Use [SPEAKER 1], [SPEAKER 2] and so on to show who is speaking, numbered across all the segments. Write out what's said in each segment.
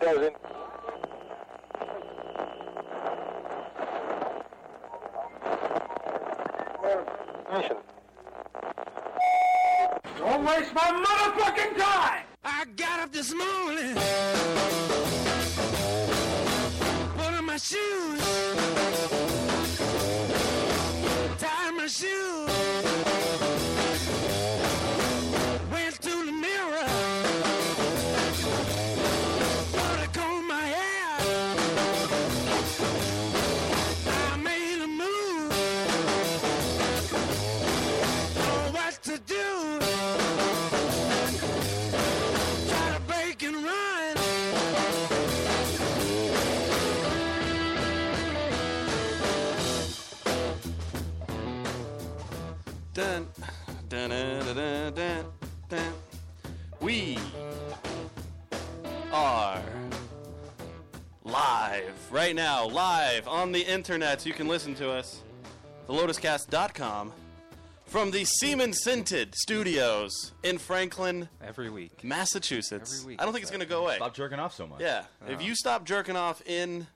[SPEAKER 1] doesn't. Listen.
[SPEAKER 2] Don't waste my motherfucking time!
[SPEAKER 3] I got up this morning, put on my shoes, tied my shoes, went to the mirror, put a comb in my hair. I made a move, know what to do. Try to break and run. Dun, dun, dun, dun, dun, dun, dun. We are live right now, live on the internet. You can listen to us, thelotuscast.com, from the Siemens Scented Studios in Franklin,
[SPEAKER 4] Every week.
[SPEAKER 3] Massachusetts.
[SPEAKER 4] Every week
[SPEAKER 3] I don't think it's
[SPEAKER 4] it's
[SPEAKER 3] going to go away.
[SPEAKER 5] Stop jerking off so much.
[SPEAKER 3] Yeah.
[SPEAKER 4] Oh.
[SPEAKER 3] If you stop jerking off in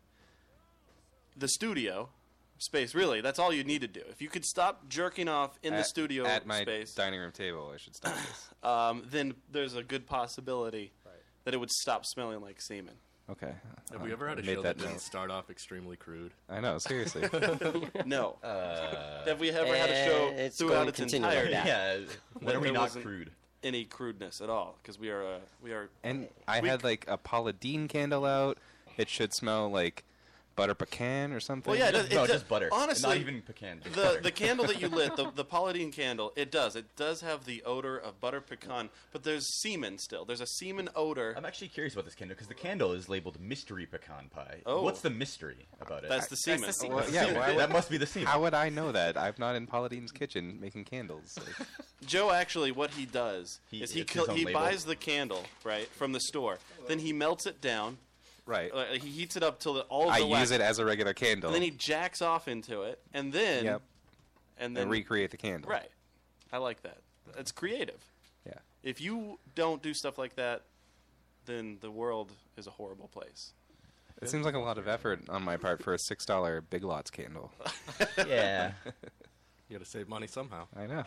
[SPEAKER 3] the studio space, really, that's all you need to do. If you could stop jerking off in the
[SPEAKER 4] At-
[SPEAKER 3] studio
[SPEAKER 4] At my
[SPEAKER 3] space,
[SPEAKER 4] dining room table, I should stop this.
[SPEAKER 3] um, then there's a good possibility that it would stop smelling like semen.
[SPEAKER 4] Okay.
[SPEAKER 6] Have we ever had a
[SPEAKER 4] made
[SPEAKER 6] show
[SPEAKER 4] that
[SPEAKER 6] that, didn't
[SPEAKER 4] note.
[SPEAKER 6] start off extremely crude?
[SPEAKER 4] I know, seriously.
[SPEAKER 3] No.
[SPEAKER 5] Uh,
[SPEAKER 3] Have we ever had a show
[SPEAKER 7] eh, it's going
[SPEAKER 3] throughout
[SPEAKER 7] to
[SPEAKER 3] its
[SPEAKER 7] continue like
[SPEAKER 3] entirety?
[SPEAKER 7] that.
[SPEAKER 5] Yeah. When are we
[SPEAKER 3] There
[SPEAKER 5] not
[SPEAKER 3] wasn't-
[SPEAKER 5] crude?
[SPEAKER 3] Any crudeness at all? Because we are uh, we are
[SPEAKER 4] and I had like a Paula Deen candle out. It should smell like butter pecan or something.
[SPEAKER 3] Well, yeah, it does-
[SPEAKER 5] no,
[SPEAKER 3] it does-
[SPEAKER 5] just butter.
[SPEAKER 3] Honestly,
[SPEAKER 5] not even pecan. Just
[SPEAKER 3] the
[SPEAKER 5] butter.
[SPEAKER 3] the candle that you lit, the the Pauline candle, it does. It does have the odor of butter pecan, but there's semen still. There's a semen odor.
[SPEAKER 5] I'm actually curious about this candle because the candle is labeled mystery pecan pie.
[SPEAKER 3] Oh.
[SPEAKER 5] What's the mystery about it?
[SPEAKER 3] That's the semen.
[SPEAKER 7] the semen.
[SPEAKER 4] Well, yeah, why,
[SPEAKER 5] that must be the semen.
[SPEAKER 4] how would I know that? I'm not in Paula Deen's kitchen making candles. Like,
[SPEAKER 3] Joe actually, what he does
[SPEAKER 5] He-
[SPEAKER 3] is he
[SPEAKER 5] it's
[SPEAKER 3] kill,
[SPEAKER 5] his own
[SPEAKER 3] he
[SPEAKER 5] label.
[SPEAKER 3] buys the candle right from the store, then he melts it down,
[SPEAKER 4] right.
[SPEAKER 3] uh, he heats it up till the, all of
[SPEAKER 4] I
[SPEAKER 3] the wax,
[SPEAKER 4] use it as a regular candle.
[SPEAKER 3] and then he jacks off into it, and then
[SPEAKER 4] Yep.
[SPEAKER 3] and then
[SPEAKER 4] and recreate the candle.
[SPEAKER 3] right. I like that. It's creative.
[SPEAKER 4] Yeah.
[SPEAKER 3] If you don't do stuff like that, then the world is a horrible place.
[SPEAKER 4] It seems like a lot of effort on my part for a six dollar Big Lots candle.
[SPEAKER 5] yeah.
[SPEAKER 6] You got to save money somehow.
[SPEAKER 4] I know.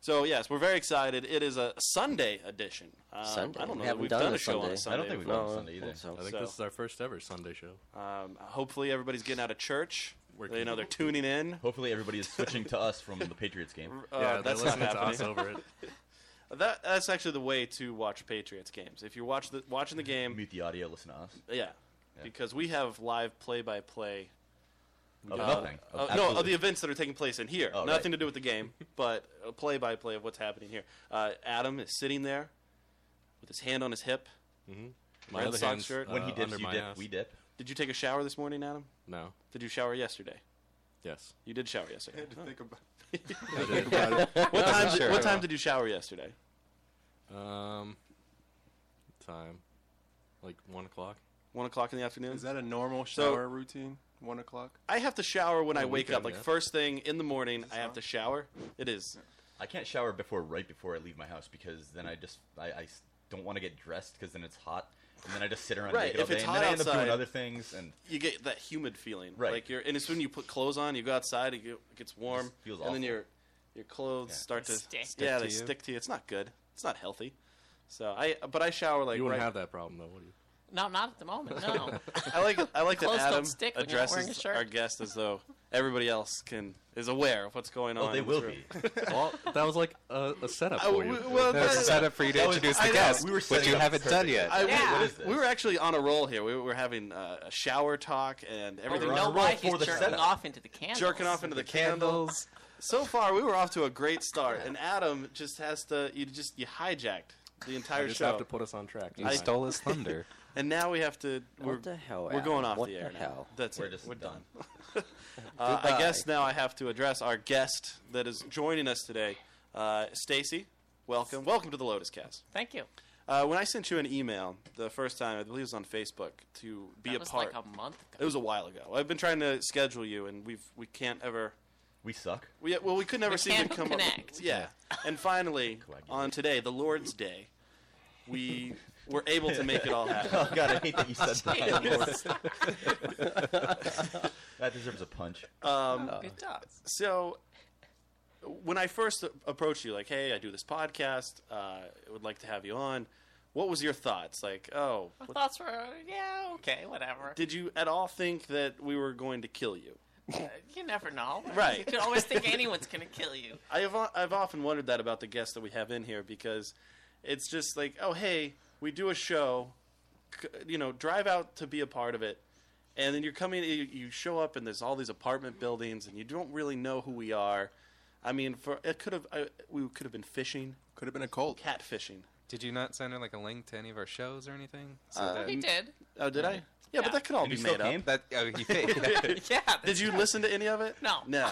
[SPEAKER 3] So yes, we're very excited. It is a Sunday edition. Um,
[SPEAKER 7] Sunday?
[SPEAKER 3] I don't
[SPEAKER 7] We
[SPEAKER 3] know. that
[SPEAKER 7] haven't
[SPEAKER 3] We've
[SPEAKER 7] done
[SPEAKER 3] done,
[SPEAKER 7] a
[SPEAKER 3] a show
[SPEAKER 5] I
[SPEAKER 3] on a
[SPEAKER 7] Sunday. I
[SPEAKER 3] Sunday.
[SPEAKER 5] don't think we've
[SPEAKER 3] before.
[SPEAKER 5] gone on Sunday either.
[SPEAKER 7] So.
[SPEAKER 6] I think
[SPEAKER 3] So-
[SPEAKER 6] this is our first ever Sunday show.
[SPEAKER 3] Um, hopefully, everybody's getting out of church.
[SPEAKER 6] We're
[SPEAKER 3] they know they're tuning in.
[SPEAKER 5] Hopefully everybody is switching to us from the Patriots game.
[SPEAKER 3] Uh,
[SPEAKER 6] yeah,
[SPEAKER 3] that's
[SPEAKER 6] they're
[SPEAKER 3] not
[SPEAKER 6] listening to us
[SPEAKER 3] happening.
[SPEAKER 6] over it.
[SPEAKER 3] That that's actually the way to watch Patriots games. If you're watch the, watching the game,
[SPEAKER 5] Mute the audio. Listen to us.
[SPEAKER 3] yeah, because we have live play-by-play.
[SPEAKER 5] Of nothing.
[SPEAKER 3] Uh, no,
[SPEAKER 5] Absolutely.
[SPEAKER 3] of the events that are taking place in here.
[SPEAKER 5] Oh, right.
[SPEAKER 3] Nothing to do with the game, but a play-by-play of what's happening here. Uh, Adam is sitting there with his hand on his hip.
[SPEAKER 6] My
[SPEAKER 3] Red
[SPEAKER 6] other
[SPEAKER 3] Sox
[SPEAKER 6] hand's,
[SPEAKER 3] shirt.
[SPEAKER 6] uh,
[SPEAKER 5] when he dips,
[SPEAKER 6] under
[SPEAKER 5] you
[SPEAKER 6] my
[SPEAKER 5] dip.
[SPEAKER 6] ass.
[SPEAKER 5] We dip.
[SPEAKER 3] Did you take a shower this morning, Adam?
[SPEAKER 6] No.
[SPEAKER 3] Did you shower yesterday?
[SPEAKER 6] Yes.
[SPEAKER 3] You did shower yesterday. Huh.
[SPEAKER 6] I did.
[SPEAKER 3] What time?
[SPEAKER 4] sure.
[SPEAKER 3] Did, what time did you shower yesterday?
[SPEAKER 6] um, time. Like 1 o'clock.
[SPEAKER 3] One o'clock in the afternoon.
[SPEAKER 8] Is that a normal
[SPEAKER 3] So-
[SPEAKER 8] shower routine? One o'clock.
[SPEAKER 3] I have to shower when I wake
[SPEAKER 6] weekend,
[SPEAKER 3] up. Like
[SPEAKER 6] yeah.
[SPEAKER 3] first thing in the morning, I have to shower. It is.
[SPEAKER 5] I can't shower before right before I leave my house because then I just I, I s- don't want to get dressed because then it's hot and then I just sit around
[SPEAKER 3] Right,
[SPEAKER 5] naked all
[SPEAKER 3] if
[SPEAKER 5] day
[SPEAKER 3] it's
[SPEAKER 5] and
[SPEAKER 3] hot
[SPEAKER 5] then I end up doing
[SPEAKER 3] outside-
[SPEAKER 5] other things and
[SPEAKER 3] you get that humid feeling,
[SPEAKER 5] Right.
[SPEAKER 3] Like you're, and it's when you put clothes on, you go outside, it, get- it gets warm,
[SPEAKER 5] Just feels
[SPEAKER 3] and then
[SPEAKER 5] awful.
[SPEAKER 3] your your clothes
[SPEAKER 5] Yeah.
[SPEAKER 3] start to
[SPEAKER 7] Stick.
[SPEAKER 3] yeah,
[SPEAKER 4] Stick
[SPEAKER 3] they
[SPEAKER 4] to you.
[SPEAKER 3] stick to you. It's not good. It's not healthy. So I, but I shower like
[SPEAKER 6] you wouldn't
[SPEAKER 3] right.
[SPEAKER 6] have that problem, though, would you?
[SPEAKER 7] No, not at the moment. No.
[SPEAKER 3] I like I like that
[SPEAKER 7] Clothes don't
[SPEAKER 3] Adam
[SPEAKER 7] stick when you're not wearing a
[SPEAKER 3] addresses
[SPEAKER 7] shirt.
[SPEAKER 3] our guest as though everybody else can is aware of what's going on.
[SPEAKER 5] oh they
[SPEAKER 3] in
[SPEAKER 5] will
[SPEAKER 3] this room.
[SPEAKER 5] be.
[SPEAKER 6] well, that was like a, a setup
[SPEAKER 3] I,
[SPEAKER 6] for you.
[SPEAKER 3] we, well,
[SPEAKER 4] That was a
[SPEAKER 3] that-
[SPEAKER 4] setup for you to
[SPEAKER 5] that was-
[SPEAKER 4] introduce
[SPEAKER 3] I
[SPEAKER 4] the
[SPEAKER 3] know.
[SPEAKER 4] guest,
[SPEAKER 5] We were
[SPEAKER 4] which
[SPEAKER 5] setting
[SPEAKER 4] you
[SPEAKER 5] up
[SPEAKER 4] haven't done
[SPEAKER 5] perfectly.
[SPEAKER 4] yet.
[SPEAKER 3] I- we-
[SPEAKER 7] Yeah.
[SPEAKER 5] What is this?
[SPEAKER 3] we were actually on a roll here. We were having uh, a shower talk and everything.
[SPEAKER 7] we
[SPEAKER 5] on
[SPEAKER 7] know
[SPEAKER 5] a roll
[SPEAKER 7] why
[SPEAKER 5] for
[SPEAKER 7] he's
[SPEAKER 5] the
[SPEAKER 7] jerking
[SPEAKER 5] setup.
[SPEAKER 7] off into the candles.
[SPEAKER 3] jerking off into the candles. So far, we were off to a great start, and Adam just has to. You just you hijacked the entire
[SPEAKER 6] You just
[SPEAKER 3] show,
[SPEAKER 6] have to put us on track.
[SPEAKER 4] you stole his thunder.
[SPEAKER 3] and now we have to. We're,
[SPEAKER 7] What the hell?
[SPEAKER 3] we're going
[SPEAKER 7] Adam?
[SPEAKER 3] off
[SPEAKER 7] what
[SPEAKER 3] the air. now.
[SPEAKER 7] hell?
[SPEAKER 3] That's
[SPEAKER 5] We're
[SPEAKER 3] it.
[SPEAKER 5] just
[SPEAKER 3] we're done.
[SPEAKER 5] done.
[SPEAKER 3] Uh, I
[SPEAKER 7] Goodbye.
[SPEAKER 3] guess now I have to address our guest that is joining us today, uh, Stacy. Welcome, welcome to the Lotus Cast.
[SPEAKER 7] Thank you.
[SPEAKER 3] Uh, when I sent you an email the first time, I believe it was on Facebook to be
[SPEAKER 7] that
[SPEAKER 3] a
[SPEAKER 7] was
[SPEAKER 3] part.
[SPEAKER 7] like a month ago.
[SPEAKER 3] it was a while ago. I've been trying to schedule you, and we've we can't ever
[SPEAKER 5] We suck.
[SPEAKER 3] We, well, we could never
[SPEAKER 7] We
[SPEAKER 3] seem to
[SPEAKER 7] can't
[SPEAKER 3] come up.
[SPEAKER 7] connect.
[SPEAKER 3] Yeah. And finally,
[SPEAKER 5] Coagulate.
[SPEAKER 3] on today, the Lord's Day, we were able to make it all happen.
[SPEAKER 5] Oh god, I hate that you said that. that deserves a punch.
[SPEAKER 7] it does.
[SPEAKER 3] So, when I first approached you, like, hey, I do this podcast, uh, I would like to have you on. What was your thoughts? Like, oh,
[SPEAKER 7] My thoughts were, yeah, okay, whatever.
[SPEAKER 3] did you at all think that we were going to kill you?
[SPEAKER 7] Uh, you never know.
[SPEAKER 3] Right.
[SPEAKER 7] You can always think anyone's gonna kill you.
[SPEAKER 3] I have o- I've often wondered that about the guests that we have in here because it's just like, oh hey, we do a show, c- you know, drive out to be a part of it, and then you're coming, you, you show up, and there's all these apartment buildings, and you don't really know who we are. I mean, for it could have I, we could have been fishing,
[SPEAKER 8] Could have been a cult.
[SPEAKER 3] catfishing.
[SPEAKER 4] Did you not send her like a link to any of our shows or anything? So
[SPEAKER 3] Uh,
[SPEAKER 7] He
[SPEAKER 4] that,
[SPEAKER 7] did.
[SPEAKER 3] Oh, did I? Yeah, but
[SPEAKER 7] Yeah.
[SPEAKER 3] that could all
[SPEAKER 5] And
[SPEAKER 3] be
[SPEAKER 5] you
[SPEAKER 3] made
[SPEAKER 5] still
[SPEAKER 3] up.
[SPEAKER 5] came?
[SPEAKER 4] that oh, you fake. yeah.
[SPEAKER 7] Yeah.
[SPEAKER 3] Did you listen to any of it?
[SPEAKER 7] No.
[SPEAKER 3] No.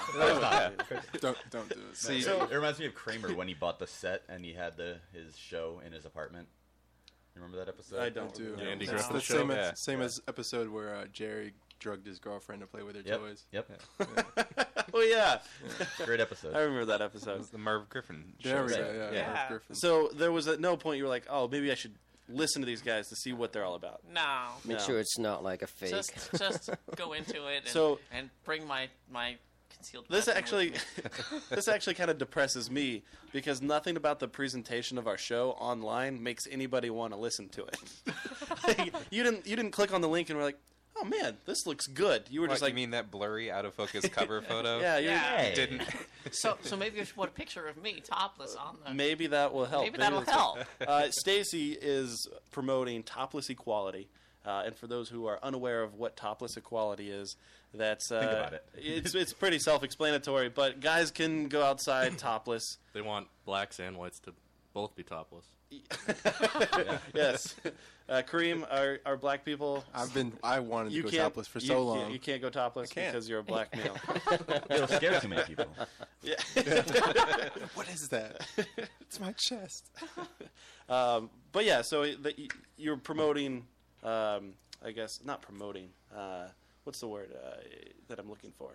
[SPEAKER 8] Don't don't do it.
[SPEAKER 4] See,
[SPEAKER 3] So-
[SPEAKER 5] it reminds me of Kramer when he bought the set and he had the his show in his apartment. You remember that episode?
[SPEAKER 3] I don't.
[SPEAKER 8] do.
[SPEAKER 6] Andy
[SPEAKER 8] That's
[SPEAKER 6] Griffith
[SPEAKER 8] the
[SPEAKER 6] show?
[SPEAKER 8] same
[SPEAKER 4] Yeah.
[SPEAKER 8] as, same as episode where uh, Jerry drugged his girlfriend to play with her
[SPEAKER 5] Yep.
[SPEAKER 8] toys.
[SPEAKER 5] Yep.
[SPEAKER 3] oh yeah,
[SPEAKER 5] Great
[SPEAKER 3] I
[SPEAKER 5] episode.
[SPEAKER 3] remember that episode.
[SPEAKER 4] the Merv Griffin.
[SPEAKER 8] There we
[SPEAKER 4] shows.
[SPEAKER 8] go.
[SPEAKER 5] Right.
[SPEAKER 8] Yeah.
[SPEAKER 7] Yeah.
[SPEAKER 8] Merv Griffin.
[SPEAKER 3] So there was at no point you were like, oh, maybe I should listen to these guys to see what they're all about.
[SPEAKER 7] No.
[SPEAKER 1] Make
[SPEAKER 3] No.
[SPEAKER 1] sure it's not like a fake.
[SPEAKER 7] Just just go into it and,
[SPEAKER 3] So-
[SPEAKER 7] and bring my my concealed.
[SPEAKER 3] This
[SPEAKER 7] weapon with
[SPEAKER 3] actually,
[SPEAKER 7] me.
[SPEAKER 3] this actually kind of depresses me because nothing about the presentation of our show online makes anybody want to listen to it. Like, you didn't, you didn't click on the link and were like, oh man, this looks good. You were
[SPEAKER 4] What,
[SPEAKER 3] just like,
[SPEAKER 4] you mean that blurry, out of focus cover photo?
[SPEAKER 3] yeah, you
[SPEAKER 7] Yeah.
[SPEAKER 5] Hey.
[SPEAKER 4] Didn't.
[SPEAKER 7] So so maybe you should put a picture of me topless on the
[SPEAKER 3] Maybe that will help.
[SPEAKER 7] Maybe that'll
[SPEAKER 3] that's-
[SPEAKER 7] help.
[SPEAKER 3] Uh, Stacy is promoting topless equality. Uh, and for those who are unaware of what topless equality is, that's uh,
[SPEAKER 5] about it.
[SPEAKER 3] it's it's pretty self-explanatory. But guys can go outside topless.
[SPEAKER 6] They want blacks and whites to both be topless.
[SPEAKER 3] Yes, uh, Kareem, are are black people?
[SPEAKER 8] I've been. I wanted to
[SPEAKER 3] You
[SPEAKER 8] go
[SPEAKER 3] can't
[SPEAKER 8] topless for
[SPEAKER 3] you
[SPEAKER 8] so
[SPEAKER 3] can't-
[SPEAKER 8] long.
[SPEAKER 3] You can't go topless
[SPEAKER 8] can't.
[SPEAKER 3] because you're a black male.
[SPEAKER 5] It'll scare too many people.
[SPEAKER 8] What is that? it's my chest.
[SPEAKER 3] but yeah, so that you- you're promoting, um, I guess not promoting. Uh, what's the word uh, that I'm looking for?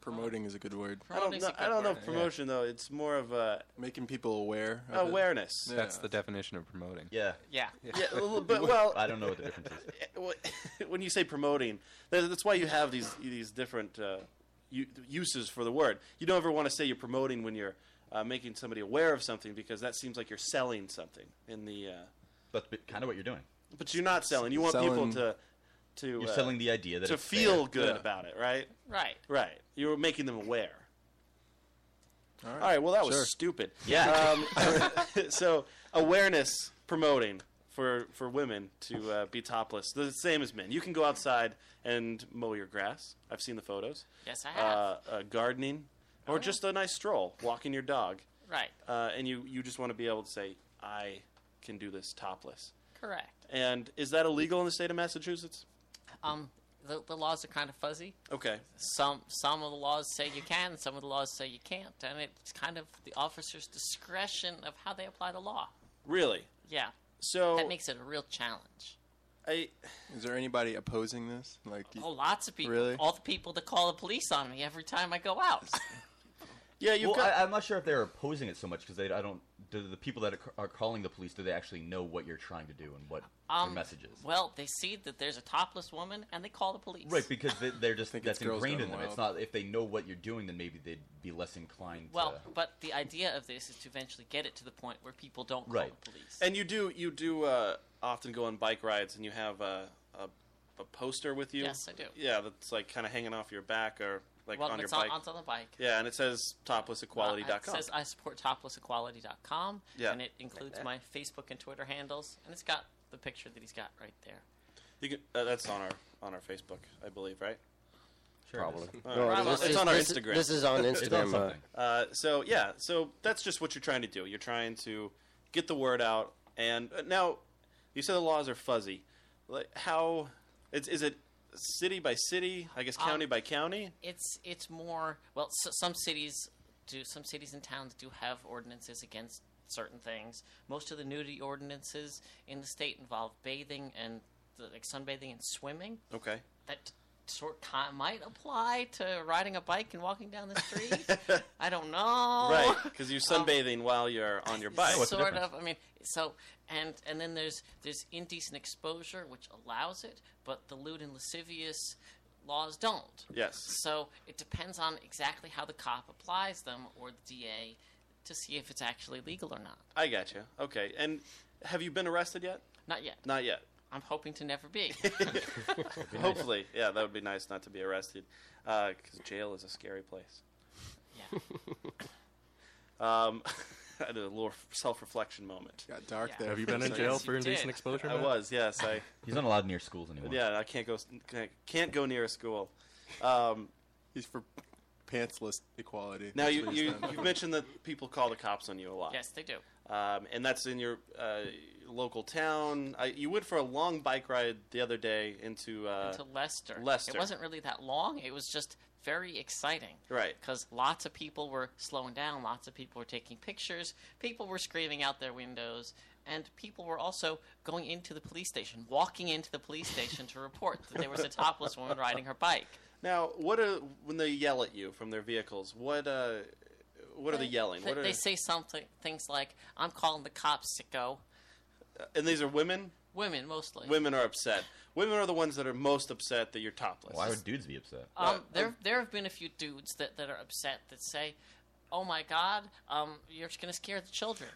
[SPEAKER 8] Promoting is a good word.
[SPEAKER 3] I don't
[SPEAKER 7] Promoting's
[SPEAKER 3] know.
[SPEAKER 7] a good
[SPEAKER 3] I don't know
[SPEAKER 7] word.
[SPEAKER 3] if promotion though. It's more of a
[SPEAKER 8] Making people aware. Of it.
[SPEAKER 3] awareness.
[SPEAKER 8] Yeah.
[SPEAKER 4] That's the definition of promoting.
[SPEAKER 5] Yeah.
[SPEAKER 7] Yeah.
[SPEAKER 3] Yeah, well, but well,
[SPEAKER 5] I don't know what the difference is.
[SPEAKER 3] when you say promoting, that- that's why you have these these different uh, u- uses for the word. You don't ever want to say you're promoting when you're uh, making somebody aware of something because that seems like you're selling something in the. Uh,
[SPEAKER 5] That's kind of what you're doing.
[SPEAKER 3] but you're not selling. You want people
[SPEAKER 8] Selling-
[SPEAKER 3] to to
[SPEAKER 5] You're
[SPEAKER 3] uh,
[SPEAKER 5] selling the idea that
[SPEAKER 3] to
[SPEAKER 5] it's
[SPEAKER 3] feel
[SPEAKER 5] fair.
[SPEAKER 3] good
[SPEAKER 8] Yeah.
[SPEAKER 3] about it, right?
[SPEAKER 7] Right.
[SPEAKER 3] Right. You're making them aware.
[SPEAKER 8] All right.
[SPEAKER 3] All right. Well, that
[SPEAKER 8] Sure.
[SPEAKER 3] was stupid.
[SPEAKER 5] Yeah.
[SPEAKER 3] Um, so awareness promoting for for women to uh, be topless, the same as men. You can go outside and mow your grass. I've seen the photos.
[SPEAKER 7] Yes, I
[SPEAKER 3] Uh,
[SPEAKER 7] have. Oh.
[SPEAKER 3] uh, gardening, or just a nice stroll, walking your dog,
[SPEAKER 7] right.
[SPEAKER 3] uh, and you you just want to be able to say, I can do this topless.
[SPEAKER 7] Correct.
[SPEAKER 3] And is that illegal in the state of Massachusetts?
[SPEAKER 7] Um, the, the laws are kind of fuzzy.
[SPEAKER 3] Okay.
[SPEAKER 7] Some some of the laws say you can, some of the laws say you can't, and it's kind of the officer's discretion of how they apply the law.
[SPEAKER 3] Really.
[SPEAKER 7] Yeah,
[SPEAKER 3] So
[SPEAKER 7] that makes it a real challenge.
[SPEAKER 3] I
[SPEAKER 8] Is there anybody opposing this? Like,
[SPEAKER 7] Oh, lots of people.
[SPEAKER 8] Really?
[SPEAKER 7] All the people that call the police on me every time I go out.
[SPEAKER 3] yeah you've
[SPEAKER 5] Well,
[SPEAKER 3] got
[SPEAKER 5] I, I'm not sure if they're opposing it so much because I don't. Do the people that are ca- are calling the police do they actually know what you're trying to do and what
[SPEAKER 7] Um,
[SPEAKER 5] your message is?
[SPEAKER 7] Well, they see that there's a topless woman and they call the police.
[SPEAKER 5] Right, because they, they're just
[SPEAKER 8] think
[SPEAKER 5] that's
[SPEAKER 8] it's girls
[SPEAKER 5] ingrained
[SPEAKER 8] gone
[SPEAKER 5] in them. It's not if they know what you're doing, then maybe they'd be less inclined.
[SPEAKER 7] Well,
[SPEAKER 5] to,
[SPEAKER 7] but the idea of this is to eventually get it to the point where people don't call
[SPEAKER 5] Right.
[SPEAKER 7] the police.
[SPEAKER 3] And you do you do uh, often go on bike rides, and you have a, a a poster with you.
[SPEAKER 7] Yes, I do.
[SPEAKER 3] Yeah, that's like kind of hanging off your back or like
[SPEAKER 7] well,
[SPEAKER 3] on your
[SPEAKER 7] it's
[SPEAKER 3] bike.
[SPEAKER 7] on, it's on the bike.
[SPEAKER 3] yeah, and it says toplessequality.com.
[SPEAKER 7] Uh, It says I support toplessequality.com,
[SPEAKER 3] Yeah.
[SPEAKER 7] and it includes my Facebook and Twitter handles, and it's got the picture that he's got right there.
[SPEAKER 3] you can, uh, that's on our on our Facebook, I believe, right?
[SPEAKER 5] sure it is.
[SPEAKER 1] No,
[SPEAKER 7] Bravo.
[SPEAKER 1] this
[SPEAKER 7] It's
[SPEAKER 1] is-
[SPEAKER 3] on our
[SPEAKER 1] this is-
[SPEAKER 3] Instagram.
[SPEAKER 1] This is on
[SPEAKER 5] It's on
[SPEAKER 1] Instagram. uh,
[SPEAKER 5] something.
[SPEAKER 3] Uh, so yeah, so that's just what you're trying to do. You're trying to get the word out. And uh, now, you said the laws are fuzzy. Like how it's, is it city by city? I guess
[SPEAKER 7] Um,
[SPEAKER 3] county by county.
[SPEAKER 7] It's it's more well, so, some cities do some cities and towns do have ordinances against certain things. Most of the nudity ordinances in the state involve bathing and the, like sunbathing and swimming.
[SPEAKER 3] Okay.
[SPEAKER 7] That sort con- might apply to riding a bike and walking down the street. I don't know.
[SPEAKER 3] Right, because you're sunbathing while you're on your bike.
[SPEAKER 5] what's the
[SPEAKER 7] sort
[SPEAKER 5] difference?
[SPEAKER 7] of. Oh. I mean, so and and then there's there's indecent exposure which allows it, but the lewd and lascivious laws don't.
[SPEAKER 3] Yes.
[SPEAKER 7] So it depends on exactly how the cop applies them or the DA to see if it's actually legal or not.
[SPEAKER 3] I got you. Okay. And have you been arrested yet?
[SPEAKER 7] Not yet.
[SPEAKER 3] Not yet.
[SPEAKER 7] I'm hoping to never be.
[SPEAKER 3] Hopefully, yeah, that would be nice not to be arrested, because jail is a scary place.
[SPEAKER 7] Yeah.
[SPEAKER 3] Um, I had a little self-reflection moment.
[SPEAKER 8] Got dark
[SPEAKER 7] Yeah.
[SPEAKER 8] there.
[SPEAKER 6] Have you been in
[SPEAKER 7] Yes,
[SPEAKER 6] jail
[SPEAKER 7] you
[SPEAKER 6] for indecent
[SPEAKER 7] did.
[SPEAKER 6] exposure?
[SPEAKER 3] I
[SPEAKER 6] Matt?
[SPEAKER 3] was, yes, I
[SPEAKER 5] He's not allowed near schools anymore.
[SPEAKER 3] yeah, I can't go can't- can't go near a school. Um,
[SPEAKER 8] He's for pantsless equality.
[SPEAKER 3] now
[SPEAKER 8] That's
[SPEAKER 3] you
[SPEAKER 8] what he's
[SPEAKER 3] you,
[SPEAKER 8] done.
[SPEAKER 3] you mentioned that people call the cops on you a lot,
[SPEAKER 7] yes, they do.
[SPEAKER 3] um, and that's in your uh, local town. I, you went for a long bike ride the other day into, uh,
[SPEAKER 7] to Lester.
[SPEAKER 3] Lester.
[SPEAKER 7] It wasn't really that long. It was just very exciting.
[SPEAKER 3] right.
[SPEAKER 7] Because lots of people were slowing down, lots of people were taking pictures, people were screaming out their windows, and people were also going into the police station, walking into the police station to report that there was a topless woman riding her bike.
[SPEAKER 3] Now, what are when they yell at you from their vehicles? What uh, what are they yelling?
[SPEAKER 7] Th-
[SPEAKER 3] What are,
[SPEAKER 7] They say something, things like, I'm calling the cops, sicko.
[SPEAKER 3] and these are women.
[SPEAKER 7] Women, mostly.
[SPEAKER 3] Women are upset. Women are the ones that are most upset that you're topless.
[SPEAKER 5] Why would dudes be upset?
[SPEAKER 7] Um,
[SPEAKER 3] Right.
[SPEAKER 7] there, there have been a few dudes that, that are upset that say, "Oh my God, um, you're going to scare the children.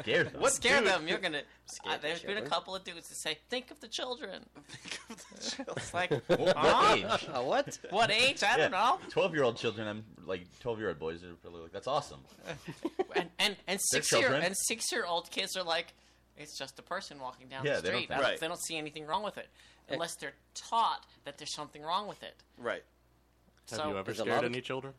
[SPEAKER 5] Scared them.
[SPEAKER 3] What
[SPEAKER 7] Scare
[SPEAKER 3] dude-
[SPEAKER 7] them. You're going to."
[SPEAKER 3] Scare the
[SPEAKER 7] There's been a
[SPEAKER 3] children?
[SPEAKER 7] couple of dudes that say, "Think of the children."
[SPEAKER 3] Think of the
[SPEAKER 7] It's like,
[SPEAKER 5] What, what age?
[SPEAKER 7] what? What age? Uh, I don't know.
[SPEAKER 5] Twelve-year-old children. I'm like twelve-year-old boys are probably like, that's awesome.
[SPEAKER 7] And and and six year
[SPEAKER 5] children.
[SPEAKER 7] and six year old kids are like, "It's just a person walking down
[SPEAKER 5] Yeah,
[SPEAKER 7] the
[SPEAKER 5] they don't
[SPEAKER 7] street.
[SPEAKER 5] think-
[SPEAKER 7] I don't-
[SPEAKER 3] Right.
[SPEAKER 7] They don't see anything wrong with it, unless they're taught that there's something wrong with it."
[SPEAKER 3] Right.
[SPEAKER 6] Have
[SPEAKER 7] so
[SPEAKER 6] you ever
[SPEAKER 1] There's a
[SPEAKER 6] scared
[SPEAKER 1] lot of-
[SPEAKER 6] any children?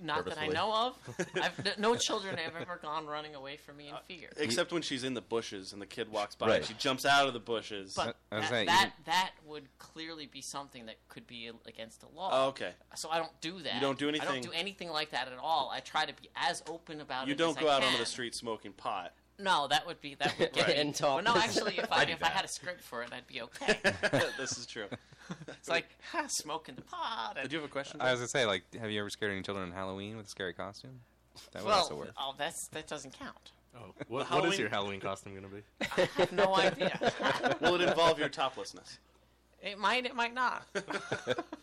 [SPEAKER 7] Not that I
[SPEAKER 5] Purposefully.
[SPEAKER 7] know of. I've, n- no children have ever gone running away from me in fear.
[SPEAKER 3] Except when she's in the bushes and the kid walks by and
[SPEAKER 5] Right.
[SPEAKER 3] she jumps out of the bushes.
[SPEAKER 7] But
[SPEAKER 4] I was
[SPEAKER 7] that,
[SPEAKER 4] saying,
[SPEAKER 7] that,
[SPEAKER 4] you
[SPEAKER 7] that would clearly be something that could be against the law.
[SPEAKER 3] oh, okay.
[SPEAKER 7] So I don't do that.
[SPEAKER 3] You don't do
[SPEAKER 7] I
[SPEAKER 3] anything-
[SPEAKER 7] don't do anything like that at all. I try to be as open about
[SPEAKER 3] You
[SPEAKER 7] it.
[SPEAKER 3] don't
[SPEAKER 7] as
[SPEAKER 3] go
[SPEAKER 7] I
[SPEAKER 3] out onto
[SPEAKER 7] can.
[SPEAKER 3] the street smoking pot.
[SPEAKER 7] No, that would be that would get
[SPEAKER 1] Right.
[SPEAKER 7] me-
[SPEAKER 1] And talk.
[SPEAKER 7] Well, no, actually, if I,
[SPEAKER 5] I do
[SPEAKER 7] if I
[SPEAKER 5] that.
[SPEAKER 7] had a script for it, I'd be okay.
[SPEAKER 3] this is true.
[SPEAKER 7] It's like ha, smoking the pot. And,
[SPEAKER 3] Did you have a question?
[SPEAKER 4] I was gonna say, like, have you ever scared any children on Halloween with a scary costume? That would
[SPEAKER 7] well,
[SPEAKER 4] also work.
[SPEAKER 7] oh, that's that doesn't count.
[SPEAKER 6] Oh, what, what is
[SPEAKER 3] Halloween-
[SPEAKER 6] your Halloween costume going to be?
[SPEAKER 7] I have no idea.
[SPEAKER 3] Will it involve your toplessness?
[SPEAKER 7] it might, it might not.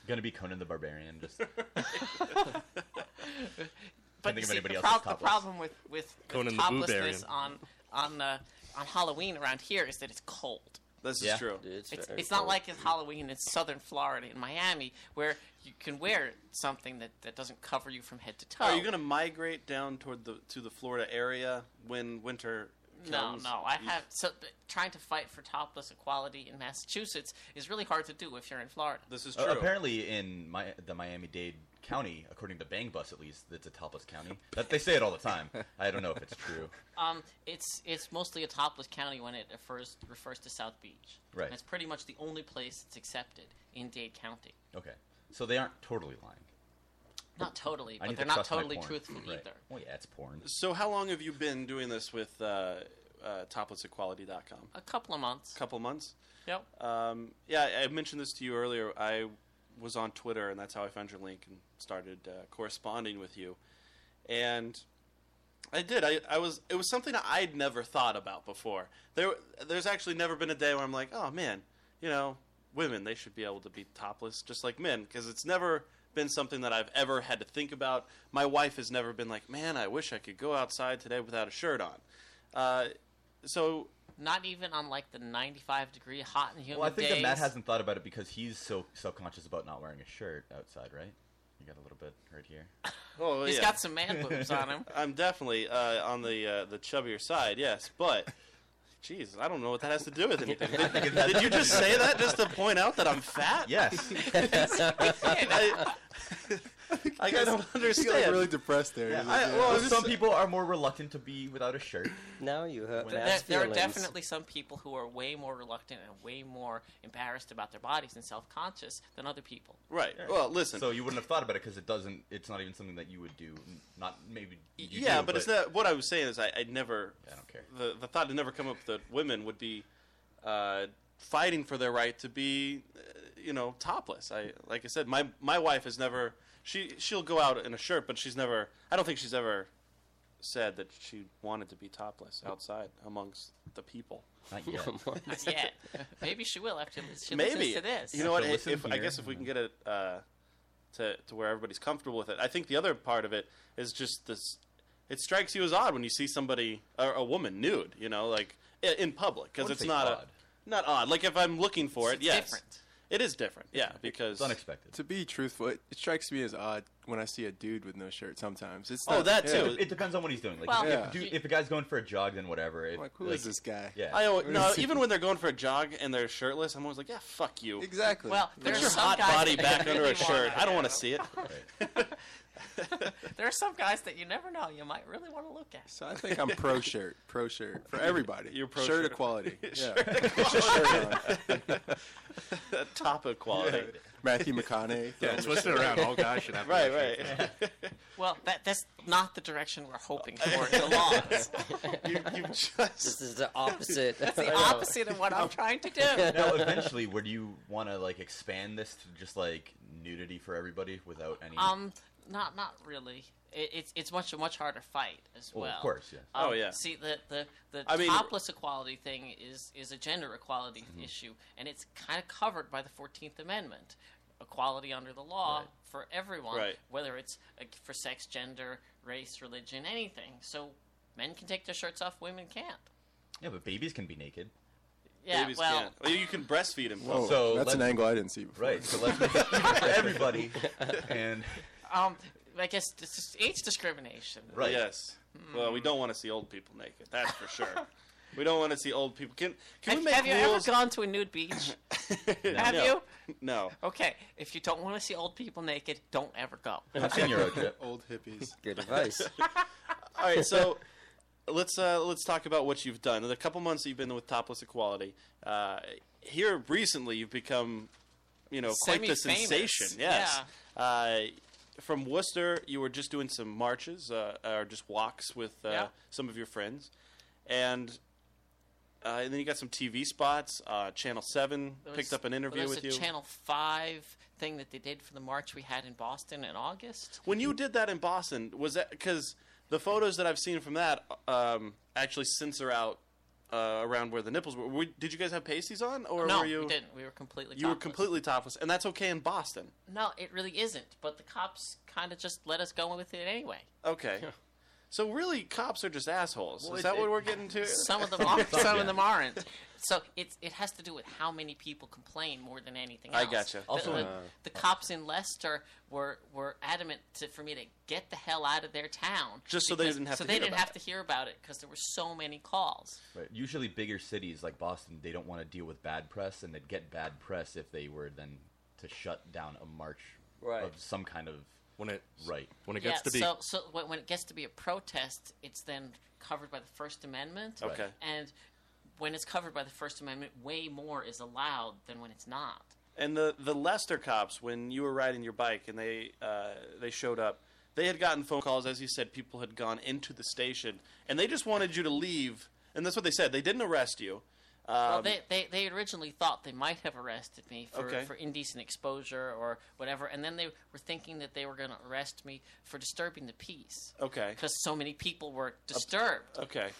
[SPEAKER 5] Gonna be Conan the Barbarian. Just
[SPEAKER 7] But
[SPEAKER 5] think
[SPEAKER 7] you
[SPEAKER 5] of
[SPEAKER 7] see,
[SPEAKER 5] anybody
[SPEAKER 7] the,
[SPEAKER 5] else that's
[SPEAKER 7] prob- the
[SPEAKER 5] topless.
[SPEAKER 7] problem with with, with
[SPEAKER 6] Conan the
[SPEAKER 7] toplessness
[SPEAKER 6] Barbarian.
[SPEAKER 7] on on uh, on Halloween around here is that it's cold.
[SPEAKER 3] This
[SPEAKER 5] Yeah.
[SPEAKER 3] is true.
[SPEAKER 1] It's,
[SPEAKER 7] It's,
[SPEAKER 1] very
[SPEAKER 7] it's not
[SPEAKER 1] cool.
[SPEAKER 7] like it's Halloween in southern Florida in Miami where you can wear something that, that doesn't cover you from head to toe.
[SPEAKER 5] Oh,
[SPEAKER 3] Are you going to migrate down toward the to the Florida area when winter
[SPEAKER 7] no,
[SPEAKER 3] comes?
[SPEAKER 7] no. I
[SPEAKER 3] You-
[SPEAKER 7] have so but trying to fight for topless equality in Massachusetts is really hard to do if you're in Florida.
[SPEAKER 3] This is true.
[SPEAKER 5] Uh, apparently, in my, the Miami-Dade County, according to Bang Bus, at least, it's a topless county. That, they say it all the time. I don't know if it's true.
[SPEAKER 7] Um, it's it's mostly a topless county when it refers refers to South Beach.
[SPEAKER 5] Right.
[SPEAKER 7] And it's pretty much the only place it's accepted in Dade County.
[SPEAKER 5] Okay, so they aren't totally lying.
[SPEAKER 7] Not totally,
[SPEAKER 5] I
[SPEAKER 7] but
[SPEAKER 5] need
[SPEAKER 7] they're
[SPEAKER 5] to
[SPEAKER 7] not
[SPEAKER 5] trust my
[SPEAKER 7] totally
[SPEAKER 5] porn.
[SPEAKER 7] truthful
[SPEAKER 5] Right.
[SPEAKER 7] either.
[SPEAKER 5] Well, yeah, it's porn.
[SPEAKER 3] so how long have you been doing this with uh, uh, toplessequality.com?
[SPEAKER 7] A couple of months.
[SPEAKER 3] A couple months?
[SPEAKER 7] Yep.
[SPEAKER 5] uh,
[SPEAKER 3] Um, yeah, I- I mentioned this to you earlier. I was on Twitter, and that's how I found your link and started uh, corresponding with you. And I did. I, I was. It was something I'd never thought about before. There, there's actually never been a day where I'm like, oh man, you know, women they should be able to be topless just like men because it's never been something that I've ever had to think about. My wife has never been like, man, I wish I could go outside today without a shirt on. Uh, so
[SPEAKER 7] Not even on like the 95 degree hot and humid
[SPEAKER 5] Well, I think
[SPEAKER 7] days.
[SPEAKER 5] that Matt hasn't thought about it because he's so subconscious about not wearing a shirt outside, right? You got a little bit right here.
[SPEAKER 3] oh,
[SPEAKER 7] He's
[SPEAKER 3] yeah.
[SPEAKER 7] got some man boobs on him.
[SPEAKER 3] I'm definitely uh, on the uh, the chubbier side, yes, but. Jeez, I don't know what that has to do with anything. Did, did you just say that just to point out that I'm fat?
[SPEAKER 5] Yes.
[SPEAKER 3] I, I don't
[SPEAKER 8] He got
[SPEAKER 3] understand.
[SPEAKER 8] really depressed there. He's like,
[SPEAKER 3] I-
[SPEAKER 8] yeah.
[SPEAKER 3] well,
[SPEAKER 5] well,
[SPEAKER 3] this-
[SPEAKER 5] some people are more reluctant to be without a shirt.
[SPEAKER 1] now you have
[SPEAKER 7] There,
[SPEAKER 1] ass
[SPEAKER 7] there are
[SPEAKER 1] feelings.
[SPEAKER 7] definitely some people who are way more reluctant and way more embarrassed about their bodies and self conscious than other people.
[SPEAKER 3] Right. Well, listen.
[SPEAKER 5] So you wouldn't have thought about it because it doesn't. It's not even something that you would do. Not maybe. You
[SPEAKER 3] yeah,
[SPEAKER 5] do,
[SPEAKER 3] but, it's not. What I was saying is, I, I never.
[SPEAKER 5] I don't care.
[SPEAKER 3] The the thought had never come up that women would be uh, fighting for their right to be, uh, you know, topless. I like I said, my my wife has never she she'll go out in a shirt, but she's never. I don't think she's ever said that she wanted to be topless outside amongst the people.
[SPEAKER 5] Not yet.
[SPEAKER 7] Not yet. Maybe she will after li- she
[SPEAKER 3] Maybe
[SPEAKER 7] listens to this.
[SPEAKER 3] You know what?
[SPEAKER 5] Have to
[SPEAKER 3] If,
[SPEAKER 5] listen
[SPEAKER 3] if- I
[SPEAKER 5] here.
[SPEAKER 3] guess if we can get it uh, to to where everybody's comfortable with it, I think the other part of it is just this. It strikes you as odd when you see somebody or a woman nude. You know, like i- in public because
[SPEAKER 5] wouldn't
[SPEAKER 3] it's
[SPEAKER 5] say
[SPEAKER 3] not
[SPEAKER 5] odd.
[SPEAKER 3] a not odd. Like if I'm looking for
[SPEAKER 7] It's
[SPEAKER 3] it, yes,
[SPEAKER 7] different.
[SPEAKER 3] It is different. Yeah, because
[SPEAKER 5] It's unexpected.
[SPEAKER 8] To be truthful, it, it strikes me as odd when I see a dude with no shirt. Sometimes it's
[SPEAKER 3] Oh,
[SPEAKER 8] not-
[SPEAKER 3] that
[SPEAKER 8] yeah.
[SPEAKER 3] too.
[SPEAKER 5] It depends on what he's doing. Like,
[SPEAKER 7] Well,
[SPEAKER 5] if,
[SPEAKER 8] Yeah.
[SPEAKER 5] dude, if a guy's going for a jog, then whatever. If,
[SPEAKER 8] I'm like, who is this guy?
[SPEAKER 5] Yeah.
[SPEAKER 3] I always, no. even when they're going for a jog and they're shirtless, I'm always like, yeah, fuck you.
[SPEAKER 8] Exactly.
[SPEAKER 7] Well,
[SPEAKER 8] Yeah.
[SPEAKER 3] Put
[SPEAKER 7] There's
[SPEAKER 3] your
[SPEAKER 7] some
[SPEAKER 3] hot
[SPEAKER 7] guys
[SPEAKER 3] body
[SPEAKER 7] that
[SPEAKER 3] back
[SPEAKER 7] you
[SPEAKER 3] under
[SPEAKER 7] really
[SPEAKER 3] a
[SPEAKER 7] want
[SPEAKER 3] shirt.
[SPEAKER 7] that,
[SPEAKER 3] I don't want
[SPEAKER 7] you
[SPEAKER 3] to see it.
[SPEAKER 7] There are some guys that you never know. You might really want to look at.
[SPEAKER 8] so I think I'm pro shirt, pro shirt for everybody.
[SPEAKER 3] You're pro
[SPEAKER 8] shirt
[SPEAKER 3] shirt.
[SPEAKER 8] equality. Yeah. Shirt on.
[SPEAKER 3] Top of quality.
[SPEAKER 8] Matthew McConaughey.
[SPEAKER 6] Yeah, twist it around. All guys should have
[SPEAKER 3] Right,
[SPEAKER 6] that shirt.
[SPEAKER 3] right.
[SPEAKER 7] Well, that that's not the direction we're hoping for. at all. It's
[SPEAKER 3] you, you just
[SPEAKER 1] This is the opposite.
[SPEAKER 7] the opposite of what I'm trying to do.
[SPEAKER 5] now, eventually, would you want to like expand this to just like nudity for everybody without any?
[SPEAKER 7] Um, not not really. It, it's it's much a much harder fight as well.
[SPEAKER 5] well, of course, yeah.
[SPEAKER 7] Um,
[SPEAKER 3] Oh, yeah.
[SPEAKER 7] See the the, the
[SPEAKER 3] I mean-
[SPEAKER 7] topless equality thing is is a gender equality issue, and it's kind of covered by the Fourteenth Amendment, equality under the law
[SPEAKER 5] Right.
[SPEAKER 7] for everyone,
[SPEAKER 3] Right.
[SPEAKER 7] whether it's uh, for sex, gender, race, religion, anything. So men can take their shirts off, women can't.
[SPEAKER 5] Yeah, but babies can be naked.
[SPEAKER 7] Yeah,
[SPEAKER 3] babies
[SPEAKER 7] well,
[SPEAKER 3] can't. Well, You can breastfeed him.
[SPEAKER 8] Whoa,
[SPEAKER 5] So
[SPEAKER 8] that's an
[SPEAKER 5] let's-
[SPEAKER 8] angle I didn't see before.
[SPEAKER 5] Right. So let's make it even for everybody. And
[SPEAKER 7] um, I guess this is age discrimination.
[SPEAKER 5] right.
[SPEAKER 3] Yes.
[SPEAKER 7] Hmm.
[SPEAKER 3] Well, we don't want to see old people naked. That's for sure. we don't want to see old people. Can can
[SPEAKER 7] Have,
[SPEAKER 3] we make
[SPEAKER 7] have you ever
[SPEAKER 3] rules?
[SPEAKER 7] gone to a nude beach? have
[SPEAKER 3] no.
[SPEAKER 7] you?
[SPEAKER 3] No.
[SPEAKER 7] Okay, if you don't want to see old people naked, don't ever go.
[SPEAKER 5] I've seen Euro trip.
[SPEAKER 8] Old hippies.
[SPEAKER 1] Good advice.
[SPEAKER 3] All right, so let's uh, let's talk about what you've done. In the couple months that you've been with Topless Equality, uh, here recently you've become, you know, quite the
[SPEAKER 7] Semi-famous,
[SPEAKER 3] sensation. Yes. Uh, from Worcester, you were just doing some marches uh, or just walks with uh,
[SPEAKER 7] Yeah.
[SPEAKER 3] some of your friends, and. Uh, and then you got some TV spots. Uh, Channel Seven
[SPEAKER 7] There
[SPEAKER 3] picked
[SPEAKER 7] was-
[SPEAKER 3] up an interview
[SPEAKER 7] there was
[SPEAKER 3] with
[SPEAKER 7] a
[SPEAKER 3] you.
[SPEAKER 7] Channel Five thing that they did for the march we had in Boston in August.
[SPEAKER 3] When you did that in Boston, was that because the photos that I've seen from that um, actually censor out uh, around where the nipples were? were? Did you guys have pasties on, or
[SPEAKER 7] no,
[SPEAKER 3] were you?
[SPEAKER 7] we didn't. We were completely.
[SPEAKER 3] You were
[SPEAKER 7] topless.
[SPEAKER 3] completely topless, and that's okay in Boston.
[SPEAKER 7] No, it really isn't. But the cops kind of just let us go with it anyway.
[SPEAKER 3] Okay. So really, cops are just assholes.
[SPEAKER 5] Well,
[SPEAKER 3] Is
[SPEAKER 5] it-
[SPEAKER 3] that what
[SPEAKER 5] it-
[SPEAKER 3] we're getting to?
[SPEAKER 7] Some of them are. some
[SPEAKER 5] yeah.
[SPEAKER 7] of them aren't. So it's it has to do with how many people complain more than anything
[SPEAKER 3] I
[SPEAKER 7] else.
[SPEAKER 3] gotcha.
[SPEAKER 7] The,
[SPEAKER 5] Also- uh,
[SPEAKER 7] the, the cops in Leicester were were adamant to, for me to get the hell out of their town
[SPEAKER 3] Just so they
[SPEAKER 7] because-
[SPEAKER 3] didn't have
[SPEAKER 7] so
[SPEAKER 3] to
[SPEAKER 7] they
[SPEAKER 3] hear
[SPEAKER 7] didn't
[SPEAKER 3] about
[SPEAKER 7] have to hear about it because there were so many calls.
[SPEAKER 5] Right. Usually, bigger cities like Boston, they don't want to deal with bad press, and they'd get bad press if they were then to shut down a march
[SPEAKER 1] Right.
[SPEAKER 5] of some kind of
[SPEAKER 6] When it
[SPEAKER 5] right.
[SPEAKER 6] when it gets
[SPEAKER 7] yeah,
[SPEAKER 6] to be
[SPEAKER 7] so so when when it gets to be a protest, it's then covered by the First Amendment.
[SPEAKER 3] Okay.
[SPEAKER 7] And when it's covered by the First Amendment, way more is allowed than when it's not.
[SPEAKER 3] And the the Leicester cops, when you were riding your bike and they uh, they showed up, they had gotten phone calls, as you said, people had gone into the station, and they just wanted you to leave. And that's what they said. They didn't arrest you. Um,
[SPEAKER 7] well, they, they they originally thought they might have arrested me for,
[SPEAKER 3] Okay.
[SPEAKER 7] for indecent exposure or whatever, and then they were thinking that they were going to arrest me for disturbing the peace
[SPEAKER 3] okay.
[SPEAKER 7] because so many people were disturbed.
[SPEAKER 3] Okay.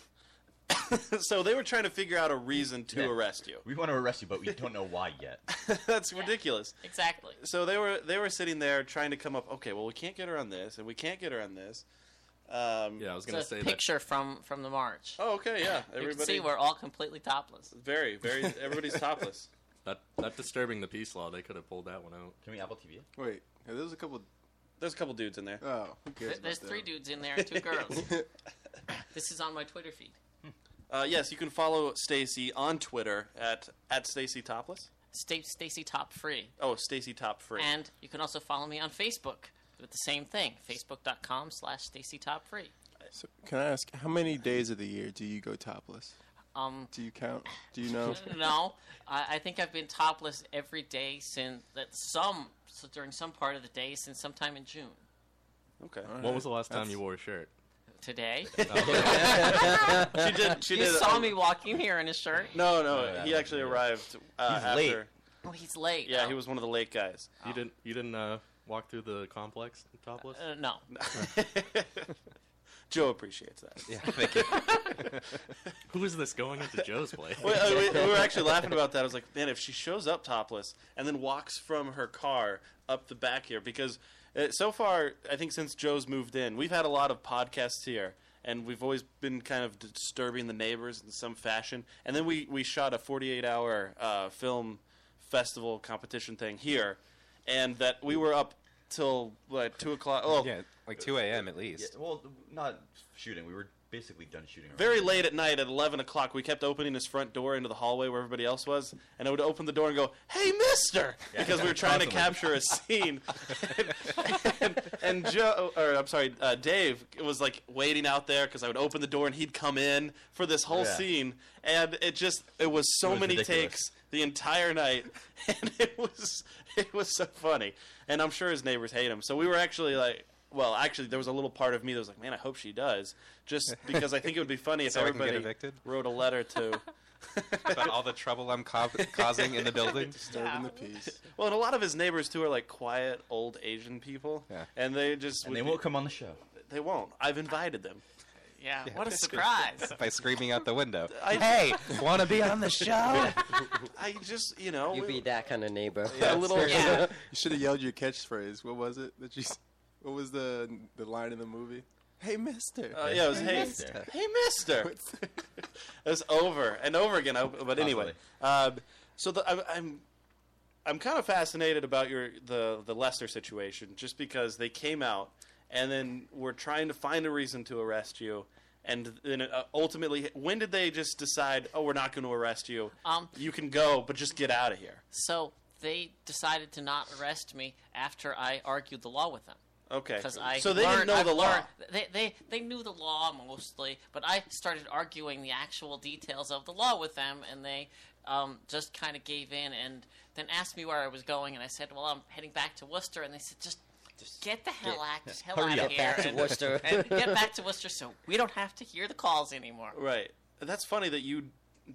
[SPEAKER 3] so they were trying to figure out a reason to
[SPEAKER 5] Yeah.
[SPEAKER 3] arrest you.
[SPEAKER 5] We want to arrest you, but we don't know why yet.
[SPEAKER 3] That's ridiculous.
[SPEAKER 7] Exactly.
[SPEAKER 3] So they were they were sitting there trying to come up. Okay, well we can't get her on this, and we can't get her on this. Um,
[SPEAKER 6] yeah. I was gonna
[SPEAKER 7] It's a
[SPEAKER 6] say
[SPEAKER 7] picture from from the march.
[SPEAKER 3] Oh, okay, yeah.
[SPEAKER 7] you
[SPEAKER 3] Everybody,
[SPEAKER 7] can see we're all completely topless.
[SPEAKER 3] very, very. Everybody's topless.
[SPEAKER 6] that, that that disturbing the peace law. They could have pulled that one out.
[SPEAKER 5] Can we Apple TV? it?
[SPEAKER 8] Wait, yeah, there's a couple.
[SPEAKER 3] There's a couple dudes in
[SPEAKER 5] Uh.
[SPEAKER 3] there.
[SPEAKER 8] Oh, who cares?
[SPEAKER 7] There-
[SPEAKER 8] about
[SPEAKER 7] There's
[SPEAKER 8] that?
[SPEAKER 7] three dudes in there and two girls. this is on my Twitter feed.
[SPEAKER 3] Uh, yes, you can follow Stacy on Twitter at at Stacy Topless.
[SPEAKER 7] Stay Stacy Top Free.
[SPEAKER 3] Oh, Stacy Top Free.
[SPEAKER 7] And you can also follow me on Facebook with the same thing, facebook.com slash Stacy Top Free.
[SPEAKER 8] So can I ask how many days of the year do you go topless?
[SPEAKER 7] Um,
[SPEAKER 8] Do you count? Do you know?
[SPEAKER 7] no, I, I think I've been topless every day since that some so during some part of the day since sometime in June.
[SPEAKER 3] okay,
[SPEAKER 6] When was the last time
[SPEAKER 8] That's-
[SPEAKER 6] you wore a shirt? Uh,
[SPEAKER 7] Today,
[SPEAKER 3] she did. She
[SPEAKER 7] you
[SPEAKER 3] did. oh,
[SPEAKER 7] saw me walking here in a shirt.
[SPEAKER 3] No, no,
[SPEAKER 5] Yeah,
[SPEAKER 3] he
[SPEAKER 5] I
[SPEAKER 3] actually
[SPEAKER 5] did.
[SPEAKER 3] arrived uh,
[SPEAKER 5] He's
[SPEAKER 3] after.
[SPEAKER 5] late.
[SPEAKER 7] Oh, he's late.
[SPEAKER 3] Yeah,
[SPEAKER 7] Oh.
[SPEAKER 3] he was one of the late guys.
[SPEAKER 6] You didn't. You didn't uh, walk through the complex topless.
[SPEAKER 7] Uh, no.
[SPEAKER 3] Joe appreciates that.
[SPEAKER 4] Yeah, thank you.
[SPEAKER 6] Who is this going into Joe's place?
[SPEAKER 3] we, uh, we, we were actually laughing about that. I was like, man, if she shows up topless and then walks from her car up the back here, because uh, so far, I think since Joe's moved in, we've had a lot of podcasts here, and we've always been kind of disturbing the neighbors in some fashion. And then we, we shot a 48 hour uh, film festival competition thing here, and that we were up till like 2 o'clock. Oh,
[SPEAKER 4] yeah, like 2 a.m. at least.
[SPEAKER 5] Yeah, well, not shooting. We were basically done shooting. already.
[SPEAKER 3] very late at night at 11 o'clock we kept opening his front door into the hallway where everybody else was and i would open the door and go hey mister because we were trying to capture a scene and, and joe or i'm sorry uh, dave was like waiting out there because i would open the door and he'd come in for this whole
[SPEAKER 5] Yeah.
[SPEAKER 3] scene and it just it was so
[SPEAKER 5] It was
[SPEAKER 3] many
[SPEAKER 5] ridiculous.
[SPEAKER 3] takes the entire night and it was it was so funny and i'm sure his neighbors hate him so we were actually like well, actually, there was a little part of me that was like, "Man, I hope she does," just because I think it would be funny if
[SPEAKER 4] So I can get
[SPEAKER 3] everybody
[SPEAKER 4] evicted?
[SPEAKER 3] wrote a letter to.
[SPEAKER 4] About all the trouble I'm co- causing in the building.
[SPEAKER 8] Disturbing the peace.
[SPEAKER 3] well, and a lot of his neighbors too are like quiet old Asian people,
[SPEAKER 4] Yeah.
[SPEAKER 3] and they just
[SPEAKER 5] And
[SPEAKER 3] would
[SPEAKER 5] they
[SPEAKER 3] be-
[SPEAKER 5] won't come on the show.
[SPEAKER 3] They won't. I've invited them.
[SPEAKER 7] Yeah, what a surprise.
[SPEAKER 4] By screaming out the window,
[SPEAKER 3] I-
[SPEAKER 4] "Hey, want to be on the show?"
[SPEAKER 3] I just, you know,
[SPEAKER 1] You
[SPEAKER 3] we-
[SPEAKER 1] be that kind of neighbor.
[SPEAKER 3] a little.
[SPEAKER 7] Yeah.
[SPEAKER 8] You should have yelled your catchphrase. What was it that you? s- What was the the line in the movie? Hey, Mister.
[SPEAKER 3] Uh, yeah, it was hey,
[SPEAKER 5] Mister.
[SPEAKER 3] hey, Mister.
[SPEAKER 8] What's-
[SPEAKER 3] it was over and over again. I, but anyway,
[SPEAKER 5] Constantly.
[SPEAKER 3] um, so the, I'm, I'm I'm kind of fascinated about your the the Lester situation, just because they came out and then were trying to find a reason to arrest you, and then uh, ultimately, when did they just decide? Oh, we're not going to arrest you.
[SPEAKER 7] Um,
[SPEAKER 3] you can go, but just get out of here.
[SPEAKER 7] so they decided to not arrest me after I argued the law with them.
[SPEAKER 3] Okay.
[SPEAKER 7] Because I
[SPEAKER 3] so they didn't
[SPEAKER 7] learned,
[SPEAKER 3] know
[SPEAKER 7] I've
[SPEAKER 3] the law.
[SPEAKER 7] learned- they, they they knew the law mostly, but I started arguing the actual details of the law with them, and they um, just kind of gave in and then asked me where I was going, and I said, "Well, I'm heading back to Worcester," and they said, "Just." Get the hell out, just hell
[SPEAKER 5] Hurry
[SPEAKER 7] out of
[SPEAKER 5] up.
[SPEAKER 7] here.
[SPEAKER 1] Back to
[SPEAKER 7] and-
[SPEAKER 1] Worcester.
[SPEAKER 7] and get back to Worcester so we don't have to hear the calls anymore.
[SPEAKER 3] Right. That's funny that you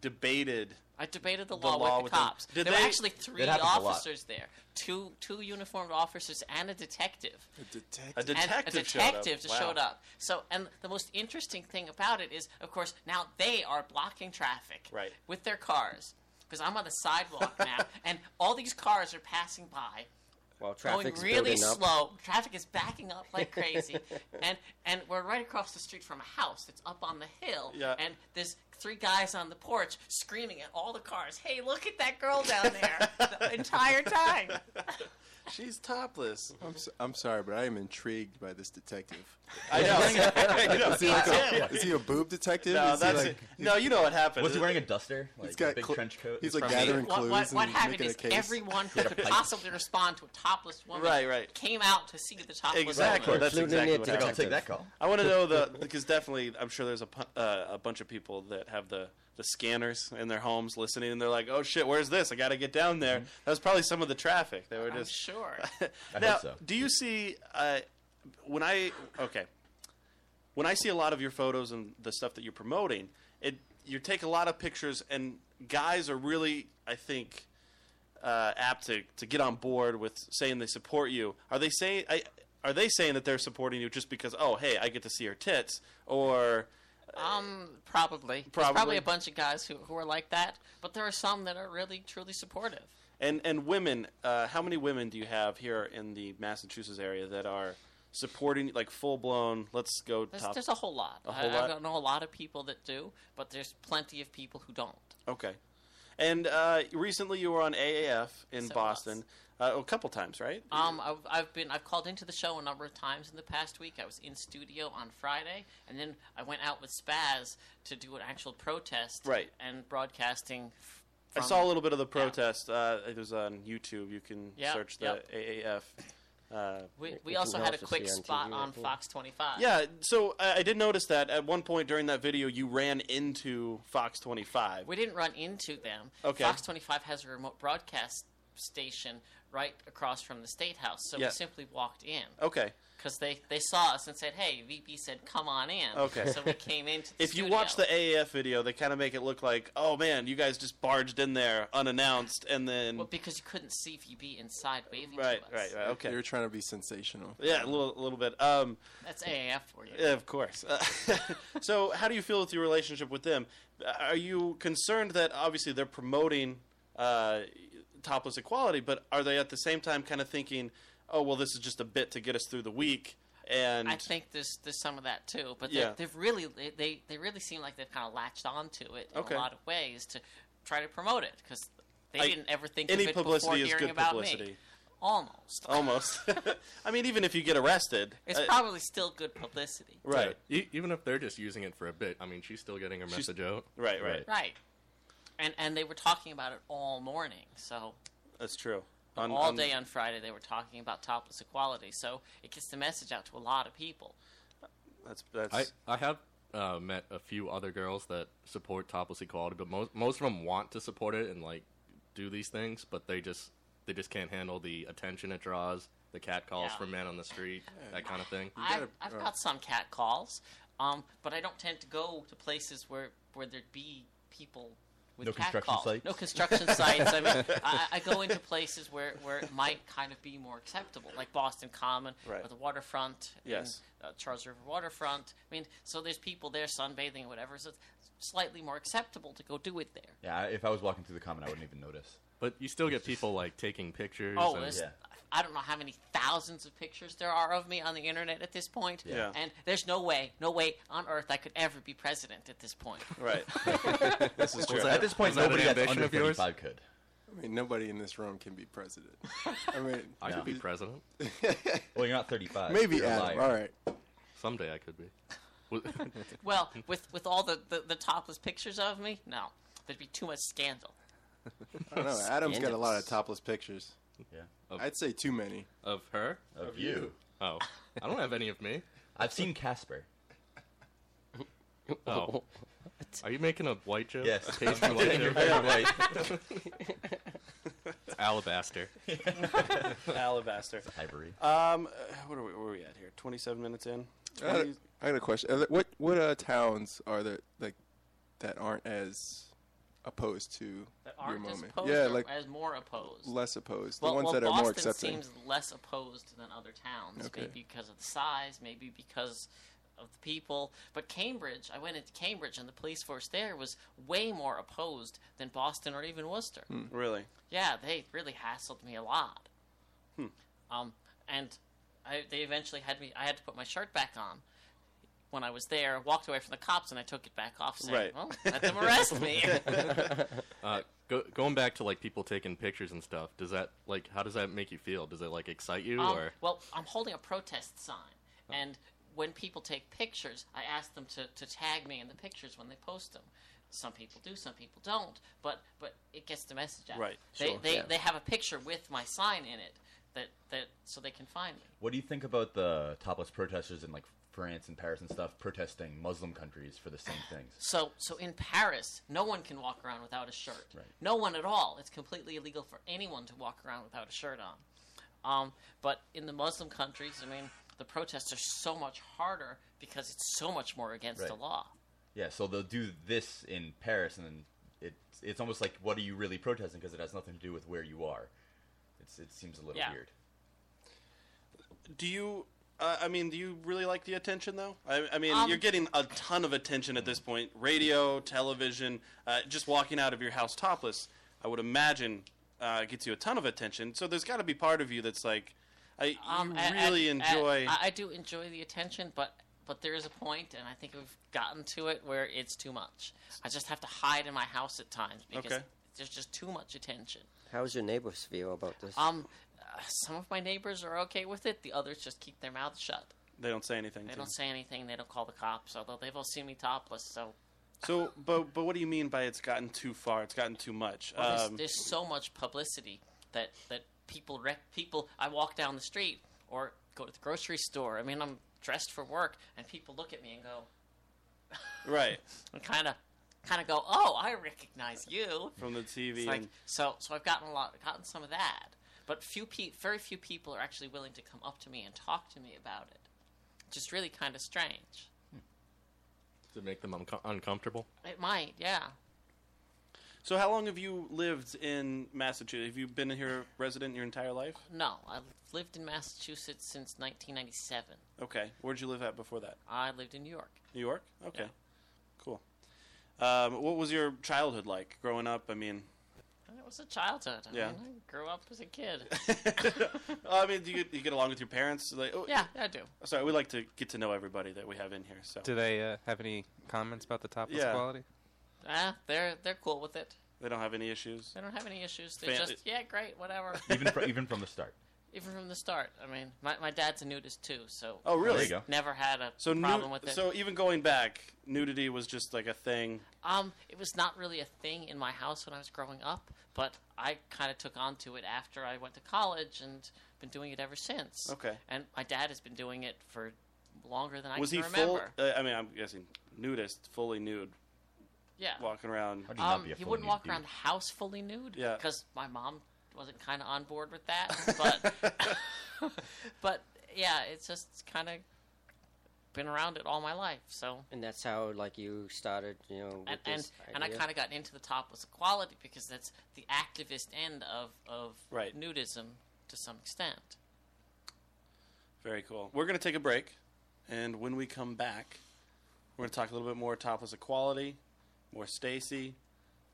[SPEAKER 3] debated.
[SPEAKER 7] I debated the law,
[SPEAKER 3] law
[SPEAKER 7] with
[SPEAKER 3] with
[SPEAKER 7] the
[SPEAKER 3] them.
[SPEAKER 7] cops.
[SPEAKER 3] Did
[SPEAKER 7] there
[SPEAKER 3] they-
[SPEAKER 7] were actually three
[SPEAKER 5] It happens a lot.
[SPEAKER 7] officers there, two two uniformed officers and a detective.
[SPEAKER 8] The detective.
[SPEAKER 3] A
[SPEAKER 7] And
[SPEAKER 3] detective,
[SPEAKER 7] a detective
[SPEAKER 3] showed
[SPEAKER 7] just
[SPEAKER 3] up. Wow.
[SPEAKER 7] showed up. So, and the most interesting thing about it is, of course, now they are blocking traffic
[SPEAKER 3] Right.
[SPEAKER 7] with their cars because I'm on the sidewalk now, and all these cars are passing by
[SPEAKER 1] While traffic's
[SPEAKER 7] going really
[SPEAKER 1] building up.
[SPEAKER 7] slow. Traffic is backing up like crazy, and and we're right across the street from a house that's up on the hill.
[SPEAKER 3] Yeah.
[SPEAKER 7] And there's three guys on the porch screaming at all the cars, "Hey, look at that girl down there!" the entire time.
[SPEAKER 3] She's topless.
[SPEAKER 8] I'm, so, I'm sorry, but I am intrigued by this detective.
[SPEAKER 3] I know. I know.
[SPEAKER 8] Is he, like
[SPEAKER 5] oh,
[SPEAKER 8] a, is he a boob detective?
[SPEAKER 3] No,
[SPEAKER 8] Is he
[SPEAKER 3] that's
[SPEAKER 8] like-
[SPEAKER 3] it. No, you know what happened.
[SPEAKER 5] Was he wearing a duster? Like
[SPEAKER 8] He's got
[SPEAKER 5] a big
[SPEAKER 8] cl-
[SPEAKER 5] trench coat.
[SPEAKER 8] He's like
[SPEAKER 5] From-
[SPEAKER 8] gathering
[SPEAKER 7] What,
[SPEAKER 8] clues
[SPEAKER 7] what, what
[SPEAKER 8] and
[SPEAKER 7] happened
[SPEAKER 8] making
[SPEAKER 7] is
[SPEAKER 8] a case.
[SPEAKER 7] everyone who
[SPEAKER 5] a
[SPEAKER 7] could
[SPEAKER 5] pipe.
[SPEAKER 7] possibly respond to a topless woman
[SPEAKER 3] Right, right.
[SPEAKER 7] came out to see the topless
[SPEAKER 3] Exactly.
[SPEAKER 7] woman.
[SPEAKER 3] That's
[SPEAKER 1] Including
[SPEAKER 3] exactly
[SPEAKER 1] it,
[SPEAKER 3] what
[SPEAKER 1] Dick.
[SPEAKER 5] I'll
[SPEAKER 3] happened.
[SPEAKER 5] take that call.
[SPEAKER 3] I want to know the because definitely I'm sure there's a pu- uh, a bunch of people that have the the scanners in their homes listening and they're like, "Oh shit, where's this? I got to get down there."
[SPEAKER 5] Mm-hmm.
[SPEAKER 3] That was probably some of the traffic. They were
[SPEAKER 7] I'm
[SPEAKER 3] just
[SPEAKER 7] sure.
[SPEAKER 5] I
[SPEAKER 3] now,
[SPEAKER 5] hope so.
[SPEAKER 3] do you see uh, when I okay when I see a lot of your photos and the stuff that you're promoting, it you take a lot of pictures and guys are really I think uh, apt to, to get on board with saying they support you. Are they saying I, are they saying that they're supporting you just because oh hey I get to see her tits or
[SPEAKER 7] Um, probably. There's
[SPEAKER 3] Probably.
[SPEAKER 7] probably a bunch of guys who, who are like that, but there are some that are really truly supportive.
[SPEAKER 3] and and women uh, how many women do you have here in the Massachusetts area that are supporting like full blown let's go
[SPEAKER 7] There's,
[SPEAKER 3] top
[SPEAKER 7] there's a whole lot.
[SPEAKER 3] whole
[SPEAKER 7] I,
[SPEAKER 3] lot?
[SPEAKER 7] I don't know a lot of people that do, but there's plenty of people who don't.
[SPEAKER 3] Okay. And uh, recently you were on AAF in
[SPEAKER 7] Yes, I
[SPEAKER 3] Boston uh, a couple times, right?
[SPEAKER 7] Um, I've, I've been I've called into the show a number of times in the past week. I was in studio on Friday, and then I went out with Spaz to do an actual protest,
[SPEAKER 3] Right.
[SPEAKER 7] And broadcasting. f-
[SPEAKER 3] I
[SPEAKER 7] from-
[SPEAKER 3] saw a little bit of the protest. Uh, it was on YouTube. You can
[SPEAKER 7] Yep,
[SPEAKER 3] search the AAF. Uh,
[SPEAKER 7] We, we
[SPEAKER 1] It
[SPEAKER 7] also
[SPEAKER 1] can
[SPEAKER 7] had a
[SPEAKER 1] also
[SPEAKER 7] quick
[SPEAKER 1] see on
[SPEAKER 7] spot
[SPEAKER 1] TV, I
[SPEAKER 7] on
[SPEAKER 1] think.
[SPEAKER 7] Fox 25.
[SPEAKER 3] yeah, so I, I did notice that at one point during that video you ran into Fox 25.
[SPEAKER 7] We didn't run into them.
[SPEAKER 3] Okay.
[SPEAKER 7] Fox 25 has a remote broadcast station right across from the state house. So
[SPEAKER 3] Yeah. Oh.
[SPEAKER 7] we simply walked in
[SPEAKER 3] Okay.
[SPEAKER 7] because they, they saw us and said, "Hey, VP said, come on in."
[SPEAKER 3] Okay.
[SPEAKER 7] So we came into. The
[SPEAKER 3] If you watch the
[SPEAKER 7] studio.
[SPEAKER 3] AAF video, they kind of make it look like, oh man, you guys just barged in there unannounced, and then
[SPEAKER 7] well, because you couldn't see VP inside waving
[SPEAKER 3] right,
[SPEAKER 7] to us.
[SPEAKER 3] right, right, okay,
[SPEAKER 8] You're trying to be sensational.
[SPEAKER 3] yeah, a little, a little bit. Um,
[SPEAKER 7] That's AAF for you.
[SPEAKER 3] yeah, of course. Uh, so, how do you feel with your relationship with them? Are you concerned that obviously they're promoting uh, topless equality, but are they at the same time kind of thinking, oh well, this is just a bit to get us through the week? And
[SPEAKER 7] I think there's there's some of that too, but
[SPEAKER 3] Yeah.
[SPEAKER 7] they, they've really they- they they really seem like they've kind of latched onto it in
[SPEAKER 3] Okay.
[SPEAKER 7] a lot of ways to try to promote it because they
[SPEAKER 3] I-
[SPEAKER 7] didn't ever think
[SPEAKER 3] any
[SPEAKER 7] of it
[SPEAKER 3] publicity
[SPEAKER 7] before
[SPEAKER 3] is
[SPEAKER 7] hearing
[SPEAKER 3] good
[SPEAKER 7] about
[SPEAKER 3] publicity. Oh,
[SPEAKER 7] me. Almost,
[SPEAKER 3] almost. I mean, even if you get arrested,
[SPEAKER 7] it's
[SPEAKER 3] uh,
[SPEAKER 7] probably still good publicity.
[SPEAKER 3] right,
[SPEAKER 6] E- even if they're just using it for a bit, I mean, she's still getting her
[SPEAKER 3] She's-
[SPEAKER 6] message out.
[SPEAKER 3] right, right.
[SPEAKER 7] Right. And and they were talking about it all morning. So
[SPEAKER 3] That's true.
[SPEAKER 7] all day on Friday they were talking about topless equality. So it gets the message out to a lot of people.
[SPEAKER 3] That's that's.
[SPEAKER 6] I, I have uh, met a few other girls that support topless equality, but most most of them want to support it and like do these things, but they just they just can't handle the attention it draws, the cat calls
[SPEAKER 7] Yeah.
[SPEAKER 6] from men on the street, that kind of thing.
[SPEAKER 7] I,
[SPEAKER 8] gotta-
[SPEAKER 7] I've
[SPEAKER 8] uh,
[SPEAKER 7] got some cat calls, um, but I don't tend to go to places where where there'd be people with
[SPEAKER 5] No
[SPEAKER 7] cat
[SPEAKER 5] construction
[SPEAKER 7] calls.
[SPEAKER 5] sites?
[SPEAKER 7] No construction sites. I mean, I, I go into places where, where it might kind of be more acceptable, like Boston Common
[SPEAKER 3] Right.
[SPEAKER 7] or the waterfront. and,
[SPEAKER 3] Yes.
[SPEAKER 7] uh, Charles River waterfront. I mean, so there's people there sunbathing or whatever, so it's slightly more acceptable to go do it there.
[SPEAKER 5] Yeah, I- if I was walking through the common, I wouldn't even notice.
[SPEAKER 6] But you still get people like taking pictures.
[SPEAKER 7] Oh,
[SPEAKER 6] and,
[SPEAKER 7] there's,
[SPEAKER 5] Yeah.
[SPEAKER 7] I don't know how many thousands of pictures there are of me on the internet at this point.
[SPEAKER 3] Yeah.
[SPEAKER 7] And there's no way, no way on earth I could ever be president at this point.
[SPEAKER 3] right. this is true.
[SPEAKER 5] At this point,
[SPEAKER 6] was that an
[SPEAKER 5] nobody that's
[SPEAKER 6] ambition
[SPEAKER 5] under
[SPEAKER 6] of yours?
[SPEAKER 5] 35 could.
[SPEAKER 8] I mean, nobody in this room can be president. I mean,
[SPEAKER 6] I
[SPEAKER 5] No.
[SPEAKER 6] could be president
[SPEAKER 5] Well, you're not 35.
[SPEAKER 8] maybe
[SPEAKER 5] you're a
[SPEAKER 8] Adam.
[SPEAKER 5] liar.
[SPEAKER 8] All right.
[SPEAKER 6] someday. I could be. Well,
[SPEAKER 7] Well, with with all the, the, the topless pictures of me, no, there'd be too much scandal.
[SPEAKER 8] I don't know. Adam's got a lot of
[SPEAKER 1] Scandalous.
[SPEAKER 8] topless pictures.
[SPEAKER 5] Yeah.
[SPEAKER 8] I'd say too many.
[SPEAKER 6] of her?
[SPEAKER 5] Of you.
[SPEAKER 6] Oh, I don't have any of me.
[SPEAKER 5] I've seen Casper.
[SPEAKER 6] Oh, are you making a white joke?
[SPEAKER 5] Yes.
[SPEAKER 6] A tasty white
[SPEAKER 5] You're
[SPEAKER 6] joke?
[SPEAKER 5] very right.
[SPEAKER 6] Alabaster.
[SPEAKER 3] Alabaster.
[SPEAKER 5] Ivory.
[SPEAKER 3] Um, uh, what are we? Where are we at here? Twenty-seven minutes in.
[SPEAKER 8] I got,
[SPEAKER 3] 20,
[SPEAKER 8] a, I got a question. Are there- What what uh, towns are there like that aren't as opposed to
[SPEAKER 7] That aren't
[SPEAKER 8] your
[SPEAKER 7] as
[SPEAKER 8] moment?
[SPEAKER 7] opposed
[SPEAKER 8] yeah,
[SPEAKER 7] or
[SPEAKER 8] like
[SPEAKER 7] as more opposed.
[SPEAKER 8] less opposed.
[SPEAKER 7] well,
[SPEAKER 8] the ones
[SPEAKER 7] well,
[SPEAKER 8] that are
[SPEAKER 7] Boston
[SPEAKER 8] more accepting.
[SPEAKER 7] seems less opposed than other towns,
[SPEAKER 8] Okay.
[SPEAKER 7] maybe because of the size, maybe because of the people. But Cambridge, I went into Cambridge, and the police force there was way more opposed than Boston or even Worcester.
[SPEAKER 8] Hmm.
[SPEAKER 3] really?
[SPEAKER 7] Yeah, they really hassled me a lot.
[SPEAKER 3] Hmm.
[SPEAKER 7] Um, and I, they eventually had me. I had to put my shirt back on when I was there. Walked away from the cops, and I took it back off, saying,
[SPEAKER 3] Right.
[SPEAKER 7] "Well, let them arrest me."
[SPEAKER 6] Uh,
[SPEAKER 7] Um,
[SPEAKER 6] go, going back to like people taking pictures and stuff. Does that like how does that make you feel? Does it like excite you
[SPEAKER 7] Um,
[SPEAKER 6] or?
[SPEAKER 7] well, I'm holding a protest sign,
[SPEAKER 3] Oh.
[SPEAKER 7] and when people take pictures, I ask them to, to tag me in the pictures when they post them. Some people do, some people don't, but but it gets the message out.
[SPEAKER 3] Right,
[SPEAKER 7] They
[SPEAKER 3] sure.
[SPEAKER 7] they,
[SPEAKER 8] Yeah.
[SPEAKER 7] they have a picture with my sign in it that, that so they can find me.
[SPEAKER 5] What do you think about the topless protesters in like France and Paris and stuff protesting Muslim countries for the same things?
[SPEAKER 7] So, so in Paris, no one can walk around without a shirt.
[SPEAKER 5] Right.
[SPEAKER 7] No one at all. It's completely illegal for anyone to walk around without a shirt on. Um, but in the Muslim countries, I mean, the protests are so much harder because it's so much more against the
[SPEAKER 5] Right.
[SPEAKER 7] law.
[SPEAKER 5] Yeah, so they'll do this in Paris, and then it's it's almost like what are you really protesting? Because it has nothing to do with where you are. It's it seems a little
[SPEAKER 7] Yeah.
[SPEAKER 5] weird.
[SPEAKER 3] Do you? Uh, I mean, do you really like the attention though? I, I mean,
[SPEAKER 7] Um,
[SPEAKER 3] you're getting a ton of attention at this point. Radio, television, uh, just walking out of your house topless. I would imagine uh, gets you a ton of attention. So there's got to be part of you that's like, I you
[SPEAKER 7] Um, I- I-
[SPEAKER 3] really
[SPEAKER 7] I-
[SPEAKER 3] enjoy.
[SPEAKER 7] I, I do enjoy the attention, but but there is a point, and I think we've gotten to it where it's too much. I just have to hide in my house at times because
[SPEAKER 3] Okay.
[SPEAKER 7] there's just too much attention.
[SPEAKER 1] How's your neighbors feel about this?
[SPEAKER 7] Um, uh, some of my neighbors are okay with it; the others just keep their mouths shut.
[SPEAKER 3] they don't say anything.
[SPEAKER 7] They
[SPEAKER 3] to
[SPEAKER 7] don't
[SPEAKER 3] me.
[SPEAKER 7] say anything. They don't call the cops, although they've all seen me topless. So
[SPEAKER 3] So, but but what do you mean by it's gotten too far? It's gotten too much.
[SPEAKER 7] there's,
[SPEAKER 3] Um,
[SPEAKER 7] there's so much publicity that that people rec- people. I walk down the street or go to the grocery store. I mean, I'm dressed for work, and people look at me and go
[SPEAKER 3] right.
[SPEAKER 7] and kind of kind of go, "Oh, I recognize you."
[SPEAKER 3] from the TV.
[SPEAKER 7] It's like
[SPEAKER 3] and
[SPEAKER 7] so. So I've gotten a lot, gotten some of that, but few pe- very few people are actually willing to come up to me and talk to me about it. Just really kind of strange.
[SPEAKER 6] to make them uncom uncomfortable.
[SPEAKER 7] It might, yeah.
[SPEAKER 3] so, how long have you lived in Massachusetts? Have you been here resident your entire life?
[SPEAKER 7] No, I've lived in Massachusetts since 1997.
[SPEAKER 3] Okay. Where'd you live at before that?
[SPEAKER 7] I lived in New York.
[SPEAKER 3] New York. Okay. Cool. Um, what was your childhood like growing up? I mean,
[SPEAKER 7] And it was a childhood. I
[SPEAKER 3] Yeah.
[SPEAKER 7] mean, I grew up as a kid.
[SPEAKER 3] I mean, do you, do you get along with your parents? Like, oh,
[SPEAKER 7] yeah, I do.
[SPEAKER 3] Sorry, we like to get to know everybody that we have in here. So
[SPEAKER 4] Do they uh, have any comments about the topless
[SPEAKER 3] Yeah.
[SPEAKER 4] quality?
[SPEAKER 7] Ah, they're they're cool with it.
[SPEAKER 3] they don't have any issues.
[SPEAKER 7] They don't have any issues. They
[SPEAKER 3] Fan-
[SPEAKER 7] just yeah, great, whatever.
[SPEAKER 5] even fr- even from the start.
[SPEAKER 7] Even from the start. I mean, my, my dad's a nudist too, so
[SPEAKER 3] Oh, really?
[SPEAKER 5] There you go.
[SPEAKER 7] never had a
[SPEAKER 3] So, nu-
[SPEAKER 7] problem with it.
[SPEAKER 3] so even going back, nudity was just like a thing.
[SPEAKER 7] Um, it was not really a thing in my house when I was growing up, but I kind of took on to it after I went to college and been doing it ever since.
[SPEAKER 3] Okay.
[SPEAKER 7] And my dad has been doing it for longer than I
[SPEAKER 3] was
[SPEAKER 7] can
[SPEAKER 3] he full?
[SPEAKER 7] remember.
[SPEAKER 3] Uh, I mean, I'm guessing nudist, fully nude,
[SPEAKER 7] yeah.
[SPEAKER 3] walking around.
[SPEAKER 5] How'd you not
[SPEAKER 7] Um,
[SPEAKER 5] be a
[SPEAKER 7] he
[SPEAKER 5] full
[SPEAKER 7] wouldn't
[SPEAKER 5] nude
[SPEAKER 7] walk
[SPEAKER 5] dude?
[SPEAKER 7] around the house fully nude
[SPEAKER 3] Yeah.
[SPEAKER 7] because my mom wasn't kind of on board with that. But but yeah, it's just kind of been around it all my life. So
[SPEAKER 9] And that's how like you started, you know, with
[SPEAKER 7] and and,
[SPEAKER 9] this
[SPEAKER 7] and I
[SPEAKER 9] idea?
[SPEAKER 7] kind of got into the topless equality because that's the activist end of of
[SPEAKER 3] Right.
[SPEAKER 7] nudism to some extent.
[SPEAKER 3] Very cool. We're gonna take a break, and when we come back, we're gonna talk a little bit more topless equality, more Stacy.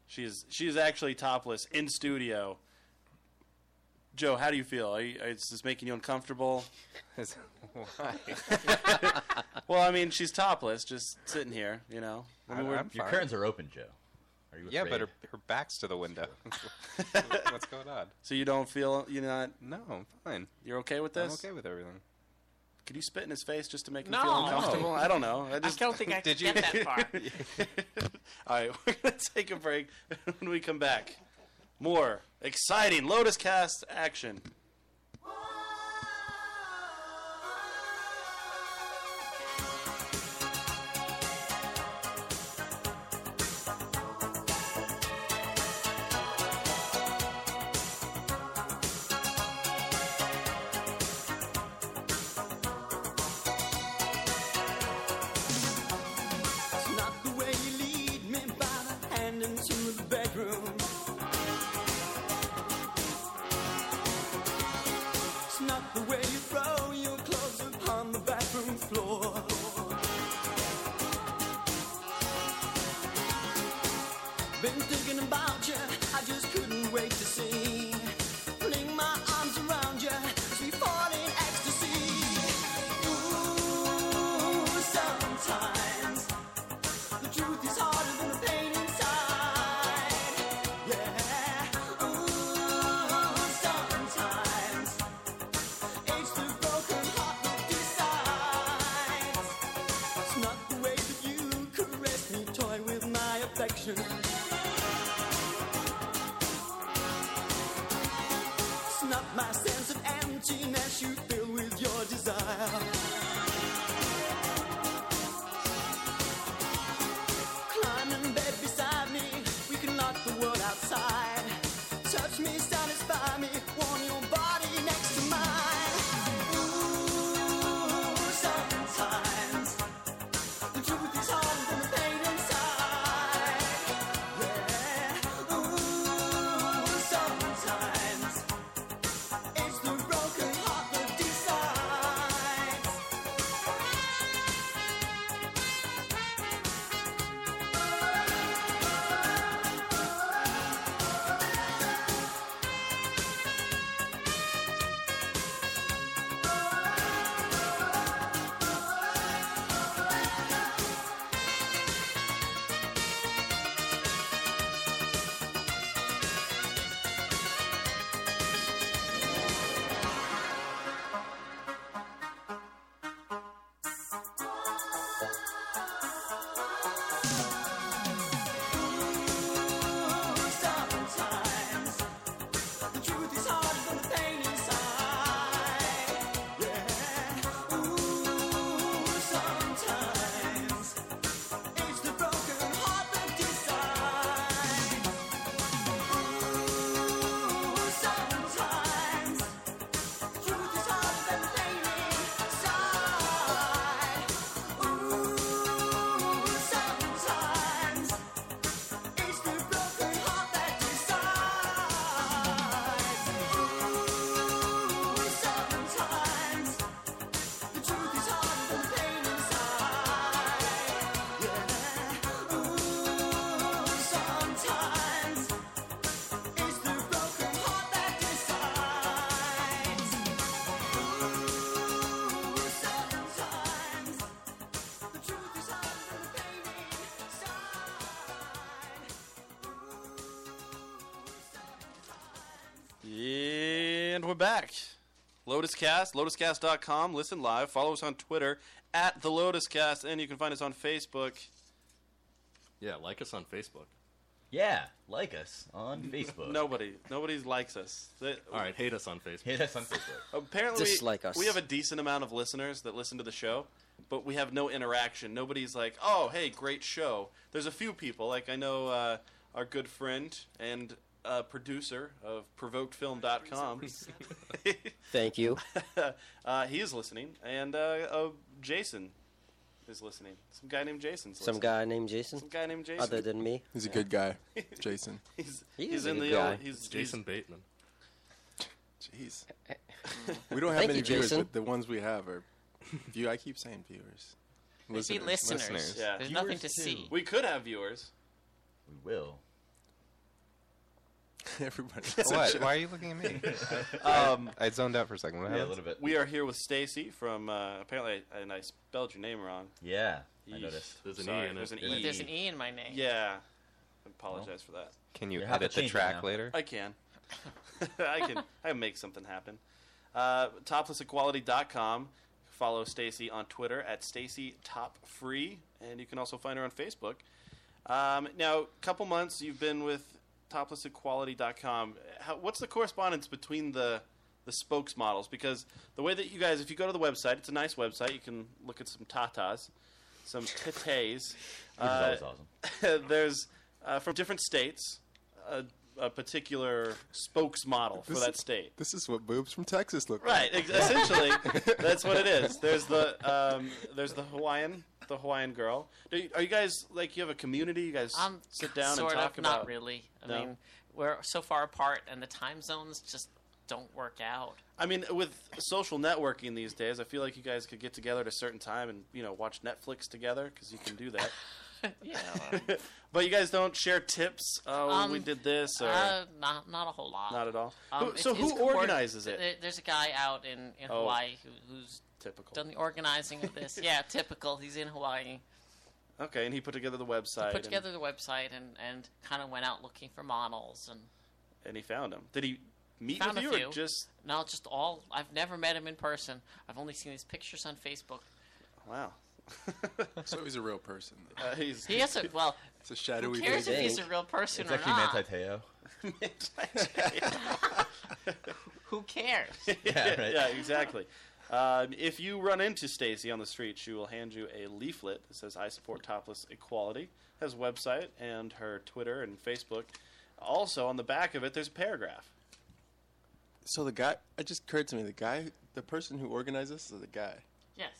[SPEAKER 3] She's she's actually topless in studio. Joe, how do you feel? Are you, is this making you uncomfortable?
[SPEAKER 4] Is-
[SPEAKER 3] Well, I mean, she's topless, just sitting here, you know. I mean,
[SPEAKER 4] I'm-
[SPEAKER 3] we're,
[SPEAKER 4] I'm
[SPEAKER 5] Your
[SPEAKER 4] fine.
[SPEAKER 5] curtains are open, Joe. Are you
[SPEAKER 4] yeah,
[SPEAKER 5] afraid?
[SPEAKER 4] but her, her back's to the window. What's going on?
[SPEAKER 3] so you don't feel you're not
[SPEAKER 4] No, I'm fine.
[SPEAKER 3] you're okay with
[SPEAKER 4] I'm
[SPEAKER 3] this?
[SPEAKER 4] okay with everything.
[SPEAKER 3] Could you spit in his face just to make him
[SPEAKER 7] No.
[SPEAKER 3] feel uncomfortable? I don't know. I
[SPEAKER 7] I
[SPEAKER 3] just
[SPEAKER 7] don't think I
[SPEAKER 4] Did
[SPEAKER 7] can
[SPEAKER 4] you-
[SPEAKER 7] get that far.
[SPEAKER 3] All right, we're going to take a break. when we come back, more exciting Lotus Cast action.
[SPEAKER 8] It's not the way you lead me by the hand into the bedroom. It's not the way you throw your clothes upon the bathroom floor. Been thinking about you, I just couldn't wait to see. Fling my arms around you as we fall in ecstasy. Ooh, sometimes. The truth is harder than the pain inside. Yeah. Ooh, sometimes it's the broken heart that decides. It's not the way that you caress me, toy with my affection. It's not my sense of emptiness you fill with your desire. Climb in bed beside me. We can lock the world outside. Touch me, satisfy me. Warm your body next to mine. Ooh, sometimes the truth is harder than the pain inside.
[SPEAKER 3] we're back. Lotuscast, lotuscast.com. Listen live. Follow us on Twitter at the Lotuscast, and you can find us on Facebook.
[SPEAKER 6] Yeah, like us on Facebook.
[SPEAKER 5] Yeah, like us on Facebook.
[SPEAKER 3] Nobody, nobody likes us. They-
[SPEAKER 6] All right, hate us on Facebook.
[SPEAKER 5] Hit us on Facebook.
[SPEAKER 3] Apparently,
[SPEAKER 1] Dislike us.
[SPEAKER 3] we have a decent amount of listeners that listen to the show, but we have no interaction. Nobody's like, "Oh, hey, great show." There's a few people, like I know uh, our good friend and uh, producer of ProvokedFilm.com.
[SPEAKER 1] Thank you.
[SPEAKER 3] uh, he is listening, and uh, uh, Jason is listening. Some guy named Jason's
[SPEAKER 1] Some
[SPEAKER 3] listening.
[SPEAKER 1] guy named Jason,
[SPEAKER 3] Some guy named Jason.
[SPEAKER 1] other than me.
[SPEAKER 8] He's a good guy, Jason.
[SPEAKER 3] he's,
[SPEAKER 1] He
[SPEAKER 3] he's
[SPEAKER 1] is a
[SPEAKER 3] in
[SPEAKER 1] good
[SPEAKER 3] the
[SPEAKER 1] guy.
[SPEAKER 3] old, he's
[SPEAKER 6] Jason Bateman.
[SPEAKER 8] Jeez. We don't have
[SPEAKER 1] Thank
[SPEAKER 8] many
[SPEAKER 1] you,
[SPEAKER 8] viewers,
[SPEAKER 1] Jason.
[SPEAKER 8] but the ones we have are. View, I keep saying viewers.
[SPEAKER 7] See listeners.
[SPEAKER 4] Listeners.
[SPEAKER 3] Yeah.
[SPEAKER 7] There's
[SPEAKER 5] Viewers
[SPEAKER 7] nothing to
[SPEAKER 5] too.
[SPEAKER 7] see.
[SPEAKER 3] We could have viewers.
[SPEAKER 5] We will.
[SPEAKER 8] Everybody.
[SPEAKER 4] What? Why are you looking at me?
[SPEAKER 3] Um,
[SPEAKER 4] I zoned out for a second. What
[SPEAKER 5] Yeah, a
[SPEAKER 4] happened?
[SPEAKER 5] little bit.
[SPEAKER 3] we are here with Stacy from uh, apparently, I- and I spelled your name wrong.
[SPEAKER 5] Yeah, I
[SPEAKER 3] Yeesh.
[SPEAKER 5] noticed.
[SPEAKER 6] There's an
[SPEAKER 3] Sorry,
[SPEAKER 6] E in
[SPEAKER 3] there's
[SPEAKER 6] it.
[SPEAKER 3] an
[SPEAKER 7] Wait,
[SPEAKER 3] E.
[SPEAKER 7] There's an E in my name.
[SPEAKER 3] Yeah. I apologize for that.
[SPEAKER 4] Can you
[SPEAKER 5] You'll have to
[SPEAKER 4] edit the
[SPEAKER 5] change it
[SPEAKER 4] track
[SPEAKER 5] now.
[SPEAKER 4] later?
[SPEAKER 3] I can. I can. I can make something happen. Uh, toplessequality.com. Follow Stacy on Twitter at Stacy Top Free, and you can also find her on Facebook. Um, now, couple months you've been with toplessequality.com. How, what's the correspondence between the the spokesmodels? Because the way that you guys, if you go to the website, it's a nice website. You can look at some tatas, some tates.
[SPEAKER 5] Which is
[SPEAKER 3] Uh,
[SPEAKER 5] always awesome.
[SPEAKER 3] there's uh, from different states a, a particular spokesmodel for
[SPEAKER 8] This
[SPEAKER 3] that
[SPEAKER 8] is-
[SPEAKER 3] state.
[SPEAKER 8] This is what boobs from Texas look like.
[SPEAKER 3] Right, ex- essentially, that's what it is. There's the um, there's the Hawaiian the Hawaiian girl. Do you, are you guys like you have a community? You guys
[SPEAKER 7] Um,
[SPEAKER 3] sit down
[SPEAKER 7] sort
[SPEAKER 3] and talk
[SPEAKER 7] of,
[SPEAKER 3] about
[SPEAKER 7] not really. I
[SPEAKER 3] No?
[SPEAKER 7] mean, we're so far apart, and the time zones just don't work out.
[SPEAKER 3] I mean, with social networking these days, I feel like you guys could get together at a certain time and you know watch Netflix together because you can do that.
[SPEAKER 7] Yeah,
[SPEAKER 3] but you guys don't share tips. Oh,
[SPEAKER 7] Um,
[SPEAKER 3] we did this or
[SPEAKER 7] uh, not not a whole lot.
[SPEAKER 3] not at all.
[SPEAKER 7] Um,
[SPEAKER 3] Who-
[SPEAKER 7] it's-
[SPEAKER 3] so
[SPEAKER 7] it's
[SPEAKER 3] who
[SPEAKER 7] coordin-
[SPEAKER 3] organizes it?
[SPEAKER 7] there- There's a guy out in, in
[SPEAKER 3] Oh.
[SPEAKER 7] Hawaii who, who's
[SPEAKER 3] Typical.
[SPEAKER 7] done the organizing of this. yeah, typical. He's in Hawaii.
[SPEAKER 3] Okay, and he put together the website.
[SPEAKER 7] Put
[SPEAKER 3] and-
[SPEAKER 7] together the website and, and kind of went out looking for models and
[SPEAKER 3] and, he found him. Did he meet
[SPEAKER 7] Found
[SPEAKER 3] with
[SPEAKER 7] a
[SPEAKER 3] you
[SPEAKER 7] few.
[SPEAKER 3] or just
[SPEAKER 7] no, just all. I've never met him in person. I've only seen his pictures on Facebook.
[SPEAKER 3] wow?
[SPEAKER 8] So he's a real person. though.
[SPEAKER 3] Uh, he's
[SPEAKER 7] He has a well.
[SPEAKER 8] It's a shadowy.
[SPEAKER 7] Who cares if
[SPEAKER 8] figure.
[SPEAKER 7] he's a real person
[SPEAKER 5] It's
[SPEAKER 7] or
[SPEAKER 5] actually
[SPEAKER 7] not?
[SPEAKER 5] Manti Teo.
[SPEAKER 7] Who cares?
[SPEAKER 5] Yeah, right.
[SPEAKER 3] yeah, exactly. Um, if you run into Stacy on the street, she will hand you a leaflet that says "I support topless equality." Has website and her Twitter and Facebook. Also on the back of it, there's a paragraph.
[SPEAKER 8] So the guy. It just occurred to me. The guy. The person who organized this is a guy.
[SPEAKER 7] yes,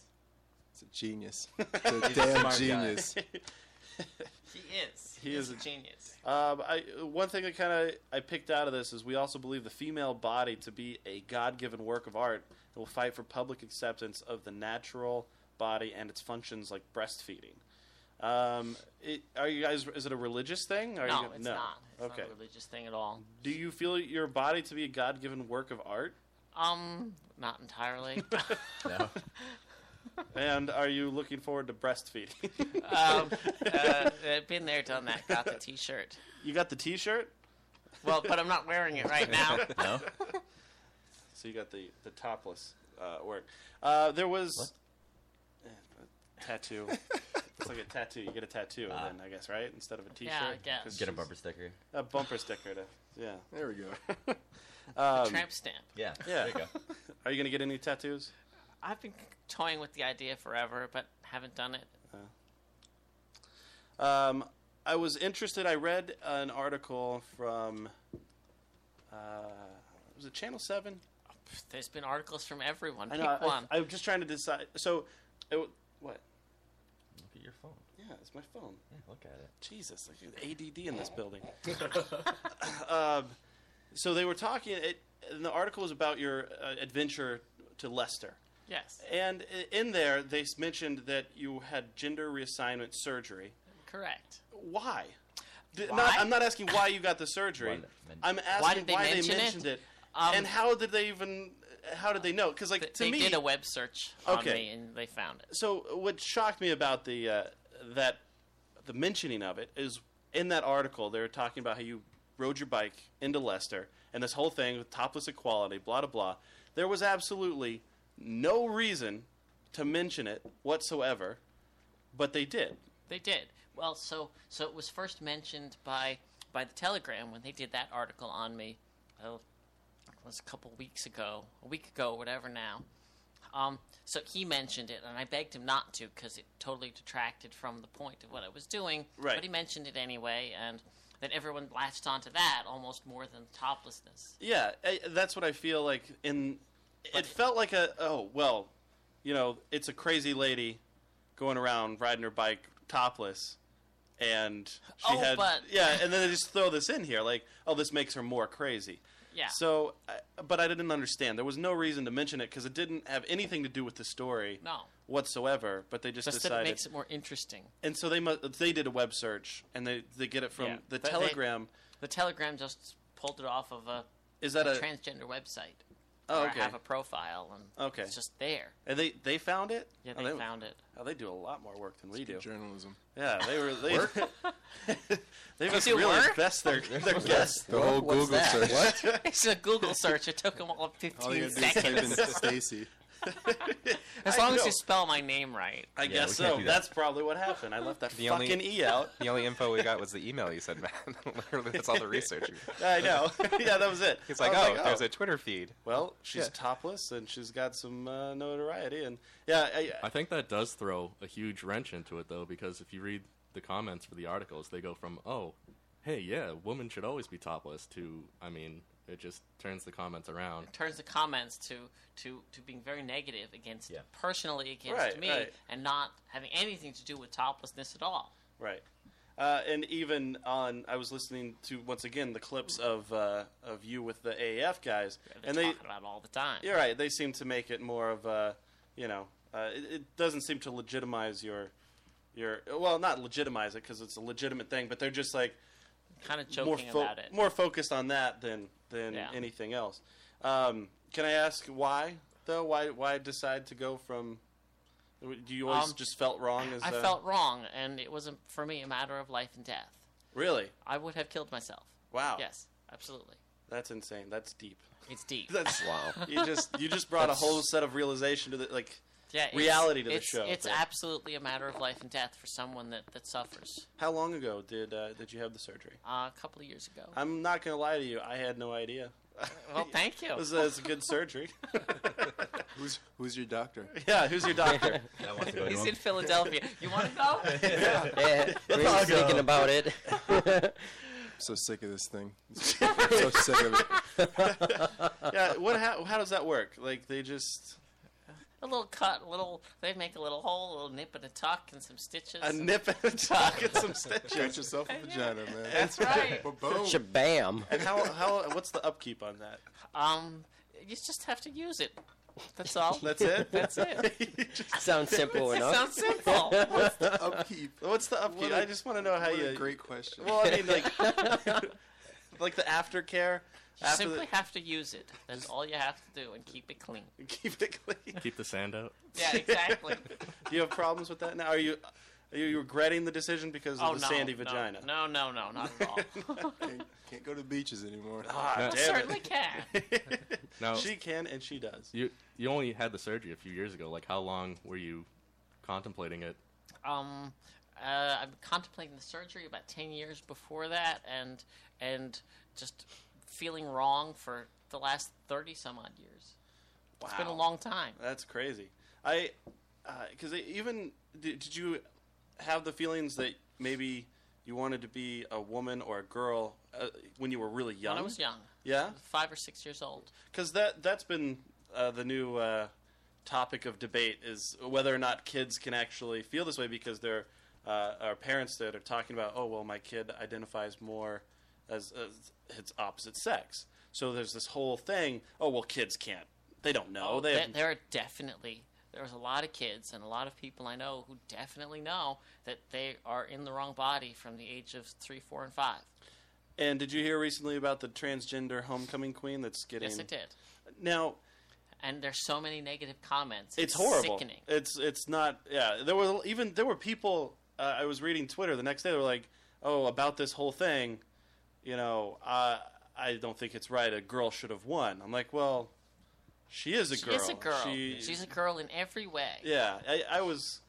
[SPEAKER 8] It's a genius. The damn genius.
[SPEAKER 7] he is.
[SPEAKER 3] He is
[SPEAKER 7] He's
[SPEAKER 3] a-
[SPEAKER 7] genius.
[SPEAKER 3] Um, I one thing I kind of I picked out of this is we also believe the female body to be a God-given work of art that will fight for public acceptance of the natural body and its functions like breastfeeding. Um, it, are you guys? Is it a religious thing? Are
[SPEAKER 7] no,
[SPEAKER 3] you,
[SPEAKER 7] it's not. It's
[SPEAKER 3] okay.
[SPEAKER 7] not a religious thing at all.
[SPEAKER 3] Do you feel your body to be a God-given work of art?
[SPEAKER 7] Um, not entirely.
[SPEAKER 5] No.
[SPEAKER 3] And are you looking forward to breastfeeding?
[SPEAKER 7] um, uh, I've been there, done that. Got the T-shirt.
[SPEAKER 3] you got the T-shirt,
[SPEAKER 7] Well, but I'm not wearing it right now.
[SPEAKER 5] no?
[SPEAKER 3] so you got the the topless uh, work. Uh, there was Eh, a tattoo. it's like a tattoo. You get a tattoo,
[SPEAKER 5] Ah.
[SPEAKER 3] and then I guess right instead of a T-shirt,
[SPEAKER 7] Yeah, I guess.
[SPEAKER 3] 'Cause
[SPEAKER 5] Get a
[SPEAKER 3] she's-
[SPEAKER 5] bumper sticker.
[SPEAKER 3] a bumper sticker. To, yeah,
[SPEAKER 8] There we go.
[SPEAKER 7] Tramp stamp.
[SPEAKER 5] Yeah.
[SPEAKER 3] yeah.
[SPEAKER 5] There you go.
[SPEAKER 3] Are you gonna get any tattoos?
[SPEAKER 7] I've been toying with the idea forever, but haven't done it.
[SPEAKER 3] Um, I was interested. I read an article from uh, was it Channel Seven?
[SPEAKER 7] There's been articles from everyone.
[SPEAKER 3] I
[SPEAKER 7] Pick
[SPEAKER 3] know. I,
[SPEAKER 7] one.
[SPEAKER 3] I, am just trying to decide. So, it, w- what?
[SPEAKER 5] Look at your phone.
[SPEAKER 3] Yeah, it's my phone.
[SPEAKER 5] Yeah, look at it.
[SPEAKER 3] Jesus, like there's ADD in this building. um, so they were talking. It, and the article was about your uh, adventure to Leicester,
[SPEAKER 7] yes,
[SPEAKER 3] and i- in there they s- mentioned that you had gender reassignment surgery.
[SPEAKER 7] correct.
[SPEAKER 3] Why? D-
[SPEAKER 7] Why?
[SPEAKER 3] Not, I'm not asking why you got the surgery.
[SPEAKER 5] Why men-
[SPEAKER 3] I'm asking
[SPEAKER 7] Why did they
[SPEAKER 3] they
[SPEAKER 7] mention it?
[SPEAKER 3] mentioned it,
[SPEAKER 7] Um,
[SPEAKER 3] and how did they even? How did they know? Because like
[SPEAKER 7] Th-
[SPEAKER 3] to
[SPEAKER 7] They
[SPEAKER 3] me,
[SPEAKER 7] did a web search on
[SPEAKER 3] Okay.
[SPEAKER 7] me, and they found it.
[SPEAKER 3] so what shocked me about the uh, that the mentioning of it is in that article they were talking about how you rode your bike into Leicester, and this whole thing with topless equality, blah blah blah. There was absolutely no reason to mention it whatsoever, but they did.
[SPEAKER 7] They did. Well, so so it was first mentioned by by the Telegram when they did that article on me. Oh, it was a couple weeks ago, a week ago, whatever now. Um, so he mentioned it, and I begged him not to because it totally detracted from the point of what I was doing.
[SPEAKER 3] Right.
[SPEAKER 7] But he mentioned it anyway, and then everyone latched onto that almost more than toplessness.
[SPEAKER 3] Yeah, I, that's what I feel like. In it felt like a oh well, you know, it's a crazy lady going around riding her bike topless, and she
[SPEAKER 7] Oh,
[SPEAKER 3] had
[SPEAKER 7] but-
[SPEAKER 3] yeah, and then they just throw this in here like oh this makes her more crazy.
[SPEAKER 7] Yeah.
[SPEAKER 3] So, I- but I didn't understand. There was no reason to mention it because it didn't have anything to do with the story
[SPEAKER 7] No.
[SPEAKER 3] whatsoever. But they just
[SPEAKER 7] Just that it
[SPEAKER 3] decided
[SPEAKER 7] makes it more interesting.
[SPEAKER 3] and so they mu- they did a web search and they they get it from
[SPEAKER 7] Yeah.
[SPEAKER 3] the
[SPEAKER 7] But they-
[SPEAKER 3] Telegram.
[SPEAKER 7] The Telegram just pulled it off of a,
[SPEAKER 3] Is that
[SPEAKER 7] a
[SPEAKER 3] a,
[SPEAKER 7] transgender website.
[SPEAKER 3] Oh,
[SPEAKER 7] where I
[SPEAKER 3] okay.
[SPEAKER 7] have a profile, and
[SPEAKER 3] Okay.
[SPEAKER 7] it's just there.
[SPEAKER 3] and they they found it?
[SPEAKER 7] Yeah,
[SPEAKER 3] Oh,
[SPEAKER 7] they found it.
[SPEAKER 3] Oh, they do a lot more work than we do.
[SPEAKER 8] Journalism.
[SPEAKER 3] Yeah, they were they they must
[SPEAKER 7] do
[SPEAKER 3] really
[SPEAKER 7] work?
[SPEAKER 3] invest their their guests.
[SPEAKER 8] The whole
[SPEAKER 1] what's
[SPEAKER 8] Google
[SPEAKER 1] that?
[SPEAKER 8] search. What?
[SPEAKER 7] It's a Google search. It took them all
[SPEAKER 8] All you
[SPEAKER 7] 15
[SPEAKER 8] gotta do is type in
[SPEAKER 7] seconds.
[SPEAKER 8] Stacy.
[SPEAKER 7] As long
[SPEAKER 3] I
[SPEAKER 7] as
[SPEAKER 3] know.
[SPEAKER 7] you spell my name right.
[SPEAKER 3] I
[SPEAKER 5] Yeah,
[SPEAKER 3] guess
[SPEAKER 5] we can't
[SPEAKER 3] so.
[SPEAKER 5] do that.
[SPEAKER 3] That's probably what happened. I left that
[SPEAKER 4] The only-
[SPEAKER 3] fucking e out.
[SPEAKER 4] The only info we got was the email you sent, Matt. Literally, that's all the research. you-
[SPEAKER 3] I know. yeah, that was it.
[SPEAKER 4] He's
[SPEAKER 3] I
[SPEAKER 4] like,
[SPEAKER 3] was
[SPEAKER 4] oh, there's a Twitter feed.
[SPEAKER 3] well, she's
[SPEAKER 4] Yeah.
[SPEAKER 3] topless and she's got some uh, notoriety and yeah, I,
[SPEAKER 6] I think that does throw a huge wrench into it, though, because if you read the comments for the articles, they go from, oh, hey, yeah, women should always be topless, to, I mean, it just turns the comments around.
[SPEAKER 7] Turns the comments to to to being very negative against
[SPEAKER 5] Yeah.
[SPEAKER 7] personally against
[SPEAKER 3] Right,
[SPEAKER 7] me
[SPEAKER 3] right.
[SPEAKER 7] and not having anything to do with toplessness at all.
[SPEAKER 3] Right. Uh, and even on, I was listening to once again the clips of uh, of you with the AAF guys,
[SPEAKER 7] They
[SPEAKER 3] and they,
[SPEAKER 7] talk about it all the time.
[SPEAKER 3] you're right, they seem to make it more of a, you know, uh, it, it doesn't seem to legitimize your, your well, not legitimize it because it's a legitimate thing, but they're just like
[SPEAKER 7] Kind of
[SPEAKER 3] more
[SPEAKER 7] joking
[SPEAKER 3] fo-
[SPEAKER 7] about it.
[SPEAKER 3] more focused on that than than
[SPEAKER 7] Yeah.
[SPEAKER 3] anything else. Um, can I ask why though? Why why decide to go from? Do you always
[SPEAKER 7] Um,
[SPEAKER 3] just felt wrong? As
[SPEAKER 7] I
[SPEAKER 3] uh,
[SPEAKER 7] felt wrong, and it was a, for me a matter of life and death.
[SPEAKER 3] really
[SPEAKER 7] I would have killed myself.
[SPEAKER 3] wow.
[SPEAKER 7] Yes, absolutely.
[SPEAKER 3] that's insane. That's deep.
[SPEAKER 7] It's deep.
[SPEAKER 3] That's
[SPEAKER 1] Wow.
[SPEAKER 3] you just you just brought a whole set of realization to the like.
[SPEAKER 7] yeah, it's-
[SPEAKER 3] reality to the
[SPEAKER 7] it's-
[SPEAKER 3] show,
[SPEAKER 7] It's
[SPEAKER 3] though.
[SPEAKER 7] absolutely a matter of life and death for someone that, that suffers.
[SPEAKER 3] How long ago did uh, did you have the surgery?
[SPEAKER 7] Uh, a couple of years ago.
[SPEAKER 3] I'm not gonna lie to you, I had no idea.
[SPEAKER 7] well, thank you.
[SPEAKER 3] It was, uh, it was a good surgery.
[SPEAKER 8] Who's who's your doctor?
[SPEAKER 3] yeah, who's your doctor?
[SPEAKER 5] I want to go to
[SPEAKER 7] He's
[SPEAKER 5] him.
[SPEAKER 7] in Philadelphia. You want to go?
[SPEAKER 1] Yeah, we were thinking about it.
[SPEAKER 8] I'm so sick of this thing. so sick of it.
[SPEAKER 3] yeah, what? How, how does that work? Like they just
[SPEAKER 7] A little cut, a little. They make a little hole, a little nip and a tuck, and some stitches.
[SPEAKER 3] a
[SPEAKER 7] and-
[SPEAKER 3] nip and a tuck and some stitches.
[SPEAKER 8] Cut yourself a vagina, man.
[SPEAKER 7] That's right.
[SPEAKER 8] Ba-boom.
[SPEAKER 1] Shabam.
[SPEAKER 3] And how how what's the upkeep on that?
[SPEAKER 7] um, you just have to use it. That's all.
[SPEAKER 3] That's it.
[SPEAKER 7] That's it.
[SPEAKER 1] Sounds simple
[SPEAKER 7] it
[SPEAKER 1] enough.
[SPEAKER 7] sounds simple.
[SPEAKER 8] Upkeep.
[SPEAKER 3] what's the upkeep?
[SPEAKER 8] What a-
[SPEAKER 3] I just want to know how
[SPEAKER 8] What
[SPEAKER 3] you.
[SPEAKER 8] a great question.
[SPEAKER 3] Well, I mean, like like the aftercare.
[SPEAKER 7] You
[SPEAKER 3] After
[SPEAKER 7] simply
[SPEAKER 3] the,
[SPEAKER 7] have to use it. That's all you have to do, and keep it clean.
[SPEAKER 3] keep it clean.
[SPEAKER 6] Keep the sand out.
[SPEAKER 7] Yeah, exactly.
[SPEAKER 3] Do you have problems with that now? Are you are you regretting the decision because of
[SPEAKER 7] oh
[SPEAKER 3] the
[SPEAKER 7] no,
[SPEAKER 3] sandy
[SPEAKER 7] no,
[SPEAKER 3] vagina?
[SPEAKER 7] No, no, no, not at all.
[SPEAKER 8] Can't, can't go to beaches anymore.
[SPEAKER 3] Ah,
[SPEAKER 6] No.
[SPEAKER 3] damn
[SPEAKER 7] Certainly can.
[SPEAKER 3] it.
[SPEAKER 6] Now,
[SPEAKER 3] she can and she does.
[SPEAKER 6] you, you only had the surgery a few years ago. Like, how long were you contemplating it?
[SPEAKER 7] Um, uh, I'm contemplating the surgery about ten years before that, and and just feeling wrong for the last thirty some odd years.
[SPEAKER 3] Wow.
[SPEAKER 7] It's been a long time.
[SPEAKER 3] That's crazy. I because even did, did you have the feelings that maybe you wanted to be a woman or a girl uh, when you were really young?
[SPEAKER 7] When I was young,
[SPEAKER 3] Yeah,
[SPEAKER 7] five or six years old.
[SPEAKER 3] because that that's been uh, the new. Uh, topic of debate is whether or not kids can actually feel this way because there uh, are parents that are talking about, oh, well, my kid identifies more as, as its opposite sex. So there's this whole thing, oh, well, kids can't. They don't know. Oh, they
[SPEAKER 7] there,
[SPEAKER 3] haven't-
[SPEAKER 7] there are definitely there's a lot of kids and a lot of people I know who definitely know that they are in the wrong body from the age of three, four, and five.
[SPEAKER 3] And did you hear recently about the transgender homecoming queen that's getting?
[SPEAKER 7] Yes, I did.
[SPEAKER 3] Now
[SPEAKER 7] And there's so many negative comments.
[SPEAKER 3] it's, horrible.
[SPEAKER 7] Sickening.
[SPEAKER 3] It's it's not. Yeah, there were even there were people. Uh, I was reading Twitter the next day. They were like, "Oh, about this whole thing." you know, uh, I don't think it's right. A girl should have won. I'm like, well, she is a
[SPEAKER 7] She
[SPEAKER 3] girl.
[SPEAKER 7] is a girl.
[SPEAKER 3] She-
[SPEAKER 7] She's a girl in every way.
[SPEAKER 3] yeah, I, I was,